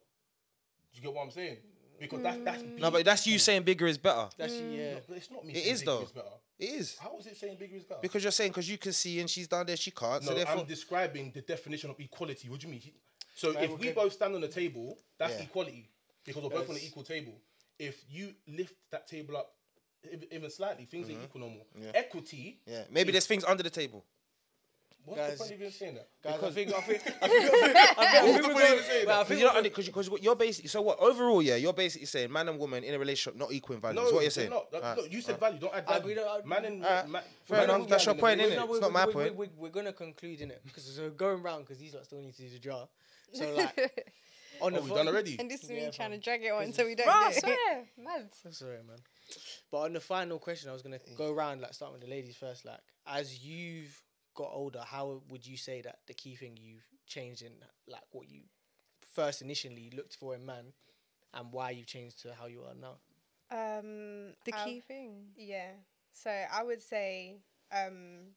[SPEAKER 6] Do you get what I'm saying? Because that's that's
[SPEAKER 4] Mm.
[SPEAKER 5] No, but that's you saying bigger is better.
[SPEAKER 4] That's yeah.
[SPEAKER 6] but it's not me.
[SPEAKER 5] It
[SPEAKER 6] saying
[SPEAKER 5] is,
[SPEAKER 6] bigger
[SPEAKER 5] though.
[SPEAKER 6] Is better.
[SPEAKER 5] It is.
[SPEAKER 6] How is it saying bigger is better?
[SPEAKER 5] Because you're saying because you can see and she's down there, she can't.
[SPEAKER 6] no,
[SPEAKER 5] so therefore,
[SPEAKER 6] I'm describing the definition of equality. What do you mean? So
[SPEAKER 4] Right,
[SPEAKER 6] if we
[SPEAKER 4] okay.
[SPEAKER 6] both stand on the table, that's
[SPEAKER 5] Yeah.
[SPEAKER 6] equality because we're both on an equal table. If you lift that table up ev- even slightly, things ain't equal no more. Equity.
[SPEAKER 5] Mm-hmm. yeah, maybe there's things under the table.
[SPEAKER 6] What's
[SPEAKER 4] Guys-
[SPEAKER 6] the point of even saying that?
[SPEAKER 4] Guys, I think I think
[SPEAKER 6] What's the point of even saying that?
[SPEAKER 5] Because you're not under because because you're basically so what overall yeah you're basically saying man and woman in a relationship not equal in value. is what
[SPEAKER 6] they're
[SPEAKER 5] you're saying.
[SPEAKER 6] Not.
[SPEAKER 5] Alright.
[SPEAKER 6] Look, you said value. Don't add value.
[SPEAKER 4] I agree, don't add-
[SPEAKER 6] man and
[SPEAKER 5] Alright.
[SPEAKER 6] ma-
[SPEAKER 5] Fair
[SPEAKER 6] man
[SPEAKER 5] enough,
[SPEAKER 6] and
[SPEAKER 5] that's your
[SPEAKER 6] woman
[SPEAKER 5] point,
[SPEAKER 6] in the
[SPEAKER 5] innit?
[SPEAKER 6] middle.
[SPEAKER 5] It's not my
[SPEAKER 4] we-
[SPEAKER 5] point.
[SPEAKER 4] We, are gonna conclude in it because we're going round because these lot still need to do the jar. So like on the
[SPEAKER 6] Oh, we
[SPEAKER 4] vo-
[SPEAKER 6] done already.
[SPEAKER 8] And this is me
[SPEAKER 4] Yeah,
[SPEAKER 8] trying
[SPEAKER 4] fam.
[SPEAKER 8] to drag it on so we don't
[SPEAKER 7] Bro,
[SPEAKER 8] do it.
[SPEAKER 7] swear, mad.
[SPEAKER 4] I'm sorry, man. But on the final question, I was gonna go around like starting with the ladies first. Like as you've got older, how would you say that the key thing you've changed in like what you first initially looked for in man, and why you've changed to how you are now?
[SPEAKER 7] Um,
[SPEAKER 8] The
[SPEAKER 7] I-
[SPEAKER 8] key thing.
[SPEAKER 7] Yeah. So I would say um,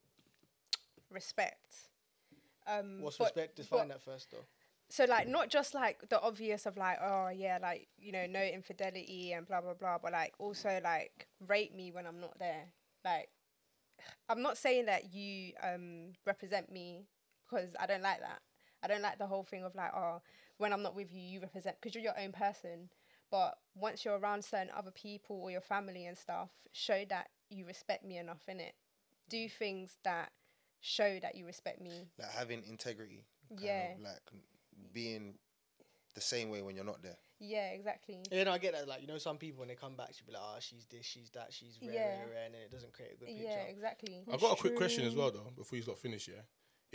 [SPEAKER 7] respect. Um,
[SPEAKER 4] What's
[SPEAKER 7] but-
[SPEAKER 4] respect?
[SPEAKER 7] but-
[SPEAKER 4] Define that first, though.
[SPEAKER 7] so like not just like the obvious of like oh yeah like you know no infidelity and blah blah blah but like also like rate me when i'm not there like i'm not saying that you um represent me because i don't like that i don't like the whole thing of like oh when i'm not with you you represent because you're your own person but once you're around certain other people or your family and stuff show that you respect me enough in it do things that show that you respect me
[SPEAKER 5] Like having integrity. kind of
[SPEAKER 7] Yeah.
[SPEAKER 5] like being the same way when you're not there.
[SPEAKER 7] yeah exactly
[SPEAKER 4] Yeah, no, I get that. Like, you know, some people when they come back, she'll be like, oh, she's this, she's that, she's rare,
[SPEAKER 7] Yeah.
[SPEAKER 4] rare, rare, and then it doesn't create a good picture.
[SPEAKER 7] yeah exactly
[SPEAKER 6] I've got a quick question as well though before you lot finish. Yeah,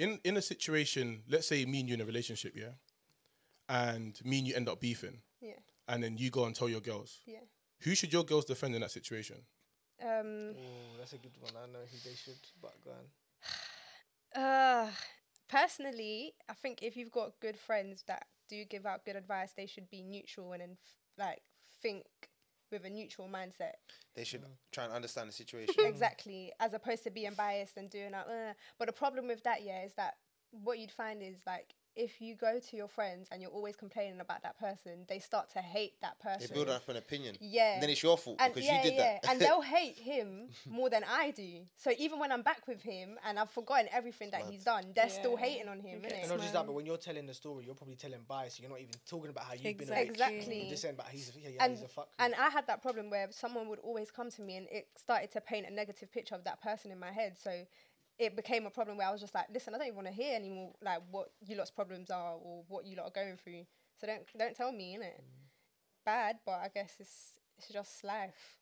[SPEAKER 6] in in a situation, let's say me and you in a relationship, yeah, and me and you end up beefing,
[SPEAKER 7] Yeah.
[SPEAKER 6] and then you go and tell your girls,
[SPEAKER 7] Yeah.
[SPEAKER 6] who should your girls defend in that situation?
[SPEAKER 7] Um.
[SPEAKER 4] Oh, that's a good one. I know who they should, but go on.
[SPEAKER 7] Uh. Personally, I think if you've got good friends that do give out good advice, they should be neutral and then f- like think with a neutral mindset.
[SPEAKER 5] They should try and understand the situation.
[SPEAKER 7] Exactly, as opposed to being biased and doing that. Uh. But the problem with that, yeah, is that what you'd find is like if you go to your friends and you're always complaining about that person, they start to hate that
[SPEAKER 5] They
[SPEAKER 7] person.
[SPEAKER 5] build up an opinion.
[SPEAKER 7] Yeah.
[SPEAKER 5] And then it's your fault
[SPEAKER 7] and
[SPEAKER 5] because
[SPEAKER 7] yeah,
[SPEAKER 5] you did
[SPEAKER 7] yeah.
[SPEAKER 5] that.
[SPEAKER 7] and they'll hate him more than I do. So even when I'm back with him and I've forgotten everything that he's done, they're still
[SPEAKER 8] Yeah.
[SPEAKER 7] hating on him,
[SPEAKER 8] Okay.
[SPEAKER 4] And
[SPEAKER 7] innit?
[SPEAKER 4] not just that, but when you're telling the story, you're probably telling bias. You're not even talking about how you've been. a bitch.
[SPEAKER 7] Exactly.
[SPEAKER 4] You're just saying about he's, yeah, yeah,
[SPEAKER 7] And,
[SPEAKER 4] he's a fuck.
[SPEAKER 7] and I had that problem where someone would always come to me and it started to paint a negative picture of that person in my head. So it became a problem where I was just like, listen, I don't even want to hear anymore like what you lot's problems are or what you lot are going through. So don't don't tell me, innit? Bad, but I guess it's it's just life.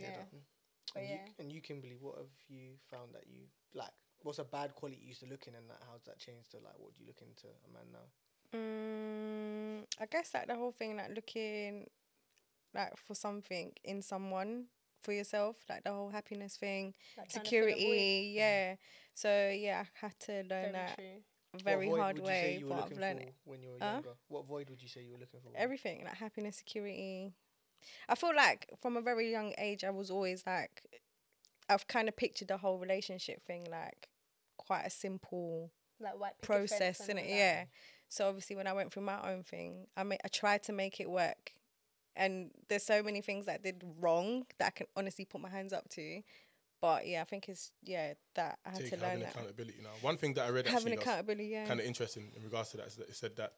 [SPEAKER 7] Yeah. But
[SPEAKER 4] Hmm. and,
[SPEAKER 7] yeah.
[SPEAKER 4] you, and you, Kimberly, what have you found that you like? What's a bad quality you used to look in, and like, how's that changed to like what do you look into a man now?
[SPEAKER 8] Mm, I guess like the whole thing, like looking like for something in someone for yourself, like the whole happiness thing,
[SPEAKER 7] Like trying to fill a void.
[SPEAKER 8] security, yeah. So yeah, I had to learn
[SPEAKER 7] Very
[SPEAKER 8] that
[SPEAKER 7] true.
[SPEAKER 8] very
[SPEAKER 4] what void
[SPEAKER 8] hard
[SPEAKER 4] would you say
[SPEAKER 8] way,
[SPEAKER 4] you were
[SPEAKER 8] but I've
[SPEAKER 4] looking
[SPEAKER 8] learned
[SPEAKER 4] for
[SPEAKER 8] it.
[SPEAKER 4] when you were
[SPEAKER 8] Huh?
[SPEAKER 4] younger. What void would you say you were looking for? when-
[SPEAKER 8] everything, like happiness, security. I feel like from a very young age, I was always like, I've kind of pictured the whole relationship thing like quite a simple
[SPEAKER 7] Like white picket fence
[SPEAKER 8] process,
[SPEAKER 7] and
[SPEAKER 8] innit?
[SPEAKER 7] all that.
[SPEAKER 8] Yeah. So obviously, when I went through my own thing, I ma- I tried to make it work, and there's so many things that I did wrong that I can honestly put my hands up to. But yeah, I think it's yeah that I had
[SPEAKER 6] Take
[SPEAKER 8] to learn
[SPEAKER 6] having
[SPEAKER 8] that
[SPEAKER 6] accountability now. One thing that I read
[SPEAKER 8] having
[SPEAKER 6] actually that's
[SPEAKER 8] accountability. Yeah.
[SPEAKER 6] kind of interesting in regards to that is that it said that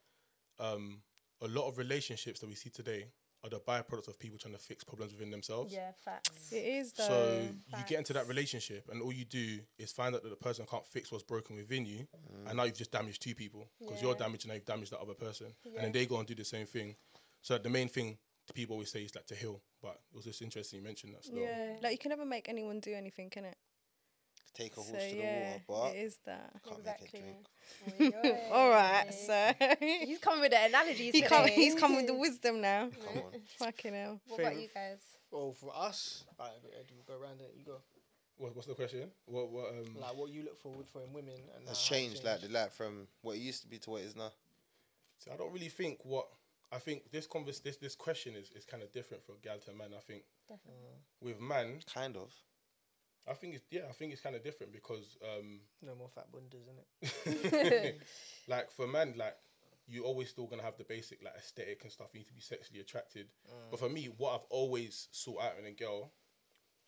[SPEAKER 6] um, a lot of relationships that we see today are the byproducts of people trying to fix problems within themselves.
[SPEAKER 7] Yeah, facts.
[SPEAKER 8] it is though.
[SPEAKER 6] So you get into that relationship, and all you do is find out that the person can't fix what's broken within you, and now you've just damaged two people because you're
[SPEAKER 7] Yeah.
[SPEAKER 6] damaged and now you've damaged that other person, and then they go and do the same thing. So that the main thing the people always say it's like to heal, but it was just interesting you mentioned that. Still.
[SPEAKER 7] Yeah.
[SPEAKER 8] Like you can never make anyone do anything, can it?
[SPEAKER 5] Take a horse
[SPEAKER 8] So
[SPEAKER 5] to the
[SPEAKER 8] yeah,
[SPEAKER 5] water,
[SPEAKER 8] it is that.
[SPEAKER 5] but can't
[SPEAKER 7] Exactly.
[SPEAKER 5] make it drink.
[SPEAKER 8] All right, so
[SPEAKER 7] Oh, He's coming with the analogies.
[SPEAKER 8] he come,
[SPEAKER 7] today.
[SPEAKER 8] he's come with the wisdom now.
[SPEAKER 5] Come on.
[SPEAKER 8] Fucking hell.
[SPEAKER 7] What about you guys?
[SPEAKER 4] Well, Oh, for us, alright, Ed, we'll go around it. You go.
[SPEAKER 6] What, what's the question? What what um
[SPEAKER 4] Like what you look forward for in women and
[SPEAKER 5] That's
[SPEAKER 4] how it
[SPEAKER 5] changed, like the like from what it used to be to what it is now.
[SPEAKER 6] See, I don't really think what I think this convers this this question is, is kind of different for a gal to a man. I think with man,
[SPEAKER 5] Kind of.
[SPEAKER 6] I think it's yeah, I think it's kind of different because um
[SPEAKER 4] No more fat bundas, isn't it?
[SPEAKER 6] like for men, like you always still gonna have the basic like aesthetic and stuff. You need to be sexually attracted. But for me, what I've always sought out in a girl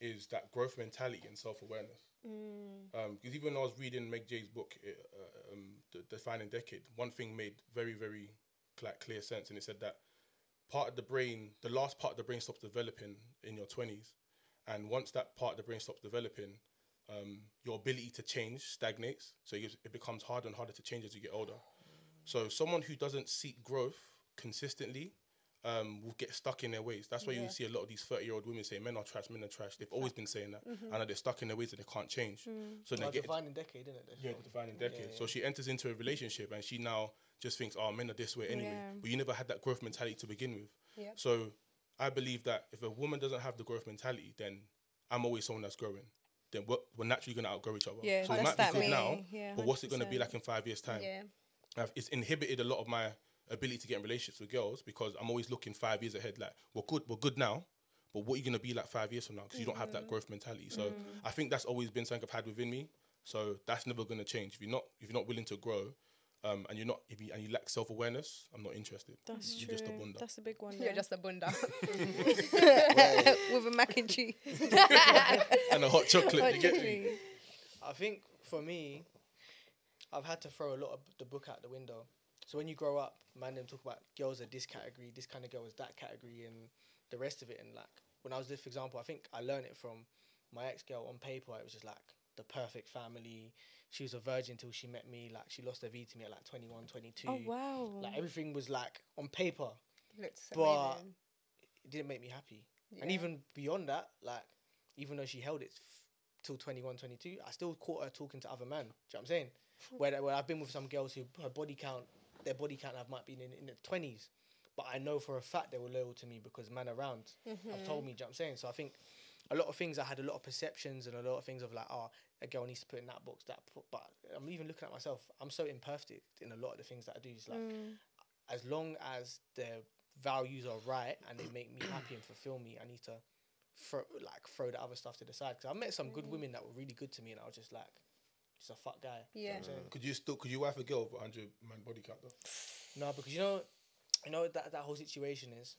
[SPEAKER 6] is that growth mentality and self awareness. Because even when I was reading Meg J's book, it, uh, um, the Defining Decade, one thing made very very like clear sense, and it said that part of the brain, the last part of the brain stops developing in your twenties, and once that part of the brain stops developing, um, your ability to change stagnates. So it, gives- it becomes harder and harder to change as you get older. So someone who doesn't seek growth consistently um, will get stuck in their ways. That's why you see a lot of these thirty-year-old women say, "Men are trash, men are trash." They've always been saying that, and they're stuck in their ways and they can't change. So they
[SPEAKER 4] Like
[SPEAKER 6] get
[SPEAKER 4] defining decade, isn't it?
[SPEAKER 6] yeah, the defining decade. So she enters into a relationship and she now just thinks, oh, men are this way anyway.
[SPEAKER 8] Yeah.
[SPEAKER 6] But you never had that growth mentality to begin with. So I believe that if a woman doesn't have the growth mentality, then I'm always someone that's growing. Then we're, we're naturally going to outgrow each other.
[SPEAKER 8] Yeah,
[SPEAKER 6] so it
[SPEAKER 8] that's
[SPEAKER 6] might be
[SPEAKER 8] that
[SPEAKER 6] good
[SPEAKER 8] me.
[SPEAKER 6] now,
[SPEAKER 8] Yeah,
[SPEAKER 6] but what's it going to be
[SPEAKER 8] 100%.
[SPEAKER 6] like in five years' time?
[SPEAKER 7] Yeah.
[SPEAKER 6] I've, it's inhibited a lot of my ability to get in relationships with girls because I'm always looking five years ahead. Like we're good, we're good now, but what are you gonna be like five years from now? Because you don't have
[SPEAKER 8] Mm-hmm.
[SPEAKER 6] that growth mentality. So
[SPEAKER 8] Mm.
[SPEAKER 6] I think that's always been something I've had within me. So that's never gonna change. If you're not, if you're not willing to grow, um, and you're not, if you, and you lack self awareness, I'm not interested.
[SPEAKER 8] That's
[SPEAKER 6] you're
[SPEAKER 8] true.
[SPEAKER 6] just a bunda.
[SPEAKER 8] That's a big one.
[SPEAKER 7] You're
[SPEAKER 8] there.
[SPEAKER 7] just a bunda.
[SPEAKER 8] with a mac and cheese.
[SPEAKER 6] and a hot chocolate. you
[SPEAKER 8] Mac and
[SPEAKER 6] get me?
[SPEAKER 8] cheese.
[SPEAKER 4] I think for me, I've had to throw a lot of the book out the window. So when you grow up, man, them talk about girls are this category, this kind of girl is that category, and the rest of it. And like when I was, this, for example, I think I learned it from my ex girl on paper. It was just like the perfect family. She was a virgin till she met me. Like she lost her V to me at like 21, 22.
[SPEAKER 8] Oh wow.
[SPEAKER 4] Like everything was like on paper,
[SPEAKER 7] Looks
[SPEAKER 4] But-
[SPEAKER 7] amazing.
[SPEAKER 4] it didn't make me happy. And
[SPEAKER 7] Yeah.
[SPEAKER 4] even beyond that, like even though she held it f- till 21, 22, I still caught her talking to other men. Do you know what I'm saying? Where, where I've been with some girls who her body count, their body count have might be in, in the 20s, but I know for a fact they were loyal to me because man around have told me, do you know what I'm saying? So I think a lot of things I had a lot of perceptions and a lot of things of like, oh, a girl needs to put in that box, that, po- but I'm even looking at myself, I'm so imperfect in a lot of the things that I do. It's like, as long as their values are right and they make me happy and fulfill me, I need to throw like throw the other stuff to the side. Because I met some good women that were really good to me, and I was just like, just a fuck guy.
[SPEAKER 7] Yeah.
[SPEAKER 6] Could you still? Could you wife a girl with a hundred man body count though?
[SPEAKER 4] No, because you know, you know what that that whole situation is.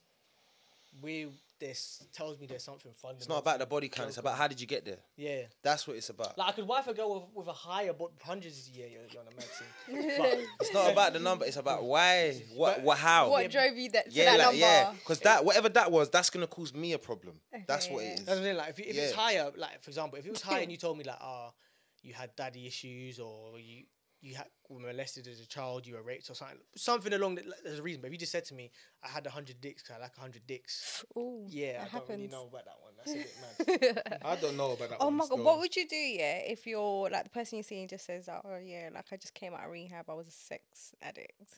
[SPEAKER 4] We this tells me there's something fundamental.
[SPEAKER 5] It's not about the body count. It's about how did you get there.
[SPEAKER 4] yeah.
[SPEAKER 5] That's what it's about.
[SPEAKER 4] Like I could wife a girl with, with a higher, but hundreds. Yeah, you're, you're on a maxi. But
[SPEAKER 5] It's not about the number. It's about why, what, what how.
[SPEAKER 7] What drove you that, to
[SPEAKER 5] yeah,
[SPEAKER 7] that
[SPEAKER 5] like,
[SPEAKER 7] number?
[SPEAKER 5] yeah. Because that, whatever that was, that's gonna cause me a problem. That's what it
[SPEAKER 4] That's what
[SPEAKER 5] is.
[SPEAKER 4] I'm saying. Like, if, if it's
[SPEAKER 5] Yeah.
[SPEAKER 4] higher, like for example, if it was higher and you told me like, ah, you had daddy issues or you you had, were molested as a child, you were raped or something, something along that. Like, there's a reason. But if you just said to me, I had hundred dicks, 'cause I like hundred dicks.
[SPEAKER 8] Ooh,
[SPEAKER 4] Yeah, I
[SPEAKER 8] that
[SPEAKER 4] don't really
[SPEAKER 8] happens.
[SPEAKER 4] know about that one. That's a bit mad.
[SPEAKER 6] I don't know about that.
[SPEAKER 8] Oh
[SPEAKER 6] one
[SPEAKER 8] my god,
[SPEAKER 6] still.
[SPEAKER 8] what would you do, yeah, if you're like the person you see and just says that, oh yeah, like I just came out of rehab, I was a sex addict.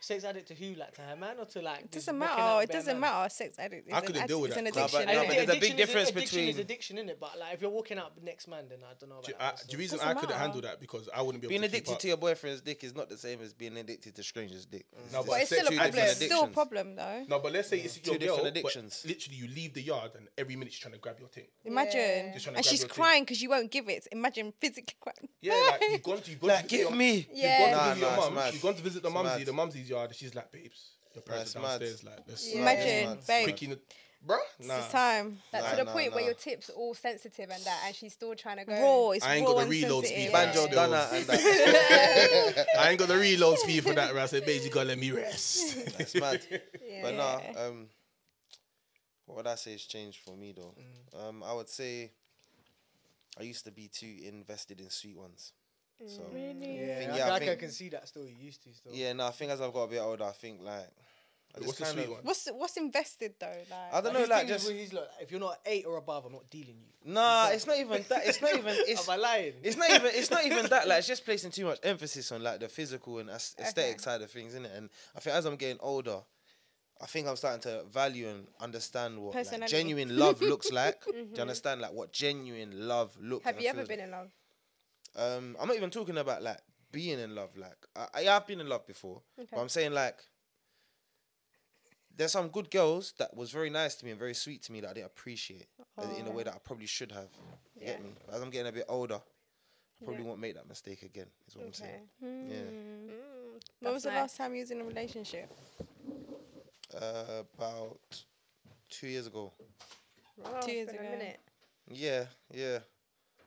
[SPEAKER 4] Sex addict to who? Like to her man or to like?
[SPEAKER 8] It
[SPEAKER 4] just
[SPEAKER 8] doesn't
[SPEAKER 4] knocking out
[SPEAKER 8] matter. It
[SPEAKER 4] bare
[SPEAKER 8] doesn't
[SPEAKER 4] man?
[SPEAKER 8] matter. Sex addict. Is
[SPEAKER 6] I
[SPEAKER 8] an
[SPEAKER 6] couldn't
[SPEAKER 8] act-
[SPEAKER 6] deal with
[SPEAKER 8] It's
[SPEAKER 6] that. No,
[SPEAKER 8] an
[SPEAKER 5] but-
[SPEAKER 8] addiction.
[SPEAKER 5] no, but
[SPEAKER 8] innit?
[SPEAKER 5] there's a big
[SPEAKER 4] Addiction is-
[SPEAKER 5] difference
[SPEAKER 4] addiction is
[SPEAKER 5] between-
[SPEAKER 4] addiction in it, but like if you're walking out next man, then I don't know. About
[SPEAKER 6] Do you-
[SPEAKER 4] that
[SPEAKER 6] I,
[SPEAKER 4] one,
[SPEAKER 6] the
[SPEAKER 4] so-
[SPEAKER 6] reason I
[SPEAKER 8] Doesn't
[SPEAKER 6] couldn't
[SPEAKER 8] matter.
[SPEAKER 6] handle that because I wouldn't be
[SPEAKER 5] Being
[SPEAKER 6] able to keep
[SPEAKER 5] addicted
[SPEAKER 6] up.
[SPEAKER 5] to your boyfriend's dick is not the same as being addicted to strangers' dick.
[SPEAKER 6] No,
[SPEAKER 5] It's
[SPEAKER 6] but
[SPEAKER 5] just
[SPEAKER 8] It's still
[SPEAKER 5] two
[SPEAKER 8] a
[SPEAKER 5] different
[SPEAKER 8] problem. It's still a
[SPEAKER 5] addictions.
[SPEAKER 8] problem though.
[SPEAKER 6] No, but let's say it's your
[SPEAKER 5] Two
[SPEAKER 6] girl.
[SPEAKER 5] different
[SPEAKER 6] but
[SPEAKER 5] addictions.
[SPEAKER 6] Literally, you leave the yard and every minute she's trying to grab your thing.
[SPEAKER 8] Imagine.
[SPEAKER 6] Just trying to
[SPEAKER 8] And
[SPEAKER 6] grab
[SPEAKER 8] she's
[SPEAKER 6] your thing.
[SPEAKER 8] crying because you won't give it. Imagine physically crying.
[SPEAKER 6] Yeah, like you've gone to you've gone
[SPEAKER 5] Like,
[SPEAKER 6] to visit
[SPEAKER 5] give
[SPEAKER 6] your-
[SPEAKER 5] me.
[SPEAKER 6] You've gone
[SPEAKER 7] Yeah.
[SPEAKER 6] to
[SPEAKER 5] Nah,
[SPEAKER 6] visit your
[SPEAKER 5] nah, it's
[SPEAKER 6] mum.
[SPEAKER 5] mad.
[SPEAKER 6] You've gone to visit the
[SPEAKER 5] It's
[SPEAKER 6] mumsy.
[SPEAKER 5] mad.
[SPEAKER 6] The mumsy's yard. and She's like, babes, your parents
[SPEAKER 5] it's
[SPEAKER 6] are
[SPEAKER 5] mad.
[SPEAKER 6] downstairs. Like, let's
[SPEAKER 5] Yeah.
[SPEAKER 8] Imagine,
[SPEAKER 5] mad.
[SPEAKER 8] babe.
[SPEAKER 6] quick in the, bro. Nah,
[SPEAKER 8] It's time.
[SPEAKER 7] Like,
[SPEAKER 5] Nah,
[SPEAKER 7] to the
[SPEAKER 5] nah,
[SPEAKER 7] point where
[SPEAKER 5] nah.
[SPEAKER 7] your tips all sensitive and that, and she's still trying to go.
[SPEAKER 8] Raw. It's
[SPEAKER 6] I ain't
[SPEAKER 8] raw
[SPEAKER 6] got the
[SPEAKER 8] and
[SPEAKER 6] reload
[SPEAKER 8] sensitive.
[SPEAKER 6] speed.
[SPEAKER 5] Banjo
[SPEAKER 6] Yeah.
[SPEAKER 5] Donna and that.
[SPEAKER 6] I ain't got the reload speed for that. Right? I said, babes, you gotta let me rest.
[SPEAKER 5] That's mad.
[SPEAKER 7] Yeah.
[SPEAKER 5] But nah,
[SPEAKER 8] Yeah.
[SPEAKER 5] um, what would I say has changed for me though?
[SPEAKER 6] Mm.
[SPEAKER 5] Um, I would say I used to be too invested in sweet ones. So
[SPEAKER 4] Yeah,
[SPEAKER 5] think-
[SPEAKER 4] I,
[SPEAKER 5] yeah, I
[SPEAKER 4] like I
[SPEAKER 5] think-
[SPEAKER 4] can see that still. You used to still.
[SPEAKER 5] yeah, no, I think as I've got a bit older, I think like I just
[SPEAKER 6] What's the
[SPEAKER 5] kind
[SPEAKER 6] sweet
[SPEAKER 5] of-
[SPEAKER 6] one?
[SPEAKER 8] What's what's invested though? Like
[SPEAKER 5] I don't know, like
[SPEAKER 4] just
[SPEAKER 5] just
[SPEAKER 4] he's like, if you're not eight or above, I'm not dealing you.
[SPEAKER 5] nah. It's not even that. It's not even. It's
[SPEAKER 4] Am I lying?
[SPEAKER 5] It's not even it's not even that like it's just placing too much emphasis on like the physical and aes- aesthetic side of things, isn't it? And I think as I'm getting older, I think I'm starting to value and understand what like,
[SPEAKER 8] Personality.
[SPEAKER 5] genuine love looks like. Do you understand like what genuine love looks?
[SPEAKER 7] Have
[SPEAKER 5] and
[SPEAKER 7] you ever
[SPEAKER 5] feels
[SPEAKER 7] been
[SPEAKER 5] like?
[SPEAKER 7] in love?
[SPEAKER 5] Um, I'm not even talking about like being in love. Like I, I have been in love before, but I'm saying like there's some good girls that was very nice to me and very sweet to me that I didn't appreciate as- in a
[SPEAKER 8] Oh.
[SPEAKER 5] way that I probably should have. You Get me? As I'm getting a bit older, I probably won't make that mistake again. Is what I'm saying.
[SPEAKER 8] Hmm. when was the
[SPEAKER 7] That's
[SPEAKER 8] last time you was in a relationship?
[SPEAKER 5] Yeah, uh, about two years ago.
[SPEAKER 7] Two
[SPEAKER 8] years
[SPEAKER 7] in a
[SPEAKER 8] ago.
[SPEAKER 7] minute.
[SPEAKER 5] Yeah, yeah.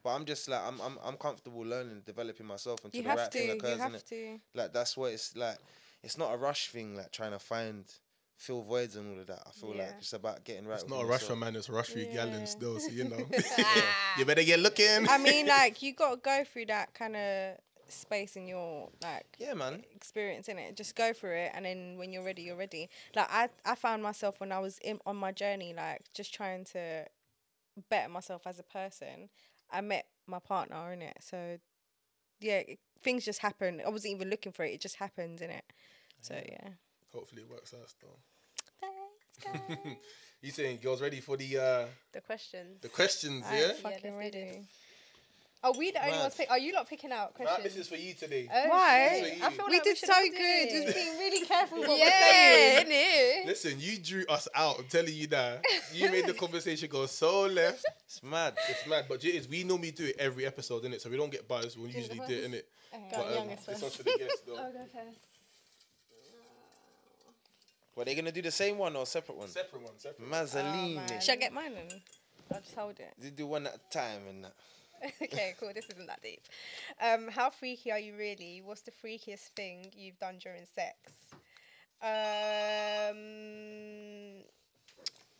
[SPEAKER 5] But I'm just like I'm I'm, I'm comfortable learning, developing myself until
[SPEAKER 8] You
[SPEAKER 5] the
[SPEAKER 8] have
[SPEAKER 5] right
[SPEAKER 8] to.
[SPEAKER 5] thing occurs.
[SPEAKER 8] You have
[SPEAKER 5] innit?
[SPEAKER 8] to.
[SPEAKER 5] Like that's what it's like. It's not a rush thing, like trying to find fill voids and all of that. I feel like
[SPEAKER 7] Yeah.
[SPEAKER 5] it's about getting right.
[SPEAKER 6] It's
[SPEAKER 5] with
[SPEAKER 6] not a rush for
[SPEAKER 5] myself.
[SPEAKER 6] man, it's a rush for your
[SPEAKER 8] Yeah.
[SPEAKER 6] gallons though, so you know. you better get looking.
[SPEAKER 8] I mean, like you got to go through that kind of space in your like
[SPEAKER 5] Yeah, man.
[SPEAKER 8] experience in it. Just go through it, and then when you're ready, you're ready. Like I, I found myself when I was in on my journey, like just trying to better myself as a person. I met my partner in it, so yeah, it- things just happened. I wasn't even looking for it; it just happened in it. So yeah,
[SPEAKER 6] Hopefully it works out still.
[SPEAKER 8] Thanks, guys.
[SPEAKER 6] You saying girls ready for the uh
[SPEAKER 7] The questions.
[SPEAKER 6] the questions,
[SPEAKER 8] I
[SPEAKER 6] yeah?
[SPEAKER 8] ain't fucking
[SPEAKER 7] let's do
[SPEAKER 8] ready.
[SPEAKER 7] Are we the only
[SPEAKER 5] Mad.
[SPEAKER 7] ones? Pick- are you lot picking out
[SPEAKER 6] Nah,
[SPEAKER 7] questions?
[SPEAKER 6] this is for you today.
[SPEAKER 7] Oh,
[SPEAKER 8] Why?
[SPEAKER 7] shit. I feel
[SPEAKER 8] We
[SPEAKER 7] like
[SPEAKER 8] did
[SPEAKER 7] should
[SPEAKER 8] so
[SPEAKER 7] all
[SPEAKER 8] good.
[SPEAKER 7] do this.
[SPEAKER 8] Just being really careful what
[SPEAKER 7] yeah,
[SPEAKER 8] we're saying.
[SPEAKER 7] innit?
[SPEAKER 6] Listen, you drew us out. I'm telling you that. You made the conversation go so left.
[SPEAKER 5] It's mad.
[SPEAKER 6] It's mad, but it is. We normally do it every episode, innit? So we don't get biased. We usually do it, innit?
[SPEAKER 8] Go
[SPEAKER 6] But um,
[SPEAKER 8] youngest
[SPEAKER 6] this one's
[SPEAKER 8] first.
[SPEAKER 6] for the guests, though.
[SPEAKER 7] I'll go first.
[SPEAKER 5] Were they gonna do the same one or separate one?
[SPEAKER 6] Separate one, separate.
[SPEAKER 4] Oh,
[SPEAKER 5] Mazzaline.
[SPEAKER 7] man.
[SPEAKER 8] Should I get mine then? I'll just hold it.
[SPEAKER 5] you do one at a time and that.
[SPEAKER 7] okay, cool. This isn't that deep. Um, how freaky are you really? What's the freakiest thing you've done during sex? Um,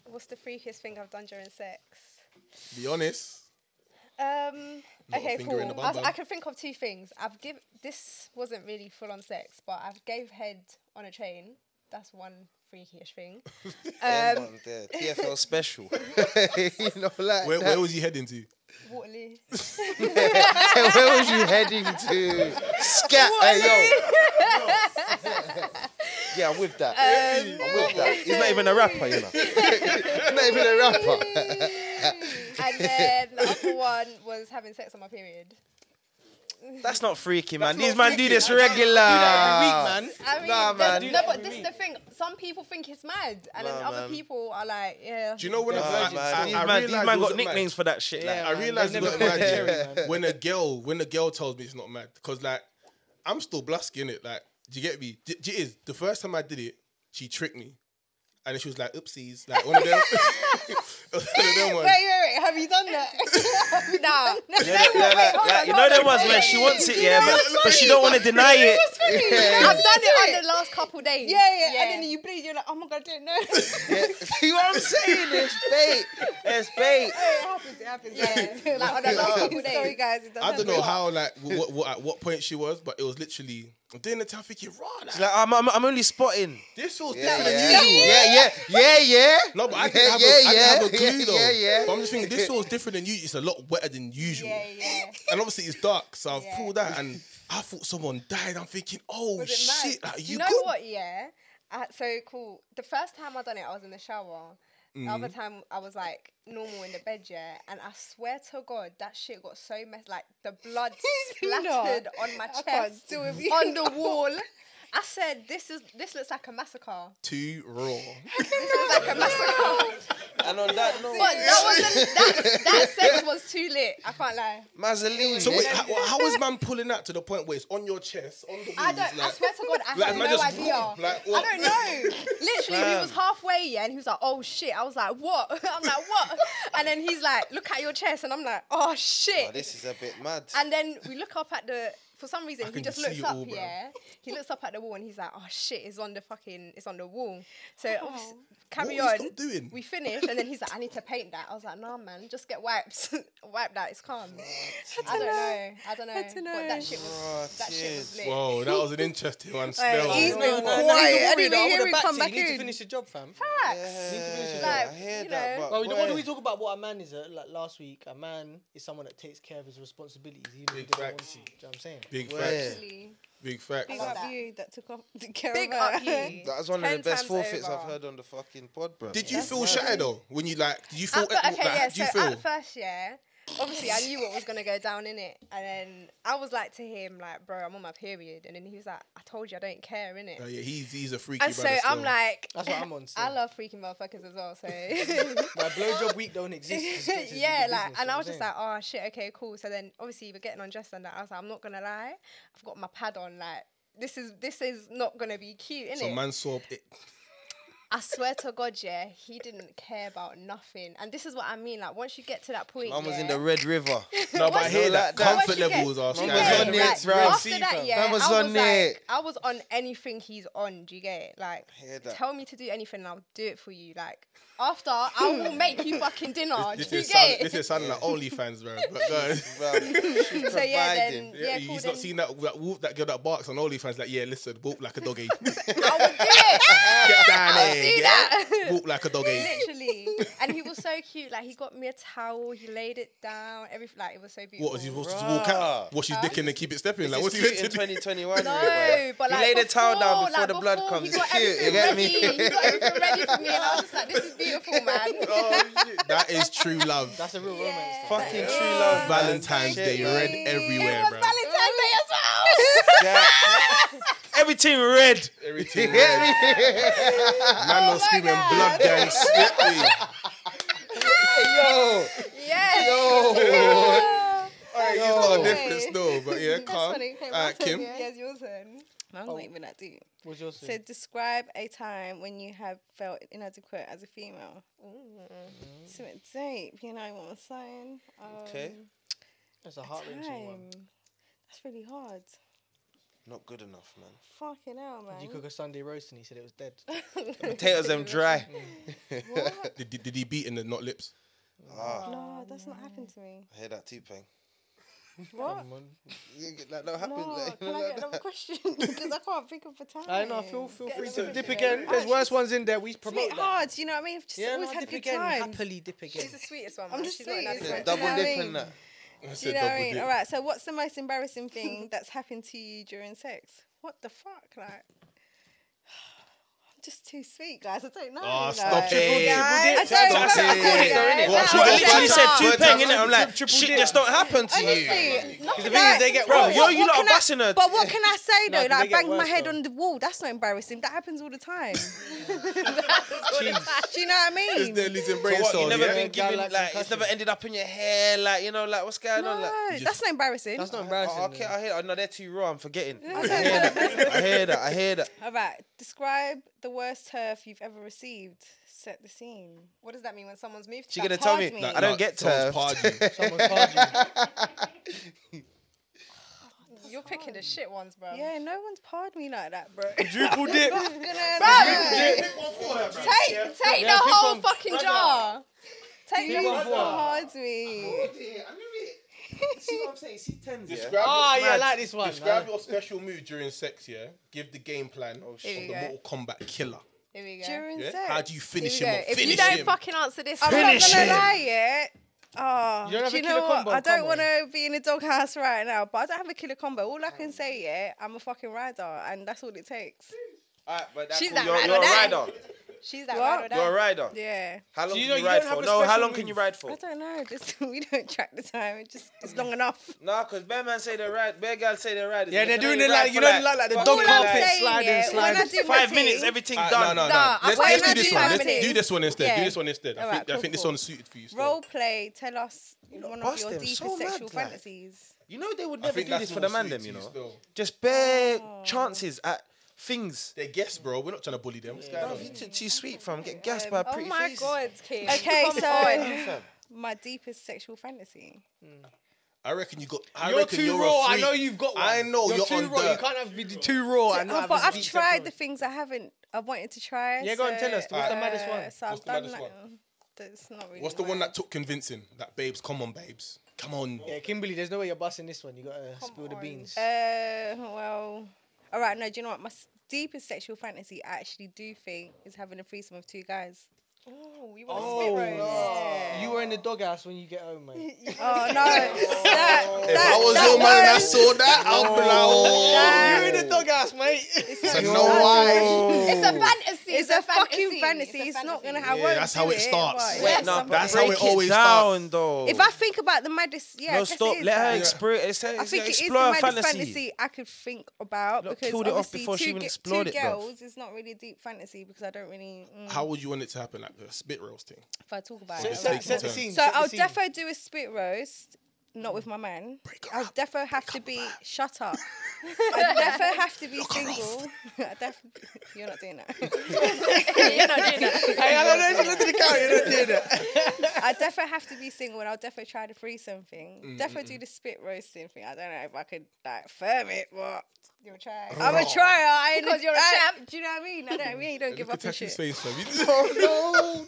[SPEAKER 7] what's the freakiest thing I've done during sex?
[SPEAKER 6] Be honest.
[SPEAKER 7] Um,
[SPEAKER 6] Not a
[SPEAKER 7] okay,
[SPEAKER 6] finger
[SPEAKER 7] cool.
[SPEAKER 6] in the
[SPEAKER 7] I,
[SPEAKER 6] bum
[SPEAKER 7] I
[SPEAKER 6] bum.
[SPEAKER 7] can think of two things. I've give this wasn't really full on sex, but I've gave head on a train. That's one freakyish thing.
[SPEAKER 5] Them
[SPEAKER 7] Um,
[SPEAKER 5] ones there. TFL special. you know, like
[SPEAKER 6] Where,
[SPEAKER 5] that.
[SPEAKER 6] where was you heading to?
[SPEAKER 7] Waterloo.
[SPEAKER 5] Where was you heading to? Scat, hey, yo. yeah, I'm with
[SPEAKER 4] Um,
[SPEAKER 5] that. I'm with that. He's not even a rapper, you know. He's not even a rapper.
[SPEAKER 7] and then the other one was having sex on my period.
[SPEAKER 5] That's not freaky, man.
[SPEAKER 4] That's
[SPEAKER 5] These
[SPEAKER 4] not
[SPEAKER 5] man do
[SPEAKER 4] freaky.
[SPEAKER 5] this
[SPEAKER 4] I do that- I do
[SPEAKER 5] regular.
[SPEAKER 4] that every week, man.
[SPEAKER 7] I mean,
[SPEAKER 5] Nah,
[SPEAKER 7] there's-
[SPEAKER 5] man.
[SPEAKER 7] no, but this is the thing. Some people think it's mad, and then
[SPEAKER 5] Nah,
[SPEAKER 7] other
[SPEAKER 5] man.
[SPEAKER 7] people are like, yeah.
[SPEAKER 6] Do you know when I,
[SPEAKER 5] Nah,
[SPEAKER 6] I, I,
[SPEAKER 5] man. These
[SPEAKER 6] I,
[SPEAKER 5] man, these
[SPEAKER 6] realised
[SPEAKER 5] man
[SPEAKER 6] it
[SPEAKER 5] got
[SPEAKER 6] wasn't mad.
[SPEAKER 5] nicknames for that shit.
[SPEAKER 4] Yeah,
[SPEAKER 5] like.
[SPEAKER 6] I
[SPEAKER 4] man.
[SPEAKER 6] realize
[SPEAKER 4] They've
[SPEAKER 6] it's not
[SPEAKER 4] never
[SPEAKER 6] mad
[SPEAKER 4] heard Jerry,
[SPEAKER 6] yeah.
[SPEAKER 4] man.
[SPEAKER 6] when a girl when a girl tells me it's not mad because like I'm still blusking it. Like, do you get me? D- d- it is the first time I did it, she tricked me, and then she was like, "Oopsies!" Like one of them, one of them ones.
[SPEAKER 7] Wait, wait, wait. Have you done that? nah.
[SPEAKER 5] You know, yeah, like- like, you know them ones where she wants it, yeah, but, but she don't want to deny it.
[SPEAKER 7] I've done it on the last couple days.
[SPEAKER 8] Yeah, yeah, And then you bleed. You're like, oh my god, I didn't know.
[SPEAKER 5] you know what I'm saying? It's bait. It's bait.
[SPEAKER 7] yeah, like on the last couple
[SPEAKER 8] Sorry,
[SPEAKER 7] days.
[SPEAKER 8] guys. It doesn't
[SPEAKER 6] I don't know
[SPEAKER 8] work.
[SPEAKER 6] how like w- what, what, at what point she was, but it was literally I'm doing the time thinking, raw. Like,
[SPEAKER 5] It's like, I'm, I'm, I'm only spotting.
[SPEAKER 6] this feels
[SPEAKER 5] Yeah,
[SPEAKER 6] different
[SPEAKER 5] yeah,
[SPEAKER 6] than you.
[SPEAKER 5] yeah, yeah, yeah.
[SPEAKER 6] No, but I didn't
[SPEAKER 5] yeah,
[SPEAKER 6] have,
[SPEAKER 5] yeah,
[SPEAKER 6] a, I didn't have a
[SPEAKER 5] yeah,
[SPEAKER 6] clue
[SPEAKER 5] yeah,
[SPEAKER 6] though.
[SPEAKER 5] yeah, yeah.
[SPEAKER 6] But I'm just thinking this feels different than you. It's a lot wetter than usual.
[SPEAKER 7] Yeah, yeah.
[SPEAKER 6] and obviously it's dark, so I've pulled out and I thought someone died. I'm thinking, oh
[SPEAKER 7] Was it mad?
[SPEAKER 6] shit, like,
[SPEAKER 7] Do
[SPEAKER 6] you,
[SPEAKER 7] you know
[SPEAKER 6] could.
[SPEAKER 7] what? Yeah. I, so cool. The first time I done it, I was in the shower. The
[SPEAKER 6] Mm.
[SPEAKER 7] other time, I was like normal in the bed, yeah. And I swear to God, that shit got so messed. Like the blood splattered on my
[SPEAKER 8] I can't
[SPEAKER 7] chest,
[SPEAKER 8] deal with you.
[SPEAKER 7] on the wall. I said, "This is this looks like a massacre."
[SPEAKER 6] Too raw.
[SPEAKER 5] And on that note,
[SPEAKER 7] But that was the, that, that sex was too lit. I can't lie.
[SPEAKER 5] Mazzaline.
[SPEAKER 6] So wait, how, how is man pulling that to the point where it's on your chest, on the
[SPEAKER 7] I
[SPEAKER 6] walls,
[SPEAKER 7] don't. I
[SPEAKER 6] like,
[SPEAKER 7] swear to God, I
[SPEAKER 6] like,
[SPEAKER 7] had
[SPEAKER 6] am
[SPEAKER 7] no
[SPEAKER 6] I just
[SPEAKER 7] idea.
[SPEAKER 6] boom, like,
[SPEAKER 7] I
[SPEAKER 6] what?
[SPEAKER 7] don't know. Literally, he was halfway, yeah, and he was like, "Oh shit!" I was like, "What?" I'm like, "What?" And then he's like, "Look at your chest," and I'm like, "Oh shit!"
[SPEAKER 5] this is a bit mad.
[SPEAKER 7] and then we look up at the for some reason he
[SPEAKER 6] can
[SPEAKER 7] just
[SPEAKER 6] see
[SPEAKER 7] looks
[SPEAKER 6] you
[SPEAKER 7] up,
[SPEAKER 6] all, bruv.
[SPEAKER 7] yeah. He looks up at the wall and he's like, "Oh shit, it's on the fucking, it's on the wall." So obvi- carry
[SPEAKER 6] What is
[SPEAKER 7] on.
[SPEAKER 6] Dom doing?
[SPEAKER 7] We finish and then he's like, "I need to paint that." I was like, "Nah, man, just get wipes. Wipe that. It's calm." I don't know. I don't know. But
[SPEAKER 8] dunno.
[SPEAKER 7] that shit was that shit was lit.
[SPEAKER 6] Whoa, that was an interesting one. Still,
[SPEAKER 8] he's
[SPEAKER 4] No,
[SPEAKER 8] been
[SPEAKER 4] no, no,
[SPEAKER 8] quiet.
[SPEAKER 4] no,
[SPEAKER 8] I
[SPEAKER 4] don't worry,
[SPEAKER 8] didn't even
[SPEAKER 4] though. I
[SPEAKER 8] hear
[SPEAKER 4] would've
[SPEAKER 8] him
[SPEAKER 4] backed
[SPEAKER 8] come
[SPEAKER 4] it.
[SPEAKER 8] back
[SPEAKER 4] You need
[SPEAKER 8] in.
[SPEAKER 4] to finish the job, fam.
[SPEAKER 7] Facts.
[SPEAKER 5] Yeah,
[SPEAKER 7] Like,
[SPEAKER 5] Uh, I hear
[SPEAKER 7] you
[SPEAKER 5] that.
[SPEAKER 7] know.
[SPEAKER 5] But
[SPEAKER 4] Well, we, what do
[SPEAKER 5] where?
[SPEAKER 4] we talk about? What a man is uh, like last week. A man is someone that takes care of his responsibilities, even if he doesn't want
[SPEAKER 6] facts.
[SPEAKER 4] to. Do you know what I'm saying?
[SPEAKER 6] Big
[SPEAKER 5] Where?
[SPEAKER 6] facts.
[SPEAKER 7] Actually,
[SPEAKER 6] Big facts.
[SPEAKER 8] Big
[SPEAKER 7] love
[SPEAKER 8] up
[SPEAKER 7] that.
[SPEAKER 8] you that took off the care
[SPEAKER 7] Big
[SPEAKER 8] of
[SPEAKER 7] up
[SPEAKER 8] her.
[SPEAKER 7] you.
[SPEAKER 5] That was one of
[SPEAKER 7] Ten
[SPEAKER 5] the best
[SPEAKER 7] times
[SPEAKER 5] forfeits
[SPEAKER 7] over.
[SPEAKER 5] I've heard on the fucking pod, bro.
[SPEAKER 6] Did you feel shy though when you like? Did you feel?
[SPEAKER 7] At fir- okay,
[SPEAKER 6] like,
[SPEAKER 7] yeah.
[SPEAKER 6] how do you
[SPEAKER 7] So
[SPEAKER 6] feel?
[SPEAKER 7] at first, yeah. Obviously, I knew what was gonna go down in it, and then I was like to him, like, "Bro, I'm on my period," and then he was like, "I told you I don't care, in it."
[SPEAKER 6] Oh, yeah, he's he's a freaky.
[SPEAKER 7] And so
[SPEAKER 6] brother
[SPEAKER 7] I'm
[SPEAKER 6] still.
[SPEAKER 7] like,
[SPEAKER 4] That's what I'm on. Still.
[SPEAKER 7] I love freaking motherfuckers as well. So
[SPEAKER 4] My blowjob week don't exist. It's just- it's
[SPEAKER 7] yeah,
[SPEAKER 4] business, you
[SPEAKER 7] like,
[SPEAKER 4] know
[SPEAKER 7] and
[SPEAKER 4] what
[SPEAKER 7] I
[SPEAKER 4] I'm
[SPEAKER 7] was just
[SPEAKER 4] saying?
[SPEAKER 7] like, oh shit, okay, cool. So then obviously we're getting undressed and that. I was like, I'm not gonna lie, I've got my pad on. Like, this is this is not gonna be cute, innit?
[SPEAKER 6] so man saw it.
[SPEAKER 7] I swear to God, yeah, he didn't care about nothing. And this is what I mean. Like, once you get to that point,
[SPEAKER 5] I was
[SPEAKER 7] yeah,
[SPEAKER 5] in the Red River.
[SPEAKER 6] No, but I
[SPEAKER 7] Once you
[SPEAKER 6] hear that
[SPEAKER 5] get- once
[SPEAKER 6] comfort
[SPEAKER 7] you get-
[SPEAKER 6] levels are
[SPEAKER 5] Mama's
[SPEAKER 7] Yeah,
[SPEAKER 5] on
[SPEAKER 6] sky
[SPEAKER 5] it,
[SPEAKER 7] like,
[SPEAKER 5] bro.
[SPEAKER 7] After that,
[SPEAKER 5] Fam.
[SPEAKER 7] yeah, I
[SPEAKER 5] Mama's
[SPEAKER 7] was
[SPEAKER 5] on it.
[SPEAKER 7] like, I was on anything he's on. Do you get it? Like,
[SPEAKER 5] hear that.
[SPEAKER 7] tell me to do anything, and I'll do it for you. Like, after I will make you fucking dinner.
[SPEAKER 6] This
[SPEAKER 7] Uh, do you
[SPEAKER 6] is, sound,
[SPEAKER 7] get
[SPEAKER 6] this
[SPEAKER 7] it?
[SPEAKER 6] is sounding like OnlyFans, bro. But go on.
[SPEAKER 7] So yeah, then
[SPEAKER 5] providing.
[SPEAKER 7] yeah,
[SPEAKER 6] he's
[SPEAKER 7] cool,
[SPEAKER 6] not
[SPEAKER 7] then
[SPEAKER 6] seen that that wolf that girl that barks on OnlyFans. Like, yeah, listen, walk like a doggy. Get
[SPEAKER 7] I would do it.
[SPEAKER 6] down
[SPEAKER 7] I'll
[SPEAKER 6] there,
[SPEAKER 7] do
[SPEAKER 6] yeah?
[SPEAKER 7] that.
[SPEAKER 6] Walk like a doggy.
[SPEAKER 7] Literally, and he was so cute. Like he got me a towel, he laid it down. Everything like it was so beautiful.
[SPEAKER 6] What was he supposed to walk out?
[SPEAKER 5] Bruh.
[SPEAKER 6] Wash
[SPEAKER 7] Uh,
[SPEAKER 6] his dick in and keep it stepping? Like,
[SPEAKER 5] Like,
[SPEAKER 6] what's
[SPEAKER 5] what's
[SPEAKER 6] he
[SPEAKER 5] cute
[SPEAKER 6] meant
[SPEAKER 5] in
[SPEAKER 6] to do?
[SPEAKER 5] 2021?
[SPEAKER 7] No, but
[SPEAKER 5] you
[SPEAKER 7] like
[SPEAKER 5] lay the towel down before
[SPEAKER 7] like,
[SPEAKER 5] the blood
[SPEAKER 7] before,
[SPEAKER 5] comes.
[SPEAKER 7] He got
[SPEAKER 5] It's cute. You get
[SPEAKER 7] everything ready.
[SPEAKER 5] me?
[SPEAKER 7] He got everything ready for me, and I was just like, "This is beautiful, man."
[SPEAKER 6] Oh, shit. That is true love.
[SPEAKER 4] That's a real romance.
[SPEAKER 7] Yeah.
[SPEAKER 5] Fucking true love. man.
[SPEAKER 6] Valentine's
[SPEAKER 5] Shit,
[SPEAKER 6] Day,
[SPEAKER 5] man.
[SPEAKER 6] red
[SPEAKER 7] it
[SPEAKER 6] everywhere,
[SPEAKER 7] was
[SPEAKER 6] bro.
[SPEAKER 7] Valentine's Day as well.
[SPEAKER 5] Yeah. Everything red.
[SPEAKER 6] Everything.
[SPEAKER 5] Get
[SPEAKER 6] Man
[SPEAKER 5] me?
[SPEAKER 6] was
[SPEAKER 7] Oh my
[SPEAKER 6] screaming
[SPEAKER 7] God.
[SPEAKER 6] blood dance.
[SPEAKER 5] Yo,
[SPEAKER 7] yes.
[SPEAKER 5] yo.
[SPEAKER 6] He's got a
[SPEAKER 5] Yo.
[SPEAKER 6] difference though, but yeah, calm.
[SPEAKER 7] Okay, my
[SPEAKER 6] All right,
[SPEAKER 7] turn,
[SPEAKER 6] Kim.
[SPEAKER 7] yeah? Yes, your turn.
[SPEAKER 8] Mine's not even that deep.
[SPEAKER 4] What's yours?
[SPEAKER 8] So describe a time when you have felt inadequate as a female. So it's deep, you know what I'm saying? Um,
[SPEAKER 5] Okay.
[SPEAKER 4] That's a heart wrenching
[SPEAKER 8] Time.
[SPEAKER 4] one.
[SPEAKER 8] That's really hard.
[SPEAKER 5] Not good enough, man.
[SPEAKER 8] Fucking hell,
[SPEAKER 4] Did you
[SPEAKER 8] man.
[SPEAKER 4] cook a Sunday roast and he said it was dead?
[SPEAKER 5] Potatoes them dry.
[SPEAKER 8] What?
[SPEAKER 6] Did, did, did he beat in the not lips?
[SPEAKER 5] Ah,
[SPEAKER 8] no, that's not happened to me.
[SPEAKER 5] I hear that too, Peng.
[SPEAKER 8] What?
[SPEAKER 4] Come on.
[SPEAKER 5] That don't happen.
[SPEAKER 8] No,
[SPEAKER 5] like,
[SPEAKER 8] can I get another question? Because I can't think of a time.
[SPEAKER 4] I know. Feel feel
[SPEAKER 7] Get
[SPEAKER 4] free
[SPEAKER 7] another
[SPEAKER 4] to dip
[SPEAKER 7] bit.
[SPEAKER 4] again. There's
[SPEAKER 8] Ah,
[SPEAKER 4] worse ones in there. We
[SPEAKER 8] It's a
[SPEAKER 4] promote
[SPEAKER 8] bit
[SPEAKER 4] that.
[SPEAKER 8] hard, you know what I mean? I've just
[SPEAKER 4] Yeah,
[SPEAKER 8] always
[SPEAKER 4] no,
[SPEAKER 8] had
[SPEAKER 4] dip
[SPEAKER 8] good
[SPEAKER 4] again.
[SPEAKER 8] times.
[SPEAKER 4] Happily dip again.
[SPEAKER 7] She's the sweetest one.
[SPEAKER 8] I'm
[SPEAKER 7] man.
[SPEAKER 8] just
[SPEAKER 7] She's not
[SPEAKER 8] saying,
[SPEAKER 7] another
[SPEAKER 8] it's
[SPEAKER 7] one.
[SPEAKER 8] like-
[SPEAKER 5] double
[SPEAKER 8] I
[SPEAKER 5] dip
[SPEAKER 8] mean?
[SPEAKER 5] in that.
[SPEAKER 6] I
[SPEAKER 8] Do you
[SPEAKER 6] said
[SPEAKER 8] know what I
[SPEAKER 6] double
[SPEAKER 8] mean? All
[SPEAKER 6] dip.
[SPEAKER 8] right. So, what's the most embarrassing thing that's happened to you during sex? What the fuck? Like, I'm just too sweet, guys. I don't know.
[SPEAKER 6] Oh,
[SPEAKER 8] like-
[SPEAKER 6] stop
[SPEAKER 4] Triple
[SPEAKER 6] it.
[SPEAKER 4] dip,
[SPEAKER 8] I
[SPEAKER 6] That's
[SPEAKER 4] triple dip.
[SPEAKER 8] don't know. I
[SPEAKER 6] it.
[SPEAKER 8] called it,
[SPEAKER 6] Yeah,
[SPEAKER 8] though, innit?
[SPEAKER 5] Well,
[SPEAKER 8] Like,
[SPEAKER 5] she literally
[SPEAKER 8] what's
[SPEAKER 5] said
[SPEAKER 8] up?
[SPEAKER 5] two
[SPEAKER 6] Word
[SPEAKER 5] peng,
[SPEAKER 6] up.
[SPEAKER 5] innit? I'm like,
[SPEAKER 4] Triple
[SPEAKER 5] shit
[SPEAKER 4] dip.
[SPEAKER 5] just don't happen to you.
[SPEAKER 8] Honestly, not
[SPEAKER 5] the thing is, they get- Bro,
[SPEAKER 8] what-
[SPEAKER 5] yo,
[SPEAKER 8] what
[SPEAKER 5] you lot
[SPEAKER 8] can
[SPEAKER 5] are
[SPEAKER 8] I-
[SPEAKER 5] busting her.
[SPEAKER 8] But what can I say
[SPEAKER 4] No, but
[SPEAKER 8] though?
[SPEAKER 4] they
[SPEAKER 8] like,
[SPEAKER 4] get
[SPEAKER 8] bang my
[SPEAKER 4] worse,
[SPEAKER 8] head
[SPEAKER 4] though.
[SPEAKER 8] on the wall. That's not embarrassing. That happens all the time.
[SPEAKER 4] Cheese.
[SPEAKER 8] Do you know what I
[SPEAKER 6] Is
[SPEAKER 8] mean?
[SPEAKER 6] there losing
[SPEAKER 5] So
[SPEAKER 6] brain
[SPEAKER 5] what,
[SPEAKER 6] cell,
[SPEAKER 5] you never
[SPEAKER 6] yeah?
[SPEAKER 5] been given,
[SPEAKER 4] Galaxy
[SPEAKER 5] like, it's
[SPEAKER 4] custom.
[SPEAKER 5] never ended up in your hair, like, you know, like, what's going on? Like,
[SPEAKER 8] No,
[SPEAKER 6] just-
[SPEAKER 8] that's not embarrassing.
[SPEAKER 4] That's not embarrassing.
[SPEAKER 5] oh, okay, I hear. Oh, no, they're too raw. I'm forgetting. I
[SPEAKER 8] Okay.
[SPEAKER 5] hear that. I hear that. I hear that.
[SPEAKER 8] All right. Describe the worst turf you've ever received. Set the scene.
[SPEAKER 7] What does that mean when someone's moved?
[SPEAKER 5] She
[SPEAKER 7] to
[SPEAKER 5] gonna
[SPEAKER 7] that
[SPEAKER 5] tell
[SPEAKER 7] part?
[SPEAKER 5] me.
[SPEAKER 8] me.
[SPEAKER 5] I don't get turf.
[SPEAKER 6] someone's partying.
[SPEAKER 4] Someone called you.
[SPEAKER 7] You're picking the shit ones, bro.
[SPEAKER 8] Yeah, no one's parred me like that, bro.
[SPEAKER 4] Triple Um, dip.
[SPEAKER 7] Bro, take take the
[SPEAKER 4] Yeah, pick
[SPEAKER 7] whole
[SPEAKER 4] one.
[SPEAKER 7] fucking jar. Take
[SPEAKER 4] Pick
[SPEAKER 7] the
[SPEAKER 4] one
[SPEAKER 7] whole
[SPEAKER 4] for her.
[SPEAKER 8] Parred me.
[SPEAKER 5] See what I'm saying? See tens.
[SPEAKER 6] Describe
[SPEAKER 4] Ah,
[SPEAKER 6] your-
[SPEAKER 4] yeah, I like this one.
[SPEAKER 6] Describe your special move during sex, yeah? Give the game plan of
[SPEAKER 7] Here
[SPEAKER 6] the
[SPEAKER 7] we go.
[SPEAKER 6] Mortal Kombat killer.
[SPEAKER 7] Here we go.
[SPEAKER 8] During
[SPEAKER 6] Yeah?
[SPEAKER 8] sex.
[SPEAKER 6] How do you
[SPEAKER 7] Here
[SPEAKER 6] finish
[SPEAKER 7] we
[SPEAKER 6] him
[SPEAKER 7] go.
[SPEAKER 6] off?
[SPEAKER 7] If you
[SPEAKER 6] Finish
[SPEAKER 7] don't
[SPEAKER 6] him.
[SPEAKER 7] fucking answer this,
[SPEAKER 8] I'm
[SPEAKER 7] one-
[SPEAKER 8] not gonna lie yet. Oh,
[SPEAKER 4] You don't have
[SPEAKER 8] do
[SPEAKER 4] a
[SPEAKER 8] you
[SPEAKER 4] killer
[SPEAKER 8] know what?
[SPEAKER 4] combo,
[SPEAKER 8] I don't
[SPEAKER 4] come
[SPEAKER 8] want
[SPEAKER 4] on.
[SPEAKER 8] to be in a doghouse right now, but I don't have a killer combo. All I can say, yeah, I'm a fucking rider, and that's all it takes.
[SPEAKER 5] Alright, but that's
[SPEAKER 7] She's
[SPEAKER 5] cool.
[SPEAKER 7] that
[SPEAKER 5] you're,
[SPEAKER 7] ride or
[SPEAKER 5] you're a
[SPEAKER 7] die.
[SPEAKER 5] rider.
[SPEAKER 7] she's that
[SPEAKER 8] What?
[SPEAKER 7] ride or die.
[SPEAKER 5] You're a rider.
[SPEAKER 8] Yeah,
[SPEAKER 5] How long
[SPEAKER 4] Do you
[SPEAKER 5] can
[SPEAKER 4] know
[SPEAKER 5] you
[SPEAKER 4] you
[SPEAKER 5] ride
[SPEAKER 4] don't have
[SPEAKER 5] for?
[SPEAKER 4] a
[SPEAKER 5] No, how
[SPEAKER 4] special
[SPEAKER 5] long can you
[SPEAKER 4] move?
[SPEAKER 5] ride
[SPEAKER 8] I
[SPEAKER 5] for?
[SPEAKER 8] don't know. Just we don't track the time. It just it's long enough.
[SPEAKER 5] Nah, because bear man say they ride, bear girl say they ride.
[SPEAKER 4] Yeah, they're
[SPEAKER 5] They can
[SPEAKER 4] doing
[SPEAKER 5] only
[SPEAKER 4] it
[SPEAKER 5] ride
[SPEAKER 4] like you
[SPEAKER 5] for,
[SPEAKER 4] know, like, like the dog
[SPEAKER 5] fucking
[SPEAKER 8] I'm
[SPEAKER 4] carpet
[SPEAKER 8] saying,
[SPEAKER 4] sliding,
[SPEAKER 8] yeah, when I
[SPEAKER 4] sliding.
[SPEAKER 8] do my
[SPEAKER 5] Five
[SPEAKER 8] thing-
[SPEAKER 5] minutes, everything
[SPEAKER 6] Alright,
[SPEAKER 5] done.
[SPEAKER 6] Ah, No, no,
[SPEAKER 7] Nah,
[SPEAKER 6] no. Let's,
[SPEAKER 7] I wait
[SPEAKER 6] let's
[SPEAKER 7] my
[SPEAKER 6] do this
[SPEAKER 7] two
[SPEAKER 6] one. Let's
[SPEAKER 7] minutes.
[SPEAKER 6] do this one instead.
[SPEAKER 8] Yeah.
[SPEAKER 6] Do this one instead. I,
[SPEAKER 8] Alright,
[SPEAKER 6] think, I
[SPEAKER 8] cool,
[SPEAKER 6] think this
[SPEAKER 8] cool.
[SPEAKER 6] one's suited for you. Still.
[SPEAKER 8] Role play. Tell us
[SPEAKER 5] lot
[SPEAKER 8] one of
[SPEAKER 5] bust
[SPEAKER 8] your
[SPEAKER 5] them
[SPEAKER 8] deepest
[SPEAKER 5] so mad,
[SPEAKER 8] sexual
[SPEAKER 5] like.
[SPEAKER 8] fantasies.
[SPEAKER 5] You know they would
[SPEAKER 6] I
[SPEAKER 5] never
[SPEAKER 6] think
[SPEAKER 5] do
[SPEAKER 6] that's
[SPEAKER 5] this for
[SPEAKER 6] more
[SPEAKER 5] the man
[SPEAKER 6] suited
[SPEAKER 5] them,
[SPEAKER 6] to
[SPEAKER 5] you know.
[SPEAKER 6] still.
[SPEAKER 5] Just bare chances at things.
[SPEAKER 6] They guess, bro. We're not trying to bully them. What's going
[SPEAKER 5] Bro,
[SPEAKER 6] on?
[SPEAKER 5] if you took too sweet from, get gassed by a
[SPEAKER 7] Oh
[SPEAKER 5] pretty
[SPEAKER 7] my
[SPEAKER 5] face.
[SPEAKER 7] god, Kim.
[SPEAKER 8] Okay,
[SPEAKER 7] Come on.
[SPEAKER 8] so my deepest sexual fantasy.
[SPEAKER 6] I reckon you got. I
[SPEAKER 4] you're
[SPEAKER 6] reckon
[SPEAKER 4] too
[SPEAKER 6] you're a
[SPEAKER 4] raw. I
[SPEAKER 6] freak.
[SPEAKER 4] know you've got one.
[SPEAKER 6] I know
[SPEAKER 4] you're,
[SPEAKER 6] you're
[SPEAKER 4] too
[SPEAKER 6] on
[SPEAKER 4] raw.
[SPEAKER 6] the-
[SPEAKER 4] You can't have be too raw. and
[SPEAKER 8] Oh,
[SPEAKER 4] not
[SPEAKER 8] but
[SPEAKER 4] have
[SPEAKER 8] I've
[SPEAKER 4] his feet
[SPEAKER 8] tried the
[SPEAKER 4] separate.
[SPEAKER 8] things I haven't. I wanted to try.
[SPEAKER 4] Yeah, go on, tell
[SPEAKER 8] so,
[SPEAKER 4] us. What's the maddest one?
[SPEAKER 8] uh, So
[SPEAKER 6] What's
[SPEAKER 8] I've
[SPEAKER 6] the
[SPEAKER 8] done
[SPEAKER 6] maddest
[SPEAKER 8] like.
[SPEAKER 6] one?
[SPEAKER 8] uh, That's not really.
[SPEAKER 6] What's the
[SPEAKER 8] my-
[SPEAKER 6] one that took convincing? That babes, come on, babes, come on.
[SPEAKER 4] Yeah, Kimberly, there's no way you're busting this one. You gotta
[SPEAKER 8] Come
[SPEAKER 4] spill the
[SPEAKER 8] on.
[SPEAKER 4] beans.
[SPEAKER 8] Uh, well, all right. No, do you know what? My s- deepest sexual fantasy, I actually do think, is having a threesome with two guys.
[SPEAKER 7] Oh, you want
[SPEAKER 4] Oh,
[SPEAKER 7] to spit roast?
[SPEAKER 4] you were in the doghouse when you get home, mate.
[SPEAKER 8] Oh no! that,
[SPEAKER 5] If I
[SPEAKER 8] that-
[SPEAKER 5] was
[SPEAKER 8] that
[SPEAKER 5] your man and I
[SPEAKER 8] one-
[SPEAKER 5] saw that, I'll be like,
[SPEAKER 8] That-
[SPEAKER 5] oh.
[SPEAKER 4] You're in the doghouse, mate.
[SPEAKER 5] So
[SPEAKER 8] It's
[SPEAKER 5] no
[SPEAKER 8] a-
[SPEAKER 5] why?
[SPEAKER 9] It's a fantasy.
[SPEAKER 8] It's a fucking fantasy. It's not gonna happen.
[SPEAKER 6] Yeah, that's how it starts.
[SPEAKER 5] Wait,
[SPEAKER 8] Wait,
[SPEAKER 5] no,
[SPEAKER 8] no,
[SPEAKER 5] but
[SPEAKER 6] That's how it
[SPEAKER 5] break
[SPEAKER 6] always
[SPEAKER 5] down,
[SPEAKER 6] starts.
[SPEAKER 5] though.
[SPEAKER 8] If I think about the maddest, yeah, I
[SPEAKER 5] no,
[SPEAKER 8] guess it
[SPEAKER 5] stop.
[SPEAKER 8] is
[SPEAKER 5] Let her
[SPEAKER 8] that.
[SPEAKER 5] explore. It's, it's,
[SPEAKER 8] I think it is the
[SPEAKER 5] explore her
[SPEAKER 8] maddest fantasy.
[SPEAKER 5] fantasy.
[SPEAKER 8] I could think about
[SPEAKER 5] Look,
[SPEAKER 8] because
[SPEAKER 5] killed it off
[SPEAKER 8] obviously
[SPEAKER 5] before
[SPEAKER 8] two,
[SPEAKER 5] she even
[SPEAKER 8] ge-
[SPEAKER 5] explored
[SPEAKER 8] two
[SPEAKER 5] it, bruv.
[SPEAKER 8] girls is not really deep fantasy because I don't really mm,
[SPEAKER 6] How would you want it to happen? Like the spit roast thing.
[SPEAKER 8] if I talk about
[SPEAKER 6] So-
[SPEAKER 8] it.
[SPEAKER 6] so-
[SPEAKER 8] right?
[SPEAKER 6] takes
[SPEAKER 4] set, set the
[SPEAKER 6] a turn.
[SPEAKER 4] scene.
[SPEAKER 8] So
[SPEAKER 4] set the
[SPEAKER 8] I'll
[SPEAKER 4] scene.
[SPEAKER 8] defo do a spit roast, not with my man. I'll defo have to be shut up. I'll defo have to be single. I def- you're not doing that.
[SPEAKER 4] Hey, I don't know if you looked at the camera. You don't do that.
[SPEAKER 8] I defo have to be single, and I'll defo try to free something.
[SPEAKER 5] Mm,
[SPEAKER 8] defo do the spit roasting thing. I don't know if I could like firm it, but you'll try.
[SPEAKER 5] Oh.
[SPEAKER 8] I'm a tryer. I ain't
[SPEAKER 9] Because you're a
[SPEAKER 8] I-
[SPEAKER 9] champ.
[SPEAKER 8] Do you know what I mean? I don't. We ain't don't give up on
[SPEAKER 6] Attack his
[SPEAKER 8] shit.
[SPEAKER 6] face, fam.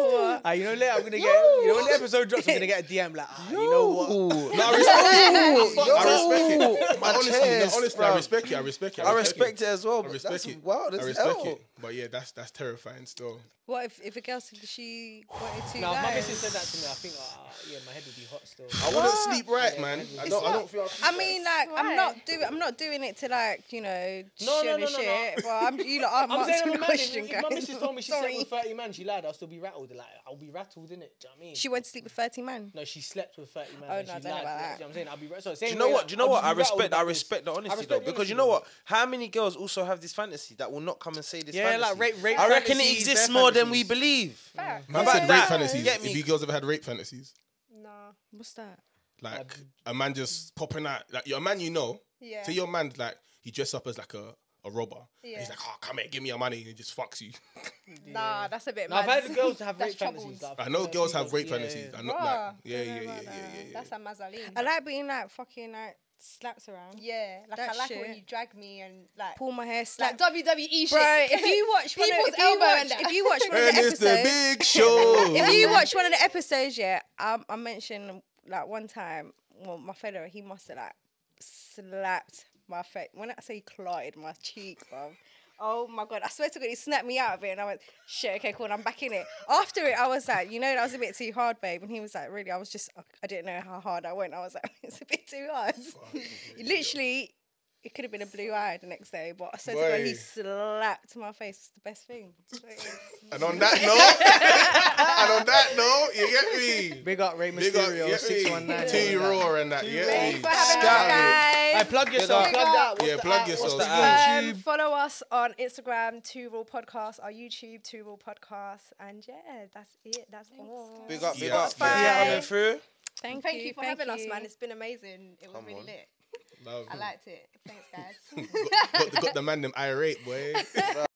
[SPEAKER 8] What?
[SPEAKER 4] Hey, you know later I'm gonna get. You know when the episode drops, I'm gonna get a DM like, ah, you know what?
[SPEAKER 6] No, I respect it. I
[SPEAKER 5] Yo.
[SPEAKER 6] respect it.
[SPEAKER 5] My
[SPEAKER 6] honestly,
[SPEAKER 5] chest,
[SPEAKER 6] no, honestly,
[SPEAKER 5] bruv.
[SPEAKER 6] I respect it. I respect it.
[SPEAKER 5] I respect it as well.
[SPEAKER 6] I
[SPEAKER 5] But
[SPEAKER 6] respect
[SPEAKER 5] that's
[SPEAKER 6] it.
[SPEAKER 5] wild
[SPEAKER 6] I
[SPEAKER 5] as
[SPEAKER 6] respect
[SPEAKER 5] hell.
[SPEAKER 6] it. But yeah, that's that's terrifying still.
[SPEAKER 8] What if, if a girl said she wanted two
[SPEAKER 4] Now, if my
[SPEAKER 8] guys?
[SPEAKER 4] missus said that to me, I think, ah, yeah, my head would be hot still.
[SPEAKER 6] I wouldn't sleep right, man. I
[SPEAKER 8] It's
[SPEAKER 6] don't. I
[SPEAKER 8] not-
[SPEAKER 6] don't feel.
[SPEAKER 8] I mean, like,
[SPEAKER 9] Why?
[SPEAKER 8] I'm not doing. I'm not doing it to like, you know,
[SPEAKER 4] No,
[SPEAKER 8] shit
[SPEAKER 4] no,
[SPEAKER 8] and
[SPEAKER 4] no, no, no.
[SPEAKER 8] shit. But I'm, you lot are
[SPEAKER 4] I'm saying
[SPEAKER 8] answering
[SPEAKER 4] on
[SPEAKER 8] the
[SPEAKER 4] the man,
[SPEAKER 8] question,
[SPEAKER 4] if, if my
[SPEAKER 8] guys.
[SPEAKER 4] missus told me she
[SPEAKER 8] Sorry.
[SPEAKER 4] slept with 30 men, she lied, I'll still be rattled. Like, I'll be rattled, innit? Do you know what I mean?
[SPEAKER 8] She went to sleep with thirty men.
[SPEAKER 4] no, she slept with 30 men.
[SPEAKER 8] Oh,
[SPEAKER 4] and
[SPEAKER 8] no, I
[SPEAKER 4] she
[SPEAKER 8] don't know
[SPEAKER 4] lied.
[SPEAKER 8] about
[SPEAKER 4] like, Do you
[SPEAKER 8] that.
[SPEAKER 4] know what I'm saying? I'll be rattled. So same
[SPEAKER 5] Do you know
[SPEAKER 4] way,
[SPEAKER 5] what? Do you know
[SPEAKER 4] I'll
[SPEAKER 5] what?
[SPEAKER 4] be
[SPEAKER 5] I
[SPEAKER 4] rattled
[SPEAKER 5] respect. I
[SPEAKER 4] about this.
[SPEAKER 5] respect the honesty
[SPEAKER 4] respect
[SPEAKER 5] though,
[SPEAKER 4] the
[SPEAKER 5] because
[SPEAKER 4] honesty,
[SPEAKER 5] you know
[SPEAKER 4] though.
[SPEAKER 5] what? How many girls also have this fantasy that will not come and say this?
[SPEAKER 4] Yeah, like
[SPEAKER 5] fantasy?
[SPEAKER 4] rape- rape
[SPEAKER 5] I reckon it
[SPEAKER 4] fantasies,
[SPEAKER 5] exists
[SPEAKER 4] their
[SPEAKER 5] more than we
[SPEAKER 4] fantasies.
[SPEAKER 5] believe.
[SPEAKER 6] Man
[SPEAKER 5] About
[SPEAKER 6] said
[SPEAKER 5] that.
[SPEAKER 6] rape fantasies.
[SPEAKER 5] Get
[SPEAKER 6] If
[SPEAKER 5] me.
[SPEAKER 6] you girls ever had rape fantasies,
[SPEAKER 7] Nah.
[SPEAKER 8] What's that?
[SPEAKER 6] like a man just popping out, like your man you know,
[SPEAKER 7] Yeah.
[SPEAKER 6] say your man like he dressed up as like a a robber. And
[SPEAKER 7] Yeah.
[SPEAKER 6] he's like, oh come here, give me your money, and he just fucks you.
[SPEAKER 7] Nah, that's a bit
[SPEAKER 4] Now, I've
[SPEAKER 7] mad.
[SPEAKER 4] heard girls have
[SPEAKER 7] That's
[SPEAKER 4] rape fantasies.
[SPEAKER 7] troubled.
[SPEAKER 4] like,
[SPEAKER 6] I know
[SPEAKER 4] female-
[SPEAKER 6] girls have rape
[SPEAKER 4] yeah, yeah,
[SPEAKER 6] fantasies.
[SPEAKER 4] yeah.
[SPEAKER 6] I'm not like,
[SPEAKER 8] Bruh,
[SPEAKER 6] yeah,
[SPEAKER 8] don't
[SPEAKER 6] yeah, yeah,
[SPEAKER 8] know about
[SPEAKER 6] yeah,
[SPEAKER 8] that.
[SPEAKER 6] yeah, yeah.
[SPEAKER 7] That's a mazaline.
[SPEAKER 8] I like being like fucking like slaps around.
[SPEAKER 7] Yeah, like I
[SPEAKER 8] That
[SPEAKER 7] like
[SPEAKER 8] shit.
[SPEAKER 7] when you drag me and like E
[SPEAKER 8] Pull my hair, slap.
[SPEAKER 9] Like WWE
[SPEAKER 8] Bro,
[SPEAKER 9] shit.
[SPEAKER 8] if you watch one, of,
[SPEAKER 9] People's
[SPEAKER 8] if you
[SPEAKER 9] elbow
[SPEAKER 8] watch,
[SPEAKER 9] and that.
[SPEAKER 8] if you watch one of
[SPEAKER 6] And
[SPEAKER 8] the
[SPEAKER 6] it's the
[SPEAKER 8] episodes,
[SPEAKER 6] big show.
[SPEAKER 8] if you watch one of the episodes, yeah, um, I mentioned like one time, well, my fellow, he must have like slapped my face. When I say he clotted my cheek, bro. Oh my god! I swear to God, he snapped me out of it, and I went, "Shit, okay, cool." And I'm back in it. After it, I was like, "You know, that was a bit too hard, babe." And he was like, "Really?" I was just, I didn't know how hard I went. I was like, "It's a bit too hard." Literally, it could have been a blue eye the next day, but I swear to God,
[SPEAKER 6] Boy.
[SPEAKER 8] he slapped my face. It's the best thing.
[SPEAKER 6] And on that note, and on that note, you get me.
[SPEAKER 4] Big up Ray
[SPEAKER 6] Big up,
[SPEAKER 4] Mysterio,
[SPEAKER 6] you get me.
[SPEAKER 4] 619.
[SPEAKER 6] Too raw and that, yeah.
[SPEAKER 8] Thanks for having us,
[SPEAKER 6] Scout it.
[SPEAKER 8] guys.
[SPEAKER 4] Hey, plug yourself,
[SPEAKER 7] Big
[SPEAKER 4] plug
[SPEAKER 7] up.
[SPEAKER 4] that. What's
[SPEAKER 6] Yeah,
[SPEAKER 4] the
[SPEAKER 6] plug
[SPEAKER 4] app?
[SPEAKER 6] yourself.
[SPEAKER 4] What's the
[SPEAKER 5] Plug.
[SPEAKER 4] app?
[SPEAKER 7] Um, follow us on Instagram, Two Rule Podcast, our YouTube, Two Rule Podcast, and yeah, that's it. That's all.
[SPEAKER 5] Big up, big
[SPEAKER 6] Yeah.
[SPEAKER 5] up. Thanks
[SPEAKER 8] Bye.
[SPEAKER 5] for coming through.
[SPEAKER 8] Thank,
[SPEAKER 7] Thank you for
[SPEAKER 8] thank
[SPEAKER 7] having us,
[SPEAKER 8] you.
[SPEAKER 7] man. It's been amazing. It was
[SPEAKER 5] Come
[SPEAKER 7] really
[SPEAKER 5] on.
[SPEAKER 7] lit.
[SPEAKER 6] Love.
[SPEAKER 7] I liked it. Thanks, guys.
[SPEAKER 6] got, got the man them irate, boy.